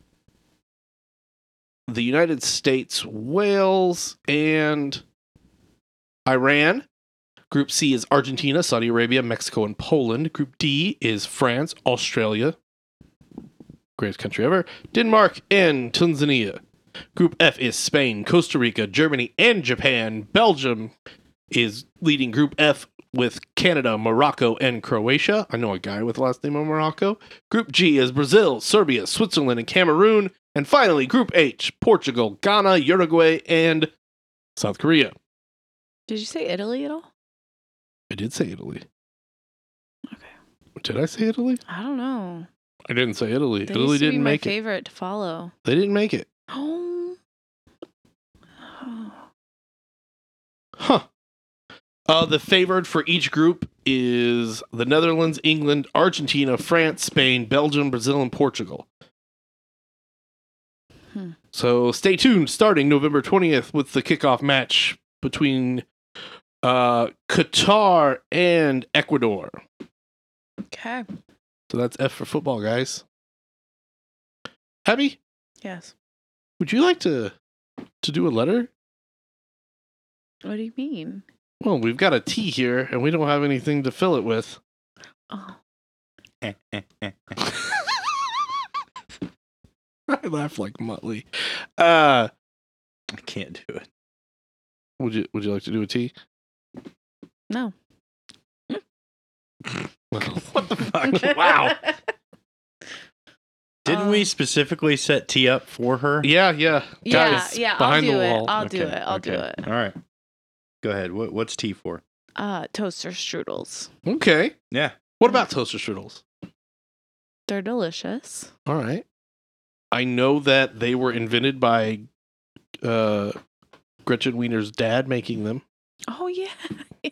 Speaker 2: the United States, Wales, and Iran. Group C is Argentina, Saudi Arabia, Mexico, and Poland. Group D is France, Australia, greatest country ever, Denmark, and Tanzania. Group F is Spain, Costa Rica, Germany, and Japan. Belgium is leading Group F with Canada, Morocco, and Croatia. I know a guy with the last name of Morocco. Group G is Brazil, Serbia, Switzerland, and Cameroon. And finally, Group H, Portugal, Ghana, Uruguay, and South Korea.
Speaker 3: Did you say Italy at all?
Speaker 2: I did say Italy.
Speaker 3: Okay.
Speaker 2: Did I say Italy?
Speaker 3: I don't know.
Speaker 2: I didn't say Italy.
Speaker 3: They
Speaker 2: Italy
Speaker 3: used to be
Speaker 2: didn't
Speaker 3: my
Speaker 2: make it.
Speaker 3: favorite to follow.
Speaker 2: They didn't make it.
Speaker 3: Oh. Oh.
Speaker 2: Huh. Uh, the favored for each group is the Netherlands, England, Argentina, France, Spain, Belgium, Brazil, and Portugal.
Speaker 3: Hmm.
Speaker 2: So stay tuned starting November 20th with the kickoff match between uh, Qatar and Ecuador.
Speaker 3: Okay.
Speaker 2: So that's F for football, guys. Abby,
Speaker 3: Yes.
Speaker 2: would you like to to do a letter?
Speaker 3: What do you mean?
Speaker 2: Well, we've got a T here, and we don't have anything to fill it with.
Speaker 3: Oh.
Speaker 2: I laugh like Motley. Uh,
Speaker 1: I can't do it.
Speaker 2: would you Would you like to do a T?
Speaker 3: No.
Speaker 2: what the fuck? wow. Uh.
Speaker 1: Didn't we
Speaker 3: Um,
Speaker 1: specifically set T up for her?
Speaker 2: Yeah, yeah.
Speaker 3: Yeah,
Speaker 2: Guys,
Speaker 3: yeah, I'll
Speaker 2: behind
Speaker 3: do
Speaker 2: the
Speaker 3: it.
Speaker 2: wall.
Speaker 3: I'll do it. I'll do
Speaker 1: okay.
Speaker 3: it.
Speaker 1: All right. Go ahead. What, what's T for?
Speaker 3: Uh, toaster strudels.
Speaker 2: Okay.
Speaker 1: Yeah.
Speaker 2: What about toaster strudels?
Speaker 3: They're delicious.
Speaker 2: All right. I know that they were invented by uh, Gretchen Wiener's dad making them.
Speaker 3: Oh yeah. yeah.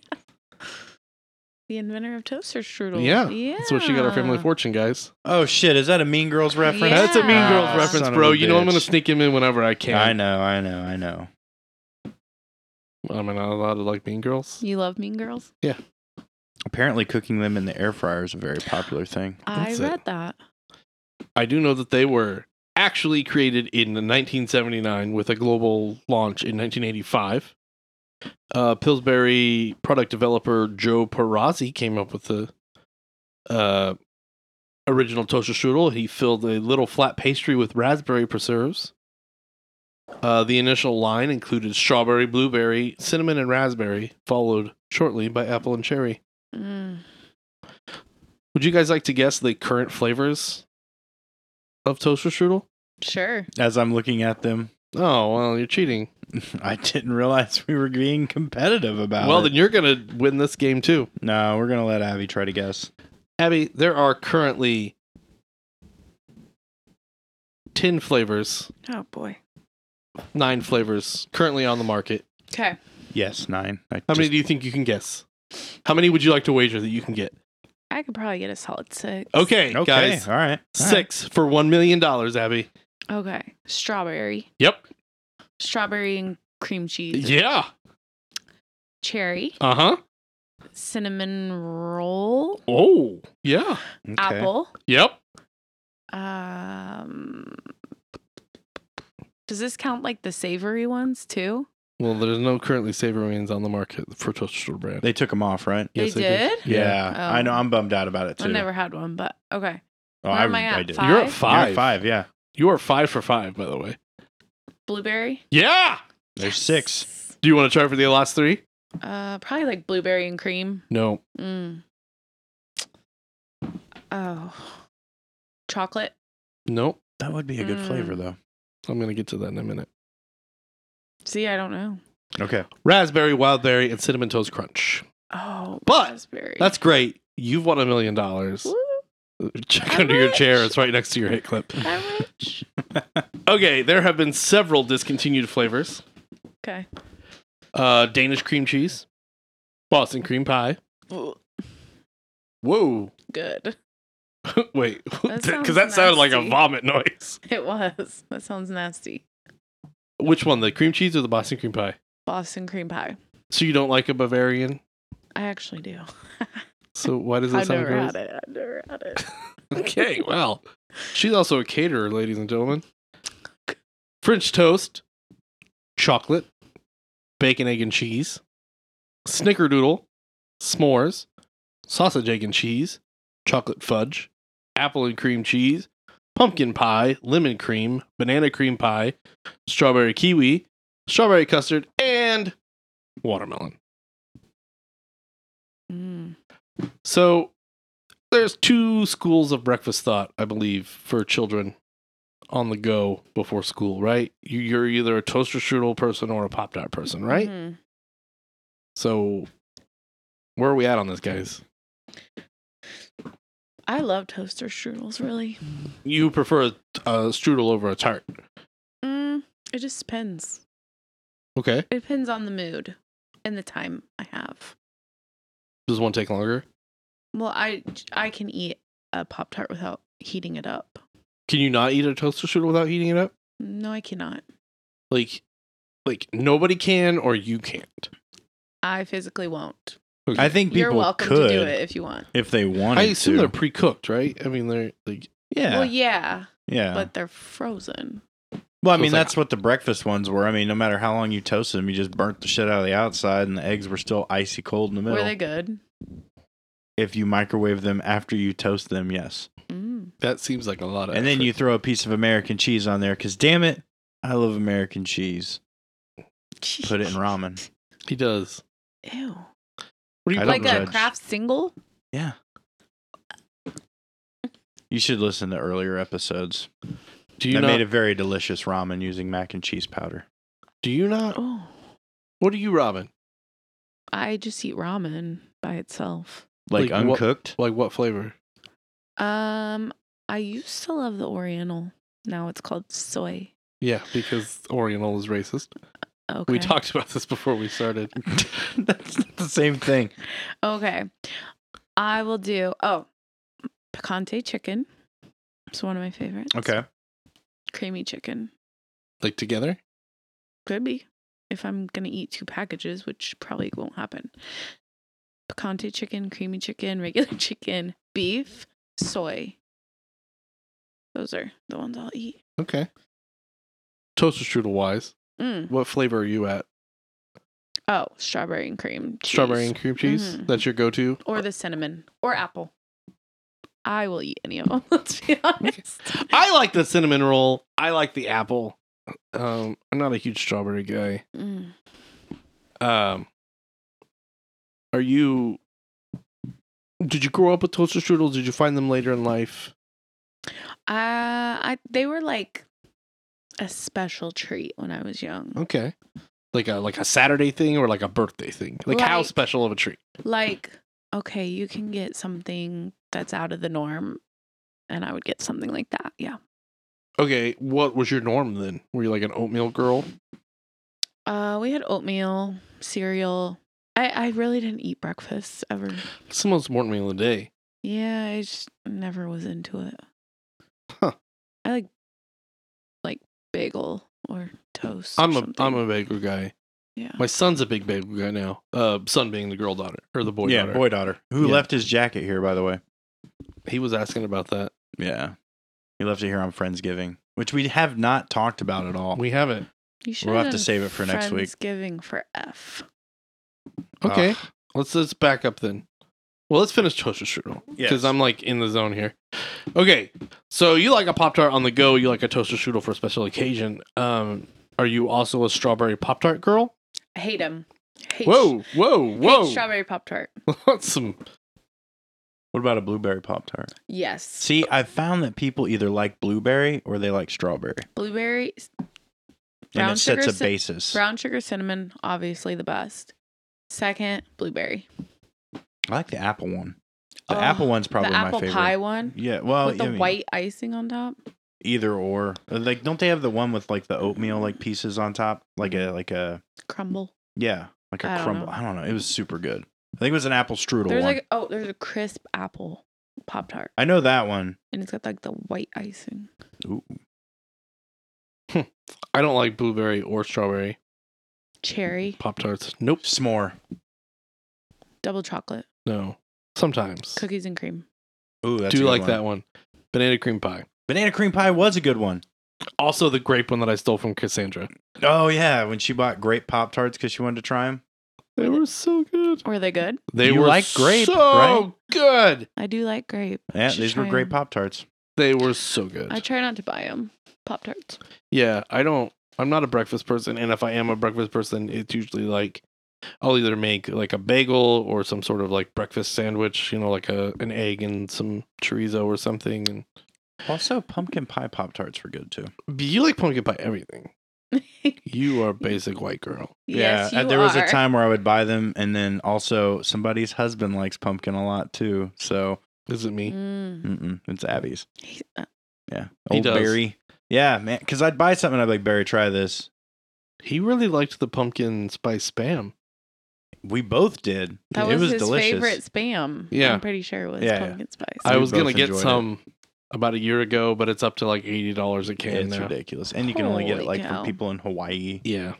Speaker 3: The inventor of toaster strudels.
Speaker 2: Yeah,
Speaker 3: Yeah.
Speaker 2: That's what she got her family fortune, guys.
Speaker 1: Oh shit! Is that a Mean Girls reference?
Speaker 3: Yeah.
Speaker 2: That's a Mean Girls
Speaker 1: Ah,
Speaker 2: reference,
Speaker 1: son of
Speaker 2: bro.
Speaker 1: a
Speaker 2: You know I'm
Speaker 1: bitch.
Speaker 2: gonna sneak him in whenever I can.
Speaker 1: I know. I know. I know.
Speaker 2: Am I not allowed to like Mean Girls?
Speaker 3: You love Mean Girls?
Speaker 1: Apparently, cooking them in the air fryer is a very popular thing.
Speaker 2: That's it.
Speaker 3: I read that.
Speaker 2: I do know that they were actually created in 1979 with a global launch in 1985. uh, Pillsbury product developer Joe Perazzi came up with the uh, original toaster strudel. He filled a little flat pastry with raspberry preserves. Uh, the initial line included strawberry, blueberry, cinnamon, and raspberry, followed shortly by apple and cherry.
Speaker 3: Mm.
Speaker 2: Would you guys like to guess the current flavors of toaster strudel?
Speaker 3: Sure.
Speaker 1: As I'm looking at them,
Speaker 2: Oh, well, you're cheating.
Speaker 1: I didn't realize we were being competitive about
Speaker 2: Well,
Speaker 1: it.
Speaker 2: then you're going to win this game too.
Speaker 1: no, we're gonna let Abby try to guess.
Speaker 2: Abby, there are currently 10 flavors,
Speaker 3: Oh boy.
Speaker 2: nine flavors currently on the market.
Speaker 3: Okay.
Speaker 1: Yes, nine. I
Speaker 2: How many
Speaker 1: just-
Speaker 2: do you think you can guess? How many would you like to wager that you can get?
Speaker 3: I could probably get a solid six.
Speaker 2: Okay,
Speaker 1: okay,
Speaker 2: guys.
Speaker 1: all right, all right.
Speaker 2: Six for $1 million, Abby.
Speaker 3: Okay. Strawberry.
Speaker 2: Yep.
Speaker 3: Strawberry and cream cheese.
Speaker 2: Yeah.
Speaker 3: Cherry.
Speaker 2: Uh huh.
Speaker 3: Cinnamon roll.
Speaker 2: Oh, yeah.
Speaker 1: Okay.
Speaker 3: Apple.
Speaker 2: Yep.
Speaker 3: Um Does this count like the savory ones too?
Speaker 2: Well, there's no currently savory ones on the market for Toaster brand.
Speaker 1: They took them off, right?
Speaker 2: Yes,
Speaker 3: they
Speaker 2: I did.
Speaker 3: did?
Speaker 1: Yeah, I know.
Speaker 3: Oh.
Speaker 1: I'm bummed out about it too.
Speaker 3: I never had one, but okay.
Speaker 1: oh,
Speaker 3: where
Speaker 1: I,
Speaker 3: am I at?
Speaker 1: I did.
Speaker 3: Five?
Speaker 2: You're at
Speaker 1: You're
Speaker 2: five.
Speaker 1: at five. Yeah,
Speaker 2: You are five for five, by the way.
Speaker 3: Blueberry.
Speaker 2: Yeah.
Speaker 1: there's six.
Speaker 2: Do you want to try for the last three?
Speaker 3: Uh, probably like blueberry and cream.
Speaker 2: No.
Speaker 3: Mm. Oh, chocolate.
Speaker 2: Nope.
Speaker 1: That would be a good
Speaker 3: Mm.
Speaker 1: flavor though.
Speaker 2: I'm going to get to that in a minute.
Speaker 3: See, I don't know.
Speaker 1: Okay,
Speaker 2: Raspberry, wildberry, and cinnamon toast crunch.
Speaker 3: Oh,
Speaker 2: But
Speaker 3: raspberry.
Speaker 2: That's great. You've won a million dollars.
Speaker 3: Woo,
Speaker 2: Check
Speaker 3: I'm
Speaker 2: under your
Speaker 3: rich.
Speaker 2: chair. It's right next to your hit clip.
Speaker 3: I'm rich.
Speaker 2: Okay, there have been several discontinued flavors.
Speaker 3: okay.
Speaker 2: Uh, Danish cream cheese, Boston cream pie.
Speaker 3: Ugh,
Speaker 2: Whoa.
Speaker 3: Good.
Speaker 2: Wait, because
Speaker 3: sounds
Speaker 2: that sounded like a
Speaker 3: nasty.
Speaker 2: vomit noise.
Speaker 3: It was. That sounds nasty.
Speaker 2: Which one, the cream cheese or the Boston cream pie?
Speaker 3: Boston cream pie.
Speaker 2: So you don't like a Bavarian?
Speaker 3: I actually do.
Speaker 2: So why does that
Speaker 3: I've
Speaker 2: sound
Speaker 3: never had
Speaker 2: gross?
Speaker 3: it. I've never had it.
Speaker 2: Okay, well, she's also a caterer, ladies and gentlemen. French toast, chocolate, bacon, egg, and cheese, snickerdoodle, s'mores, sausage, egg, and cheese, chocolate fudge, apple and cream cheese, pumpkin pie, lemon cream, banana cream pie, strawberry kiwi, strawberry custard, and watermelon.
Speaker 3: Mm.
Speaker 2: So there's two schools of breakfast thought, I believe, for children on the go before school, right? You- You're either a toaster strudel person or a Pop Tart person, right?
Speaker 3: Mhm. Mm-hmm.
Speaker 2: So where are we at on this, guys?
Speaker 3: I love toaster strudels. Really.
Speaker 2: You prefer a, a strudel over a tart.
Speaker 3: Mm, it just depends.
Speaker 2: Okay.
Speaker 3: It depends on the mood and the time I have.
Speaker 2: Does one take longer?
Speaker 3: Well, I I can eat a pop tart without heating it up.
Speaker 2: Can you not eat a toaster strudel without heating it up?
Speaker 3: No, I cannot.
Speaker 2: Like, like nobody can or you can't.
Speaker 3: I physically won't.
Speaker 2: Okay.
Speaker 1: I think people
Speaker 3: You're welcome
Speaker 1: could
Speaker 3: to do it if you want.
Speaker 1: if they wanted
Speaker 2: I assume
Speaker 1: to.
Speaker 2: they're pre-cooked, right? I mean, they're like
Speaker 1: yeah,
Speaker 3: Well, yeah,
Speaker 1: yeah.
Speaker 3: but they're frozen.
Speaker 1: well, I
Speaker 2: So
Speaker 1: mean,
Speaker 2: it's like-
Speaker 1: that's what the breakfast ones were. I mean, no matter how long you toasted them, you just burnt the shit out of the outside, and the eggs were still icy cold in the
Speaker 3: Were
Speaker 1: middle.
Speaker 3: they good?
Speaker 1: If you microwave them after you toast them, yes.
Speaker 3: Mm.
Speaker 2: that seems like a lot of.
Speaker 1: and then
Speaker 2: effort.
Speaker 1: you throw a piece of American cheese on there because, damn it, I love American cheese. Put it in ramen.
Speaker 2: he does.
Speaker 3: Ew.
Speaker 2: What do
Speaker 1: I
Speaker 2: you
Speaker 1: don't
Speaker 3: Like a
Speaker 1: judge.
Speaker 3: craft single?
Speaker 1: Yeah. You should listen to earlier episodes.
Speaker 2: Do
Speaker 1: I
Speaker 2: you not,
Speaker 1: made a very delicious ramen using mac and cheese powder.
Speaker 2: do you not
Speaker 3: Oh,
Speaker 2: what are you ramen?
Speaker 3: I just eat ramen by itself.
Speaker 1: Like,
Speaker 2: Like what-
Speaker 1: uncooked?
Speaker 2: Like what flavor?
Speaker 3: Um, I used to love the Oriental. Now it's called soy.
Speaker 2: Yeah, because Oriental is racist.
Speaker 3: Okay.
Speaker 2: We talked about this before we started.
Speaker 1: That's not the same thing.
Speaker 3: Okay. I will do oh picante chicken. It's one of my favorites.
Speaker 1: Okay.
Speaker 3: Creamy chicken.
Speaker 2: Like together?
Speaker 3: Could be. If I'm gonna eat two packages, which probably won't happen. Picante chicken, creamy chicken, regular chicken, beef, soy. Those are the ones I'll eat.
Speaker 2: Okay. Toaster strudel wise,
Speaker 3: Mm.
Speaker 2: what flavor are you at?
Speaker 3: Oh, strawberry and cream. cheese.
Speaker 2: Strawberry and cream cheese.
Speaker 3: Mhm.
Speaker 2: That's your go-to.
Speaker 3: or the cinnamon or apple. I will eat any of them. Let's be honest.
Speaker 2: I like the cinnamon roll. I like the apple. Um, I'm not a huge strawberry guy.
Speaker 3: Mm.
Speaker 2: Um, are you? Did you grow up with toaster strudels? Did you find them later in life?
Speaker 3: Uh, I they were like a special treat when I was young.
Speaker 2: Okay, like a like a Saturday thing or like a birthday thing. Like how
Speaker 3: Like-
Speaker 2: special of a treat?
Speaker 3: Like, okay, you can get something that's out of the norm, and I would get something like that. Yeah.
Speaker 2: Okay, what was your norm then? Were you like an oatmeal girl?
Speaker 3: Uh, we had oatmeal, cereal. I I really didn't eat breakfast ever.
Speaker 2: It's the most important meal of the day.
Speaker 3: Yeah, I just never was into it.
Speaker 2: Huh.
Speaker 3: I like like bagel or toast. or
Speaker 2: I'm a
Speaker 3: something.
Speaker 2: I'm a bagel guy.
Speaker 3: yeah.
Speaker 2: My son's a big bagel guy now. Uh, son being the girl daughter or the boy
Speaker 1: yeah,
Speaker 2: daughter.
Speaker 1: boy daughter. Who
Speaker 2: Yeah.
Speaker 1: left his jacket here, by the way?
Speaker 2: He was asking about that.
Speaker 1: Yeah. He left it here on Friendsgiving, which we have not talked about at all.
Speaker 2: We haven't.
Speaker 3: You should
Speaker 1: We'll have to save it for next week.
Speaker 3: Giving for F.
Speaker 2: Okay,
Speaker 1: Ugh.
Speaker 2: let's let's back up then. Well, let's finish toaster strudel
Speaker 1: Yes.
Speaker 2: because I'm like in the zone here. Okay, so you like a pop tart on the go. You like a toaster strudel for a special occasion. Um, are you also a strawberry pop tart girl?
Speaker 3: I hate him. Hate
Speaker 2: Whoa, whoa,
Speaker 3: Whoa.
Speaker 2: whoa!
Speaker 3: strawberry pop tart.
Speaker 2: That's some
Speaker 1: What about a blueberry Pop Tart?
Speaker 3: Yes.
Speaker 1: See, I've found that people either like blueberry or they like strawberry.
Speaker 3: Blueberry, s-
Speaker 1: and
Speaker 3: Brown
Speaker 1: it
Speaker 3: sugar
Speaker 1: sets a
Speaker 3: cin-
Speaker 1: basis.
Speaker 3: brown sugar, cinnamon, obviously the best. Second, blueberry.
Speaker 1: I like the apple one. The
Speaker 3: Oh,
Speaker 1: apple one's probably
Speaker 3: the apple
Speaker 1: my favorite.
Speaker 3: pie one
Speaker 1: Yeah, well,
Speaker 3: with the
Speaker 1: I mean,
Speaker 3: white icing on top.
Speaker 1: either or. uh, Like, don't they have the one with like the oatmeal like pieces on top, like a like a
Speaker 3: Crumble.
Speaker 1: yeah, like a
Speaker 3: I don't
Speaker 1: crumble?
Speaker 3: know.
Speaker 1: I don't know. It was super good. I think it was an apple strudel
Speaker 3: There's
Speaker 1: one.
Speaker 3: like oh, there's a crisp apple pop tart,
Speaker 1: I know that one.
Speaker 3: and it's got like the white icing.
Speaker 1: Ooh.
Speaker 2: I don't like blueberry or strawberry
Speaker 3: Cherry,
Speaker 2: pop tarts. Nope.
Speaker 1: S'more.
Speaker 3: double chocolate,
Speaker 2: No. Sometimes.
Speaker 3: cookies and cream.
Speaker 1: Ooh, that's
Speaker 2: Do
Speaker 1: a
Speaker 2: you
Speaker 1: good
Speaker 2: like
Speaker 1: one.
Speaker 2: that one? Banana cream pie.
Speaker 1: Banana cream pie was a good one.
Speaker 2: Also, the grape one that I stole from Cassandra.
Speaker 1: Oh yeah, when she bought grape pop tarts because she wanted to try them.
Speaker 2: They were so good.
Speaker 3: Were they good?
Speaker 2: They
Speaker 1: You
Speaker 2: were
Speaker 1: like grape,
Speaker 2: so
Speaker 1: right?
Speaker 2: good.
Speaker 3: I do like grape. I
Speaker 1: Yeah,
Speaker 3: should
Speaker 1: these were
Speaker 3: try
Speaker 1: grape
Speaker 3: 'em.
Speaker 1: pop tarts.
Speaker 2: They were so good.
Speaker 3: I try not to buy them. Pop tarts.
Speaker 2: yeah, I don't. I'm not a breakfast person, and if I am a breakfast person, it's usually like I'll either make like a bagel or some sort of like breakfast sandwich. You know, like a an egg and some chorizo or something. And
Speaker 1: Also, pumpkin pie pop tarts were good too.
Speaker 2: But you like pumpkin pie everything. You
Speaker 1: Mm.
Speaker 2: are a basic white girl.
Speaker 3: yes,
Speaker 1: yeah,
Speaker 3: you
Speaker 1: uh, there was a
Speaker 3: are.
Speaker 1: time where I would buy them, and then also somebody's husband likes pumpkin a lot too. So
Speaker 2: Is it me?
Speaker 3: Mm.
Speaker 1: mm-mm, it's Abby's.
Speaker 3: He- uh,
Speaker 1: Yeah,
Speaker 2: He does.
Speaker 1: Barry. Yeah, man. Because I'd buy something, I'd be like Barry, try this.
Speaker 2: He really liked the pumpkin spice spam.
Speaker 1: We both did.
Speaker 3: that
Speaker 1: it
Speaker 3: was,
Speaker 1: was
Speaker 3: his
Speaker 1: delicious.
Speaker 3: favorite spam.
Speaker 2: Yeah.
Speaker 3: I'm pretty sure it was
Speaker 1: Yeah, yeah.
Speaker 3: pumpkin spice.
Speaker 1: So
Speaker 2: I
Speaker 1: we
Speaker 2: was gonna
Speaker 1: both
Speaker 2: get
Speaker 1: enjoyed it.
Speaker 2: some about a year ago, but it's up to like eighty dollars a can
Speaker 1: It's
Speaker 2: now.
Speaker 1: ridiculous, and you can only get it
Speaker 3: Holy
Speaker 1: like
Speaker 3: cow.
Speaker 1: from people in Hawaii.
Speaker 2: Yeah.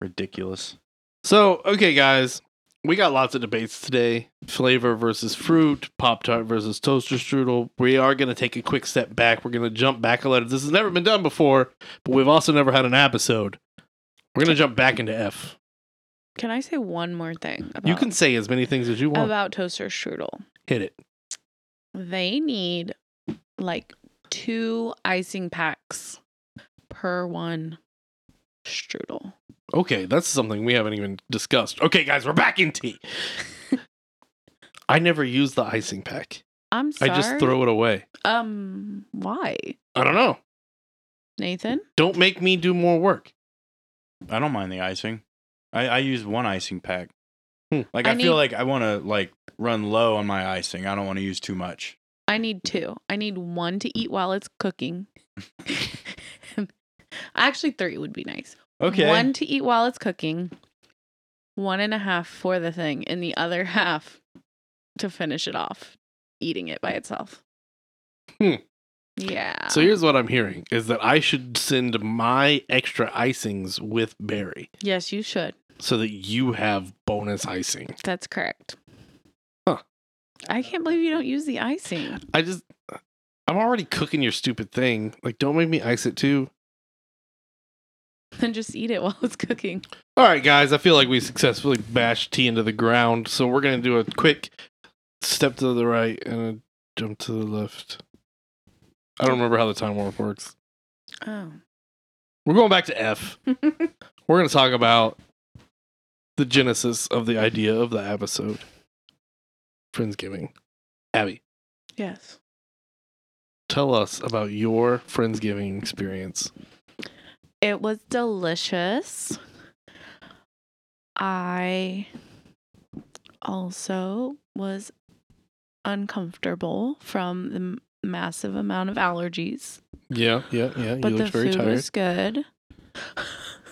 Speaker 1: Ridiculous.
Speaker 2: So okay, guys, we got lots of debates today: flavor versus fruit, pop tart versus toaster strudel. We are gonna take a quick step back. We're gonna jump back a letter. This has never been done before, but we've also never had an episode. We're gonna jump back into F.
Speaker 3: Can I say one more thing? About,
Speaker 2: You can say as many things as you want.
Speaker 3: about toaster strudel.
Speaker 2: Hit it.
Speaker 3: They need like two icing packs per one strudel.
Speaker 2: Okay, that's something we haven't even discussed. Okay, guys, we're back in tea. I never use the icing pack.
Speaker 3: I'm sorry.
Speaker 2: I just throw it away.
Speaker 3: Um, why,
Speaker 2: I don't know.
Speaker 3: Nathan?
Speaker 2: Don't make me do more work.
Speaker 1: I don't mind the icing. I, I use one icing pack.
Speaker 2: Hmm.
Speaker 1: Like
Speaker 3: I
Speaker 1: I,
Speaker 3: need-
Speaker 1: feel like I want to like run low on my icing. I don't want to use too much.
Speaker 3: I need two. I need one to eat while it's cooking. Actually, three would be nice.
Speaker 1: Okay.
Speaker 3: One to eat while it's cooking, one and a half for the thing, and the other half to finish it off, eating it by itself.
Speaker 2: Hmm.
Speaker 3: Yeah.
Speaker 2: So here's what I'm hearing is that I should send my extra icings with berry
Speaker 3: yes, you should.
Speaker 2: so that you have bonus icing.
Speaker 3: That's correct.
Speaker 2: Huh.
Speaker 3: I can't believe you don't use the icing.
Speaker 2: I just I'm already cooking your stupid thing. Like don't make me ice it too.
Speaker 3: then just eat it while it's cooking.
Speaker 2: All right, guys, I feel like we successfully bashed tea into the ground, so we're going to do a quick step to the right and a jump to the left. I don't remember how the time warp works.
Speaker 3: Oh.
Speaker 2: We're going back to F. We're going to talk about the genesis of the idea of the episode Friendsgiving. Abby,
Speaker 3: yes.
Speaker 2: tell us about your Friendsgiving experience.
Speaker 3: It was delicious. I also was uncomfortable from the m- massive amount of allergies,
Speaker 2: Yeah, yeah, yeah.
Speaker 3: but
Speaker 2: you
Speaker 3: the
Speaker 2: looked very
Speaker 3: food
Speaker 2: tired.
Speaker 3: was good.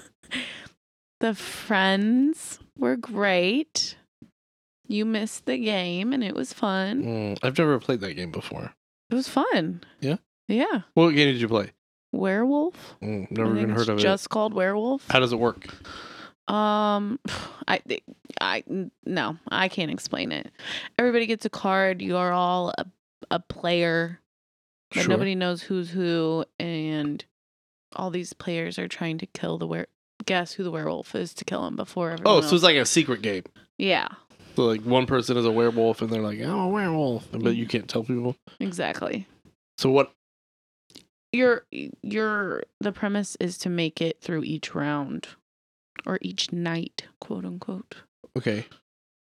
Speaker 3: the friends were great. You missed the game and it was fun.
Speaker 2: Mm, I've never played that game before.
Speaker 3: It was fun.
Speaker 2: Yeah?
Speaker 3: Yeah.
Speaker 2: What game did you play?
Speaker 3: Werewolf.
Speaker 2: Mm,
Speaker 3: I
Speaker 2: never
Speaker 3: think
Speaker 2: even
Speaker 3: it's
Speaker 2: heard of
Speaker 3: Just called Werewolf.
Speaker 2: it. How does it work?
Speaker 3: Um, I, thi- I, no, I can't explain it. Everybody gets a card. You are all a, a player, but nobody knows who's who, and all these players are trying to kill the were. Guess who the werewolf is to kill him before everyone.
Speaker 2: Oh, so
Speaker 3: else.
Speaker 2: it's like a secret game.
Speaker 3: yeah,
Speaker 2: So like one person is a werewolf and they're like, "I'm a werewolf,"
Speaker 3: Mm-hmm.
Speaker 2: but you can't tell people.
Speaker 3: exactly.
Speaker 2: So what?
Speaker 3: Your your the premise is to make it through each round, or each night, quote unquote.
Speaker 2: Okay,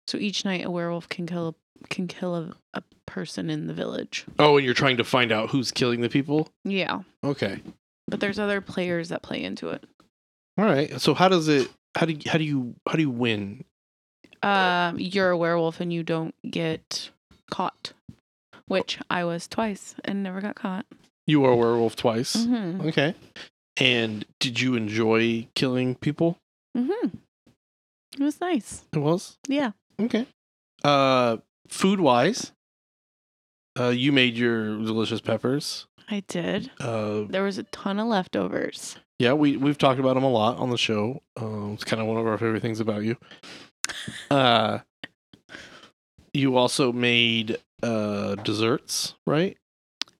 Speaker 3: So each night, a werewolf can kill a, can kill a, a person in the village.
Speaker 2: Oh, and you're trying to find out who's killing the people?
Speaker 3: Yeah.
Speaker 2: Okay.
Speaker 3: but there's other players that play into it.
Speaker 2: All right. So how does it how do you, how do you how do you win?
Speaker 3: Um, you're a werewolf and you don't get caught, which I was twice and never got caught.
Speaker 2: You were a werewolf twice.
Speaker 3: Mm-hmm.
Speaker 2: Okay. And did you enjoy killing people?
Speaker 3: Mm-hmm. It was nice.
Speaker 2: It was.
Speaker 3: Yeah.
Speaker 2: Okay. Uh food wise, uh you made your delicious peppers.
Speaker 3: I did.
Speaker 2: Uh
Speaker 3: There was a ton of leftovers.
Speaker 2: Yeah, we we've talked about them a lot on the show. Um, it's kind of one of our favorite things about you. Uh, you also made uh desserts, right?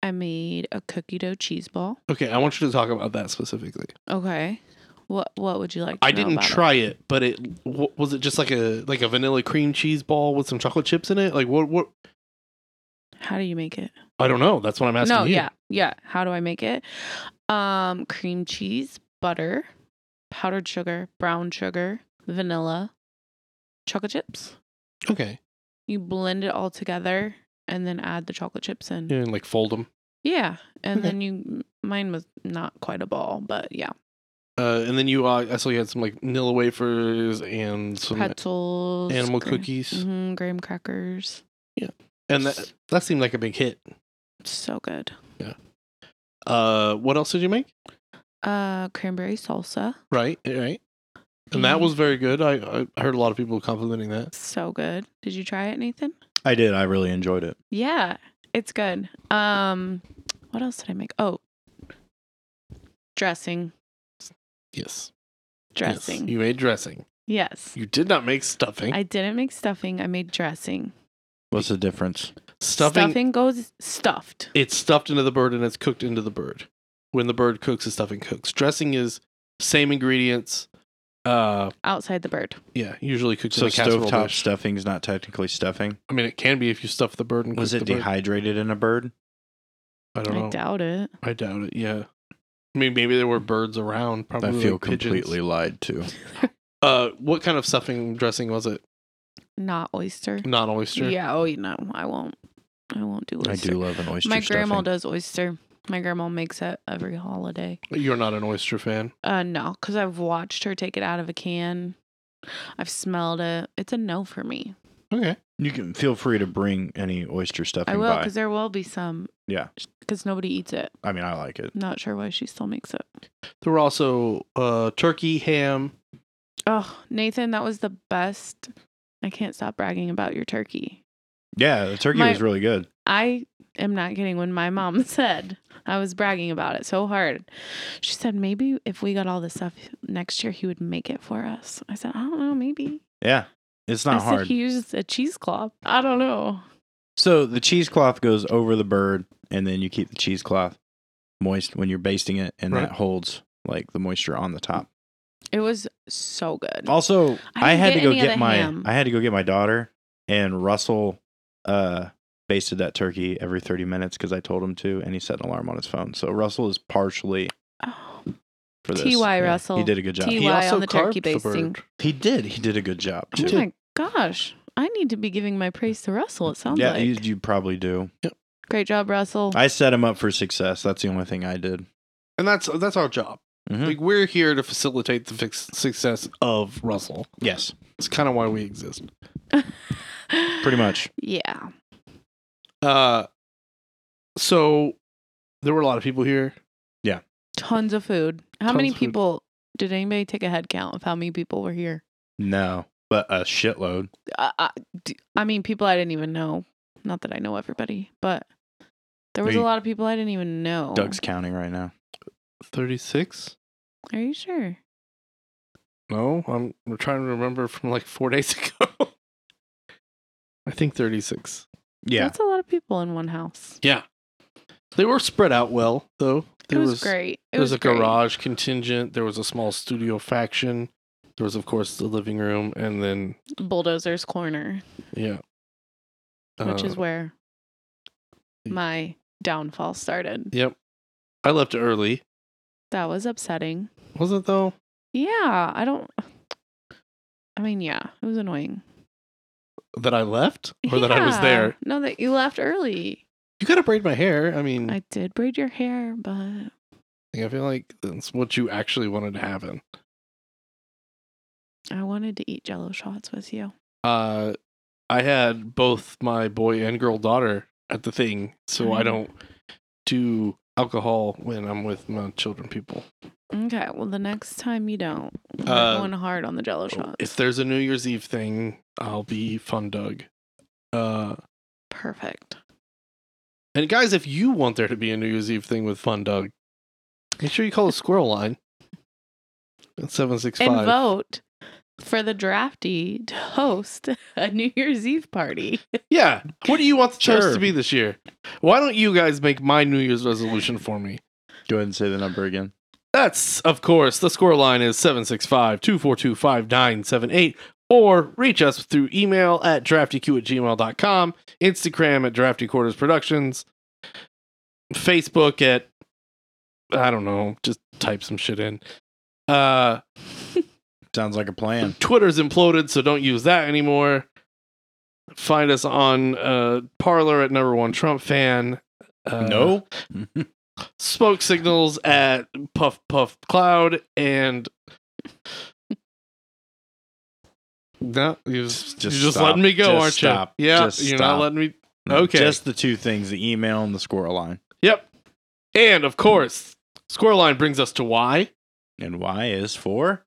Speaker 3: I made a cookie dough cheese ball.
Speaker 2: Okay, I want you to talk about that specifically.
Speaker 3: Okay. What what would you like to
Speaker 2: I
Speaker 3: know
Speaker 2: didn't
Speaker 3: about it?
Speaker 2: try it, but it w- was it just like a like a vanilla cream cheese ball with some chocolate chips in it. Like what? What?
Speaker 3: How do you make it?
Speaker 2: I don't know. That's what I'm asking
Speaker 3: no,
Speaker 2: you.
Speaker 3: yeah. Yeah. How do I make it? Um, cream cheese, butter, powdered sugar, brown sugar, vanilla, chocolate chips.
Speaker 2: Okay.
Speaker 3: you blend it all together and then add the chocolate chips in. Yeah.
Speaker 2: Yeah, and like fold them.
Speaker 3: And
Speaker 2: Okay.
Speaker 3: then you, mine was not quite a ball, but yeah.
Speaker 2: Uh, and then you, uh, I saw you had some like vanilla wafers and some
Speaker 3: Pretzels,
Speaker 2: animal cookies,
Speaker 3: hmm graham crackers.
Speaker 2: and that that seemed like a big hit.
Speaker 3: So good.
Speaker 2: Uh, what else did you make?
Speaker 3: Uh, cranberry salsa.
Speaker 2: Right, eh, right. And
Speaker 3: Mm-hmm.
Speaker 2: that was very good. I, I heard a lot of people complimenting that.
Speaker 3: so good. Did you try it, Nathan?
Speaker 1: I did. I really enjoyed it.
Speaker 3: Yeah, it's good. Um, what else did I make? Oh, dressing,
Speaker 2: Yes. Yes.
Speaker 3: dressing.
Speaker 2: You made dressing.
Speaker 3: yes.
Speaker 2: You did not make stuffing.
Speaker 3: I didn't make stuffing. I made dressing.
Speaker 1: What's the difference?
Speaker 2: stuffing,
Speaker 3: stuffing goes stuffed.
Speaker 2: It's stuffed into the bird and it's cooked into the bird. When the bird cooks, the stuffing cooks. Dressing is same ingredients. Uh,
Speaker 3: outside the bird.
Speaker 2: yeah, usually cooked
Speaker 1: So
Speaker 2: in a casserole
Speaker 1: stovetop
Speaker 2: dish.
Speaker 1: stuffing is not technically stuffing.
Speaker 2: I mean, it can be if you stuff the bird and
Speaker 1: Was
Speaker 2: cook
Speaker 1: it
Speaker 2: the bird.
Speaker 1: dehydrated in a bird?
Speaker 2: I don't
Speaker 3: I,
Speaker 2: know.
Speaker 3: doubt it.
Speaker 2: I doubt it. Yeah. I mean, maybe there were birds around. Probably
Speaker 1: Mm. I feel
Speaker 2: like pigeons.
Speaker 1: completely lied to.
Speaker 2: Uh, what kind of stuffing dressing was it?
Speaker 3: Not oyster.
Speaker 2: Not oyster.
Speaker 3: Yeah. Oh, you know, I won't. I won't do oyster.
Speaker 1: I do love an oyster
Speaker 3: My
Speaker 1: stuffing.
Speaker 3: grandma does oyster. My grandma makes it every holiday.
Speaker 2: You're not an oyster fan.
Speaker 3: Uh, no, because I've watched her take it out of a can. I've smelled it. It's a no for me.
Speaker 2: Okay.
Speaker 1: You can feel free to bring any oyster stuffing
Speaker 3: I will,
Speaker 1: by.
Speaker 3: because there will be some.
Speaker 1: Yeah.
Speaker 3: Because nobody eats it.
Speaker 1: I mean, I like it.
Speaker 3: Not sure why she still makes it.
Speaker 2: There were also uh, turkey, ham.
Speaker 3: Oh, Nathan, that was the best. I can't stop bragging about your turkey.
Speaker 1: Yeah, the turkey
Speaker 3: My-
Speaker 1: was really good.
Speaker 3: I am not kidding when my mom said I was bragging about it so hard. She said maybe if we got all this stuff next year, he would make it for us. I said I don't know, maybe.
Speaker 1: Yeah, it's not
Speaker 3: I
Speaker 1: hard.
Speaker 3: said he uses a cheesecloth. I don't know.
Speaker 1: So the cheesecloth goes over the bird, and then you keep the cheesecloth moist when you're basting it, and
Speaker 2: Right.
Speaker 1: that holds like the moisture on the top.
Speaker 3: It was so good.
Speaker 1: Also, I,
Speaker 3: I didn't
Speaker 1: had
Speaker 3: get
Speaker 1: to go
Speaker 3: any other
Speaker 1: get my
Speaker 3: ham.
Speaker 1: I had to go get my daughter and Russell uh basted that turkey every 30 minutes cuz I told him to and he set an alarm on his phone. So Russell is partially
Speaker 3: Oh,
Speaker 1: for this.
Speaker 3: T.Y.
Speaker 1: Yeah,
Speaker 3: Russell.
Speaker 1: He did a good job.
Speaker 3: T.Y.
Speaker 1: He,
Speaker 3: Why on the turkey
Speaker 2: carved the
Speaker 3: basting?
Speaker 2: bird.
Speaker 1: he did. He did a good job
Speaker 3: oh
Speaker 1: too.
Speaker 3: my gosh. I need to be giving my praise to Russell, it sounds
Speaker 1: Yeah,
Speaker 3: like.
Speaker 1: you, you probably do.
Speaker 3: Great job, Russell.
Speaker 1: I set him up for success. That's the only thing I did.
Speaker 2: And that's that's our job.
Speaker 1: Mhm.
Speaker 2: Like we're here to facilitate the fix- success of Russell.
Speaker 1: Yes,
Speaker 2: It's kind of why we exist.
Speaker 1: pretty much.
Speaker 3: Yeah.
Speaker 2: Uh, so there were a lot of people here.
Speaker 3: Tons of food. How many
Speaker 2: Tons of food.
Speaker 3: people did anybody take a head count of how many people were here?
Speaker 1: No, but a shitload.
Speaker 3: I, I, d- I mean, people I didn't even know. Not that I know everybody, but there was
Speaker 1: Wait.
Speaker 3: a lot of people I didn't even know.
Speaker 1: Doug's counting right now.
Speaker 2: Thirty six.
Speaker 3: Are you sure?
Speaker 2: No, I'm we're trying to remember from like four days ago. I think 36.
Speaker 1: Yeah.
Speaker 3: That's a lot of people in one house.
Speaker 2: Yeah. They were spread out well, though.
Speaker 3: It was, great. It
Speaker 2: There was, a
Speaker 3: great.
Speaker 2: garage contingent. There was a small studio faction. There was, of course, the living room. And then,
Speaker 3: Bulldozer's Corner,
Speaker 2: yeah.
Speaker 3: which
Speaker 2: Uh,
Speaker 3: is where
Speaker 2: the-
Speaker 3: my downfall started.
Speaker 2: Yep. I left early.
Speaker 3: That was upsetting.
Speaker 2: Was it, though?
Speaker 3: Yeah, I don't. I mean, yeah, it was annoying.
Speaker 2: That I left or that I was
Speaker 3: Yeah.
Speaker 2: there?
Speaker 3: No, that you left early.
Speaker 2: You got to braid my hair. I mean, I
Speaker 3: I did braid your hair, but
Speaker 2: think- I feel like that's what you actually wanted to happen.
Speaker 3: I wanted to eat jello shots with you.
Speaker 2: uh i had both my boy and girl daughter at the thing so i
Speaker 3: Right.
Speaker 2: don't do alcohol when i'm with my children people
Speaker 3: Okay, well, the next time you don't, we're
Speaker 2: Uh,
Speaker 3: going hard on the jello shots.
Speaker 2: if there's a new year's eve thing i'll be fun doug uh
Speaker 3: Perfect.
Speaker 2: and guys if you want there to be a new year's eve thing with fun doug make sure you call a squirrel line at
Speaker 3: And
Speaker 2: 765
Speaker 3: vote for the drafty to host a New Year's Eve party.
Speaker 2: yeah what do you want the
Speaker 1: Sure.
Speaker 2: toast to be this year why don't you guys make my new year's resolution for me
Speaker 1: Go ahead and say the number again.
Speaker 2: That's, of course, the score line is 765 242 5978, or reach us through email at draftyq at gmail.com, Instagram at Drafty Quarters Productions, Facebook at, I don't know, just type some shit in. Uh,
Speaker 1: Sounds like a plan.
Speaker 2: Twitter's imploded, so don't use that anymore. Find us on uh, Parlor at number one Trump fan. Uh, smoke signals at puff puff cloud and no you just,
Speaker 1: Just
Speaker 2: you're just
Speaker 1: stop.
Speaker 2: letting me go
Speaker 1: Just
Speaker 2: aren't
Speaker 1: stop.
Speaker 2: you yeah
Speaker 1: Just
Speaker 2: you're
Speaker 1: stop.
Speaker 2: not letting me
Speaker 1: No,
Speaker 2: Okay.
Speaker 1: Just the two things the email and the score line.
Speaker 2: yep and of course scoreline brings us to why
Speaker 1: And Y is for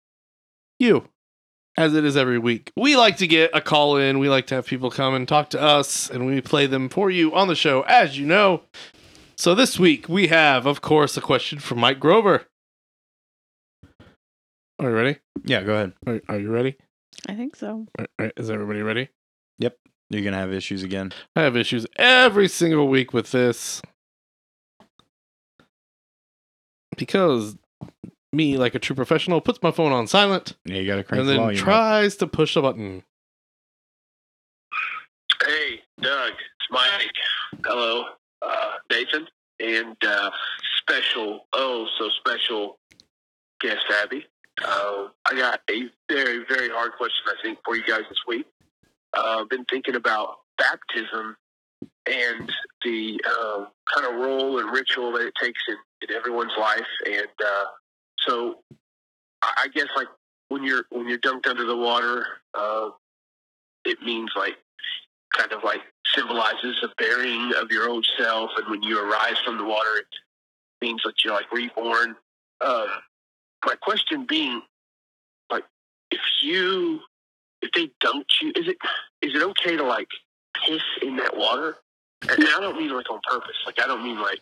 Speaker 2: you as it is every week we like to get a call in we like to have people come and talk to us and we play them for you on the show as you know so this week we have of course a question from mike grover are you ready
Speaker 1: Yeah, go ahead.
Speaker 2: Are, are you ready?
Speaker 3: I think so.
Speaker 2: Are- are- Is everybody ready?
Speaker 1: You're gonna have issues again.
Speaker 2: I have issues every single week with this because me, like a true professional, puts my phone on silent
Speaker 1: Yeah, you gotta crank
Speaker 2: and
Speaker 1: the
Speaker 2: then
Speaker 1: volume. up.
Speaker 2: tries to push a button.
Speaker 4: Hey, Doug, it's Mike. Hello, uh, Nathan, and uh, special, oh, so special guest Abby. Uh, I got a very, very hard question, I think, for you guys this week. Uh, I've been thinking about baptism and the um kind of role and ritual that it takes in, in everyone's life, and uh, so I, I guess like when you're when you're dunked under the water, uh, it means like kind of like symbolizes the burying of your old self. And when you arise from the water, it means that you're like reborn. Um, my question being, like, if you, if they dunked you, is it, is it okay to like piss in that water? And, and I don't mean like on purpose. Like, I don't mean like,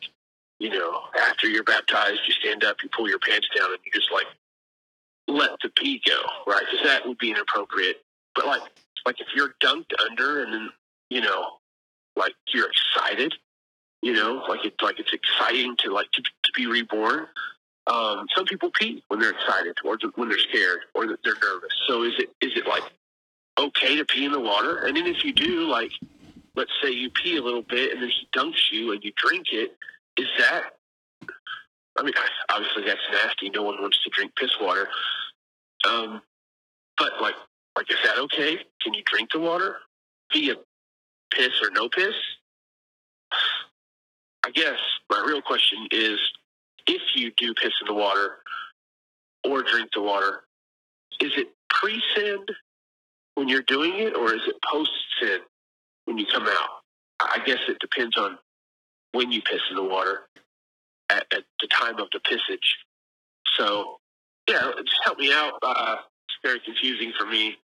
Speaker 4: you know, after you're baptized, you stand up, you pull your pants down, and you just like let the pee go, right? Because that would be inappropriate. But like, like if you're dunked under and then you know like you're excited you know like it's like it's exciting to like to, to be reborn Um, some people pee when they're excited or th- when they're scared or that they're nervous. So is it is it like okay to pee in the water? And then if you do, like let's say you pee a little bit and then he dunks you and you drink it, is that? I mean, obviously that's nasty. No one wants to drink piss water. Um, but like, like is that okay? Can you drink the water? Pee a piss or no piss? I guess my real question is, if you do piss in the water or drink the water, is it pre-sin when you're doing it, or is it post-sin when you come out? I I guess it depends on when you piss in the water at, at the time of the pissage. So, yeah, just help me out. Uh, it's very confusing for me.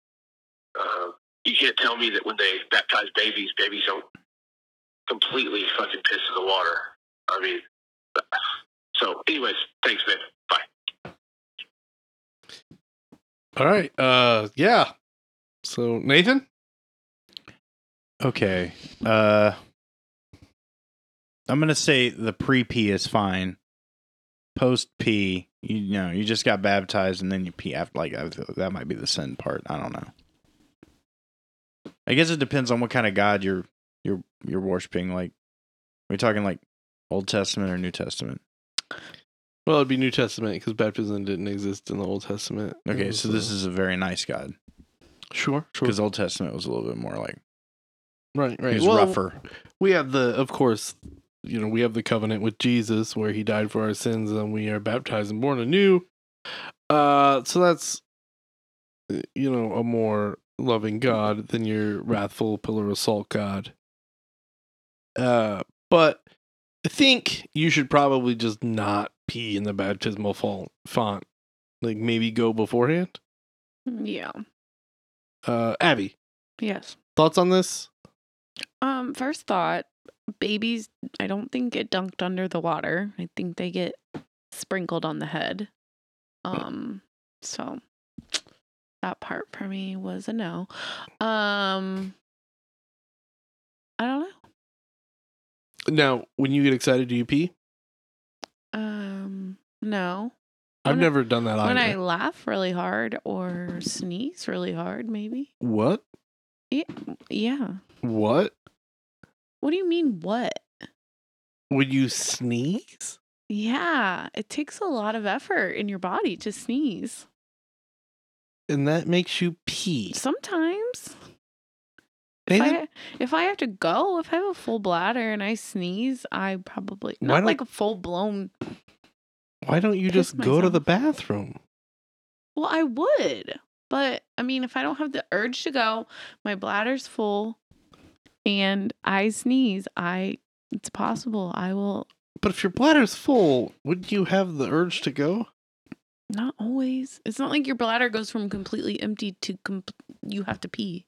Speaker 4: Uh, you can't tell me that when they baptize babies, babies don't completely fucking piss in the water. I mean, so, anyways, thanks, man. Bye.
Speaker 2: All right. Uh, yeah. So Nathan,
Speaker 1: Okay. Uh I'm gonna say the pre pee is fine. Post pee, you know, you just got baptized and then you pee after. Like I feel- that might be the sin part. I don't know. I guess it depends on what kind of God you're you're you're worshiping. Like, are we talking like Old Testament or New Testament?
Speaker 2: well, it'd be New Testament because baptism didn't exist in the Old Testament.
Speaker 1: Okay, so this is a very nice God
Speaker 2: sure, sure.
Speaker 1: because Old Testament was a little bit more like
Speaker 2: Right,
Speaker 1: he
Speaker 2: right.
Speaker 1: was rougher.
Speaker 2: we have the of course you know we have the covenant with jesus where he died for our sins and we are baptized and born anew uh so that's uh, you know a more loving god than your wrathful pillar of salt god uh but i think you should probably just not pee in the baptismal font font like maybe go beforehand
Speaker 3: Yeah.
Speaker 2: uh abby
Speaker 3: Yes.
Speaker 2: thoughts on this
Speaker 3: Um, first thought, babies I don't think get dunked under the water. I think they get sprinkled on the head. Um, so that part for me was a no. Um I don't know.
Speaker 2: now when you get excited do you pee
Speaker 3: Um no.
Speaker 2: i've
Speaker 3: When I-
Speaker 2: never done that
Speaker 3: When I
Speaker 2: either
Speaker 3: laugh really hard or sneeze really hard, maybe.
Speaker 2: what
Speaker 3: Yeah.
Speaker 2: What?
Speaker 3: What do you mean what?
Speaker 2: Would you sneeze?
Speaker 3: Yeah, it takes a lot of effort in your body to sneeze.
Speaker 2: And that makes you pee.
Speaker 3: Sometimes, if
Speaker 2: Nathan,
Speaker 3: I, if I have to go, if I have a full bladder and I sneeze, I probably
Speaker 2: Why
Speaker 3: not
Speaker 2: don't-
Speaker 3: like a full blown.
Speaker 2: why don't you just
Speaker 3: piss
Speaker 2: go to the
Speaker 3: myself.
Speaker 2: bathroom?
Speaker 3: Well, I would, but I mean, if I don't have the urge to go, my bladder's full, and I sneeze, I it's possible I will
Speaker 2: But if your bladder's full, wouldn't you have the urge to go?
Speaker 3: not always. It's not like your bladder goes from completely empty to com- you have to pee.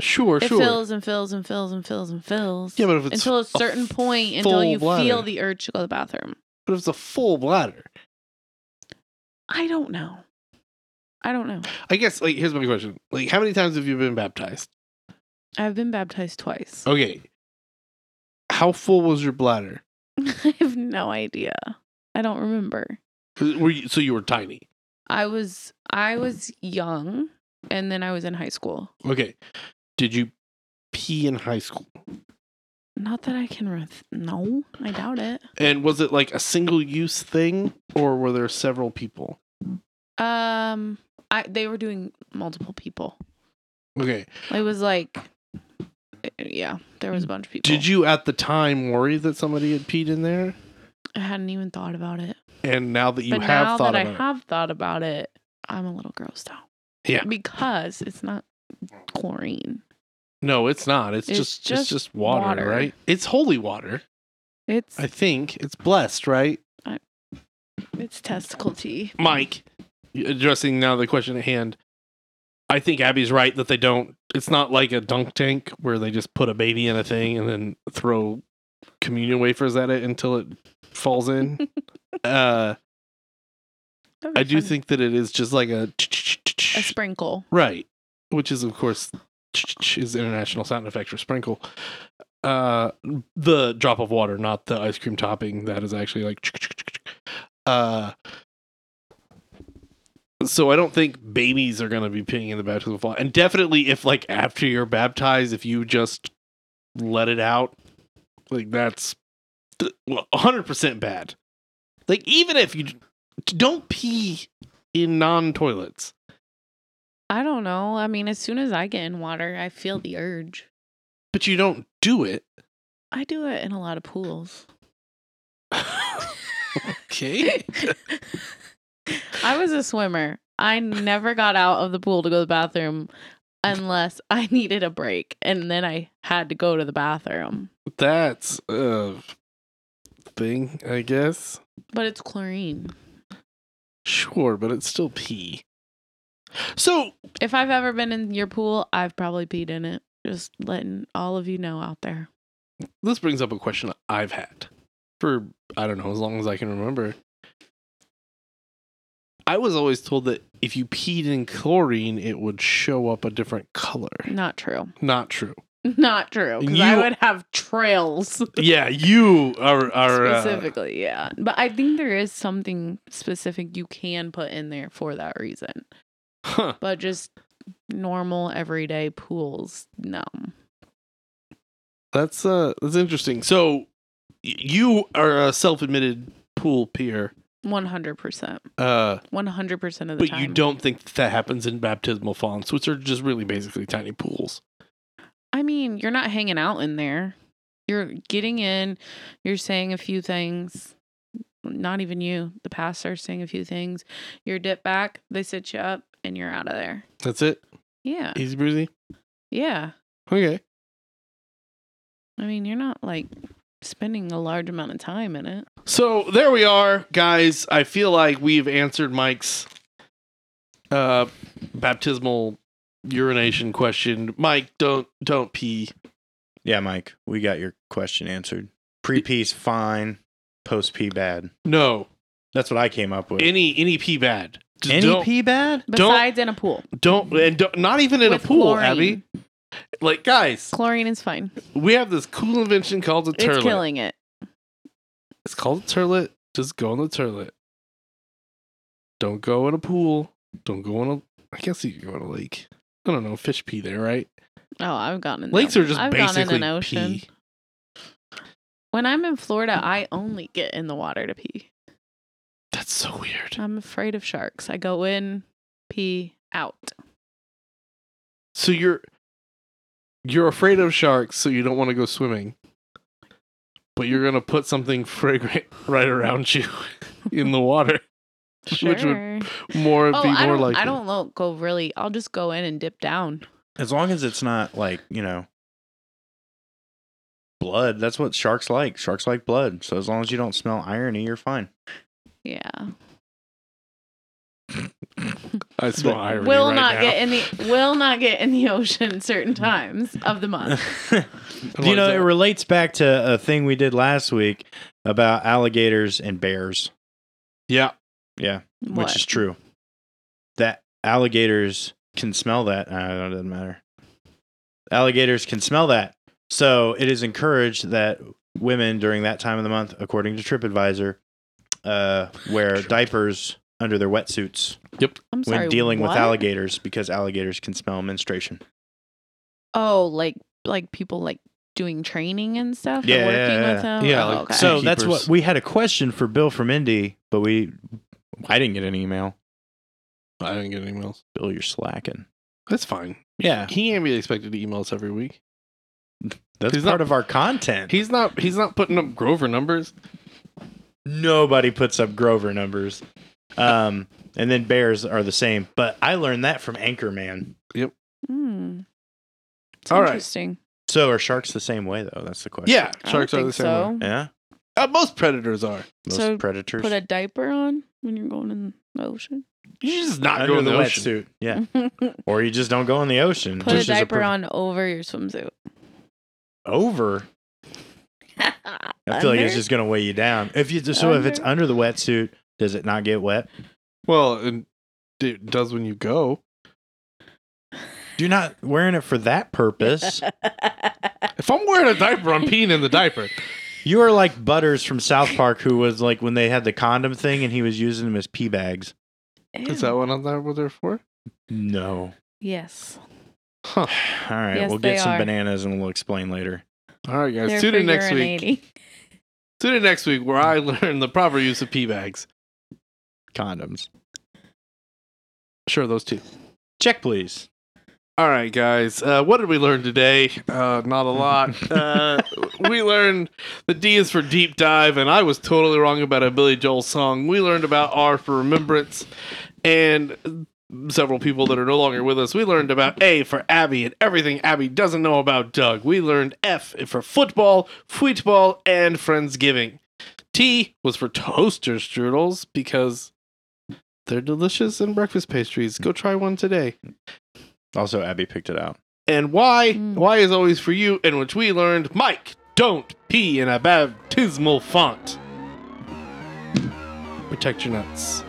Speaker 2: Sure,
Speaker 3: it
Speaker 2: sure.
Speaker 3: fills and fills and fills and fills and fills.
Speaker 2: yeah, but if it's
Speaker 3: until a certain
Speaker 2: f-
Speaker 3: point,
Speaker 2: full
Speaker 3: until you
Speaker 2: bladder.
Speaker 3: feel the urge to go to the bathroom.
Speaker 2: but if it's a full bladder.
Speaker 3: I don't know. I don't know.
Speaker 2: I guess like here's my question. Like how many times have you been baptized?
Speaker 3: I've been baptized twice.
Speaker 2: Okay. How full was your bladder?
Speaker 3: I have no idea. I don't remember.
Speaker 2: 'Cause Were you, so you were tiny.
Speaker 3: I was I was young, and then I was in high school.
Speaker 2: Okay. Did you pee in high school?
Speaker 3: Not that I can. Re- no, I doubt it.
Speaker 2: And was it like a single use thing or were there several people?
Speaker 3: Um, I they were doing multiple people.
Speaker 2: Okay.
Speaker 3: It was like, yeah, there was a bunch of people.
Speaker 2: Did you at the time worry that somebody had peed in there?
Speaker 3: I hadn't even thought about it.
Speaker 2: And now that you
Speaker 3: but
Speaker 2: have
Speaker 3: now
Speaker 2: thought
Speaker 3: that I
Speaker 2: about
Speaker 3: have thought about it, I'm a little grossed out.
Speaker 2: Yeah.
Speaker 3: because it's not chlorine.
Speaker 2: it, no, it's not. It's,
Speaker 3: It's
Speaker 2: just, it's
Speaker 3: just
Speaker 2: just water,
Speaker 3: water.
Speaker 2: right? It's holy water.
Speaker 3: It's
Speaker 2: I think it's blessed, right?
Speaker 3: it's testicle tea.
Speaker 2: Mike, addressing now the question at hand. I think Abby's right that they don't. It's not like a dunk tank where they just put a baby in a thing and then throw communion wafers at it until it falls in. uh,
Speaker 3: That'd be
Speaker 2: I do
Speaker 3: fun.
Speaker 2: think that it is just like a
Speaker 3: a sprinkle.
Speaker 2: Right. Which is, of course, is international sound effect for sprinkle. Uh, the drop of water, not the ice cream topping. That is actually like. Uh, so I don't think babies are going to be peeing in the baptismal font, and definitely if like after you're baptized, if you just let it out, like that's hundred percent bad. Like even if you don't pee in non toilets,
Speaker 3: I don't know. I mean, as soon as I get in water, I feel the urge.
Speaker 2: but you don't do it.
Speaker 3: I do it in a lot of pools.
Speaker 2: okay.
Speaker 3: I was a swimmer. I never got out of the pool to go to the bathroom unless I needed a break and then I had to go to the bathroom.
Speaker 2: That's a thing, I guess.
Speaker 3: But it's chlorine.
Speaker 2: Sure, but it's still pee. So
Speaker 3: If I've ever been in your pool, I've probably peed in it. Just letting all of you know out there.
Speaker 2: this brings up a question I've had for I don't know as long as I can remember. I was always told that if you peed in chlorine, it would show up a different color.
Speaker 3: Not true.
Speaker 2: Not true.
Speaker 3: Not true. Because I
Speaker 2: You-
Speaker 3: would have trails.
Speaker 2: Yeah, you are are uh,
Speaker 3: specifically, yeah. But I think there is something specific you can put in there for that reason.
Speaker 2: huh.
Speaker 3: But just normal everyday pools, no.
Speaker 2: That's uh that's interesting. So y- you are a self-admitted pool peer.
Speaker 3: One hundred percent.
Speaker 2: Uh
Speaker 3: One hundred percent of the
Speaker 2: But
Speaker 3: time.
Speaker 2: you don't think that, that happens in baptismal fonts, which are just really basically tiny pools.
Speaker 3: I mean, you're not hanging out in there. You're getting in. You're saying a few things. Not even you. The pastor saying a few things. You're dip back. They sit you up, and you're out of there.
Speaker 2: That's it.
Speaker 3: Yeah,
Speaker 2: Easy breezy.
Speaker 3: yeah.
Speaker 2: Okay.
Speaker 3: I mean, you're not like spending a large amount of time in it.
Speaker 2: So there we are, guys. I feel like we've answered Mike's uh baptismal urination question. Mike, don't don't pee.
Speaker 1: Yeah, Mike, we got your question answered. Pre piece fine, post pee bad.
Speaker 2: No.
Speaker 1: That's what I came up with.
Speaker 2: Any any pee bad. Just
Speaker 1: Any
Speaker 2: don't,
Speaker 1: pee bad?
Speaker 2: Don't-
Speaker 3: Besides, in a pool.
Speaker 2: don't and don't, not even in
Speaker 3: With
Speaker 2: a pool,
Speaker 3: chlorine.
Speaker 2: Abby. Like guys,
Speaker 3: Chlorine is fine.
Speaker 2: we have this cool invention called a turlet.
Speaker 3: It's killing it.
Speaker 2: It's called a turlet. Just go in the turlet. Don't go in a pool. Don't go in a. I guess you can go in a lake. I don't know. Fish pee there, right?
Speaker 3: Oh, I've gotten in
Speaker 2: Lakes
Speaker 3: there.
Speaker 2: are just
Speaker 3: I've gone
Speaker 2: basically
Speaker 3: in an ocean.
Speaker 2: pee.
Speaker 3: When I'm in Florida, I only get in the water to pee.
Speaker 2: That's so weird.
Speaker 3: I'm afraid of sharks. I go in, pee, out.
Speaker 2: So you're you're afraid of sharks, so you don't want to go swimming. But you're gonna put something fragrant right around you in the water. Which would
Speaker 3: Sure.
Speaker 2: more
Speaker 3: oh,
Speaker 2: be
Speaker 3: I
Speaker 2: more
Speaker 3: don't,
Speaker 2: likely.
Speaker 3: I don't lo- go really. I'll just go in and dip down.
Speaker 1: As long as it's not like, you know, blood. That's what sharks like. Sharks like blood. So as long as you don't smell irony, you're fine.
Speaker 3: Yeah.
Speaker 2: I smell irony
Speaker 3: will
Speaker 2: right
Speaker 3: not
Speaker 2: now.
Speaker 3: get in the will not get in the ocean certain times of the month.
Speaker 1: you know,
Speaker 2: that?
Speaker 1: it relates back to a thing we did last week about alligators and bears.
Speaker 2: yeah.
Speaker 1: Yeah,
Speaker 3: What?
Speaker 1: which is true. That alligators can smell that. Uh, it doesn't matter. Alligators can smell that. So it is encouraged that women during that time of the month, according to TripAdvisor, uh, wear
Speaker 2: Trip.
Speaker 1: diapers under their wetsuits
Speaker 3: I'm
Speaker 1: when
Speaker 3: sorry,
Speaker 1: dealing
Speaker 3: what?
Speaker 1: with alligators because alligators can smell menstruation.
Speaker 3: Oh, like like people like doing training and stuff.
Speaker 1: Yeah,
Speaker 3: and working
Speaker 1: yeah,
Speaker 3: with them.
Speaker 2: yeah,
Speaker 3: Oh,
Speaker 2: like
Speaker 3: okay.
Speaker 1: So that's
Speaker 2: Keepers.
Speaker 1: what we had a question for Bill from Indy, but we I didn't get an email.
Speaker 2: I didn't get any emails.
Speaker 1: Bill, you're slacking.
Speaker 2: That's fine.
Speaker 1: Yeah,
Speaker 2: He can't be expected to email us every week.
Speaker 1: that's
Speaker 2: He's
Speaker 1: part
Speaker 2: not-
Speaker 1: of our content.
Speaker 2: He's not. He's not putting up Grover numbers.
Speaker 1: nobody puts up Grover numbers. Um, and then bears are the same. But I learned that from Anchorman.
Speaker 3: Hmm. It's
Speaker 2: All right.
Speaker 3: interesting.
Speaker 1: So are sharks the same way though? That's the question.
Speaker 2: Yeah,
Speaker 3: I don't
Speaker 2: sharks are
Speaker 3: think
Speaker 2: the same.
Speaker 3: so.
Speaker 2: way.
Speaker 1: Yeah.
Speaker 2: Uh, most predators are.
Speaker 1: Most
Speaker 3: So,
Speaker 1: predators
Speaker 3: Put a diaper on when you're going in the ocean.
Speaker 2: You should just not
Speaker 1: under
Speaker 2: go in
Speaker 1: the,
Speaker 2: the, ocean.
Speaker 1: wetsuit. Yeah.
Speaker 2: Mm,
Speaker 1: Or you just don't go in the ocean.
Speaker 3: Put a
Speaker 1: Just as
Speaker 3: diaper
Speaker 1: pre-
Speaker 3: on over your swimsuit.
Speaker 1: over. I feel like it's just gonna weigh you down. If you so if it's under the wetsuit, does it not get wet?
Speaker 2: Well, and it does when you go.
Speaker 1: You're not wearing it for that purpose.
Speaker 2: If I'm wearing a diaper, I'm peeing in the diaper.
Speaker 1: You are like Butters from South Park, who was like when they had the condom thing and he was using them as pee bags.
Speaker 2: Is that what I'm there- what they're for?
Speaker 1: No.
Speaker 3: yes.
Speaker 2: Huh.
Speaker 1: All right,
Speaker 3: Yes,
Speaker 1: we'll get
Speaker 3: they
Speaker 1: some
Speaker 3: are.
Speaker 1: bananas and we'll explain later.
Speaker 2: All right, guys.
Speaker 3: They're
Speaker 2: Tune in
Speaker 3: for
Speaker 2: next week.
Speaker 3: urinating.
Speaker 2: Tune in next week where I learn the proper use of pee bags.
Speaker 1: Condoms.
Speaker 2: Sure, those two.
Speaker 1: Check, please.
Speaker 2: All right, guys. Uh, what did we learn today? Uh, not a lot. Uh, we learned the D is for deep dive, and I was totally wrong about a Billy Joel song. We learned about R for remembrance, and several people that are no longer with us. We learned about A for Abby and everything Abby doesn't know about Doug. We learned F for football, football, and Friendsgiving. T was for toaster strudels because they're delicious and breakfast pastries. Go try one today.
Speaker 1: Also, Abby picked it out.
Speaker 2: And why?
Speaker 3: Mm.
Speaker 2: Why is always for you, in which we learned, Mike, don't pee in a baptismal font. Protect your nuts.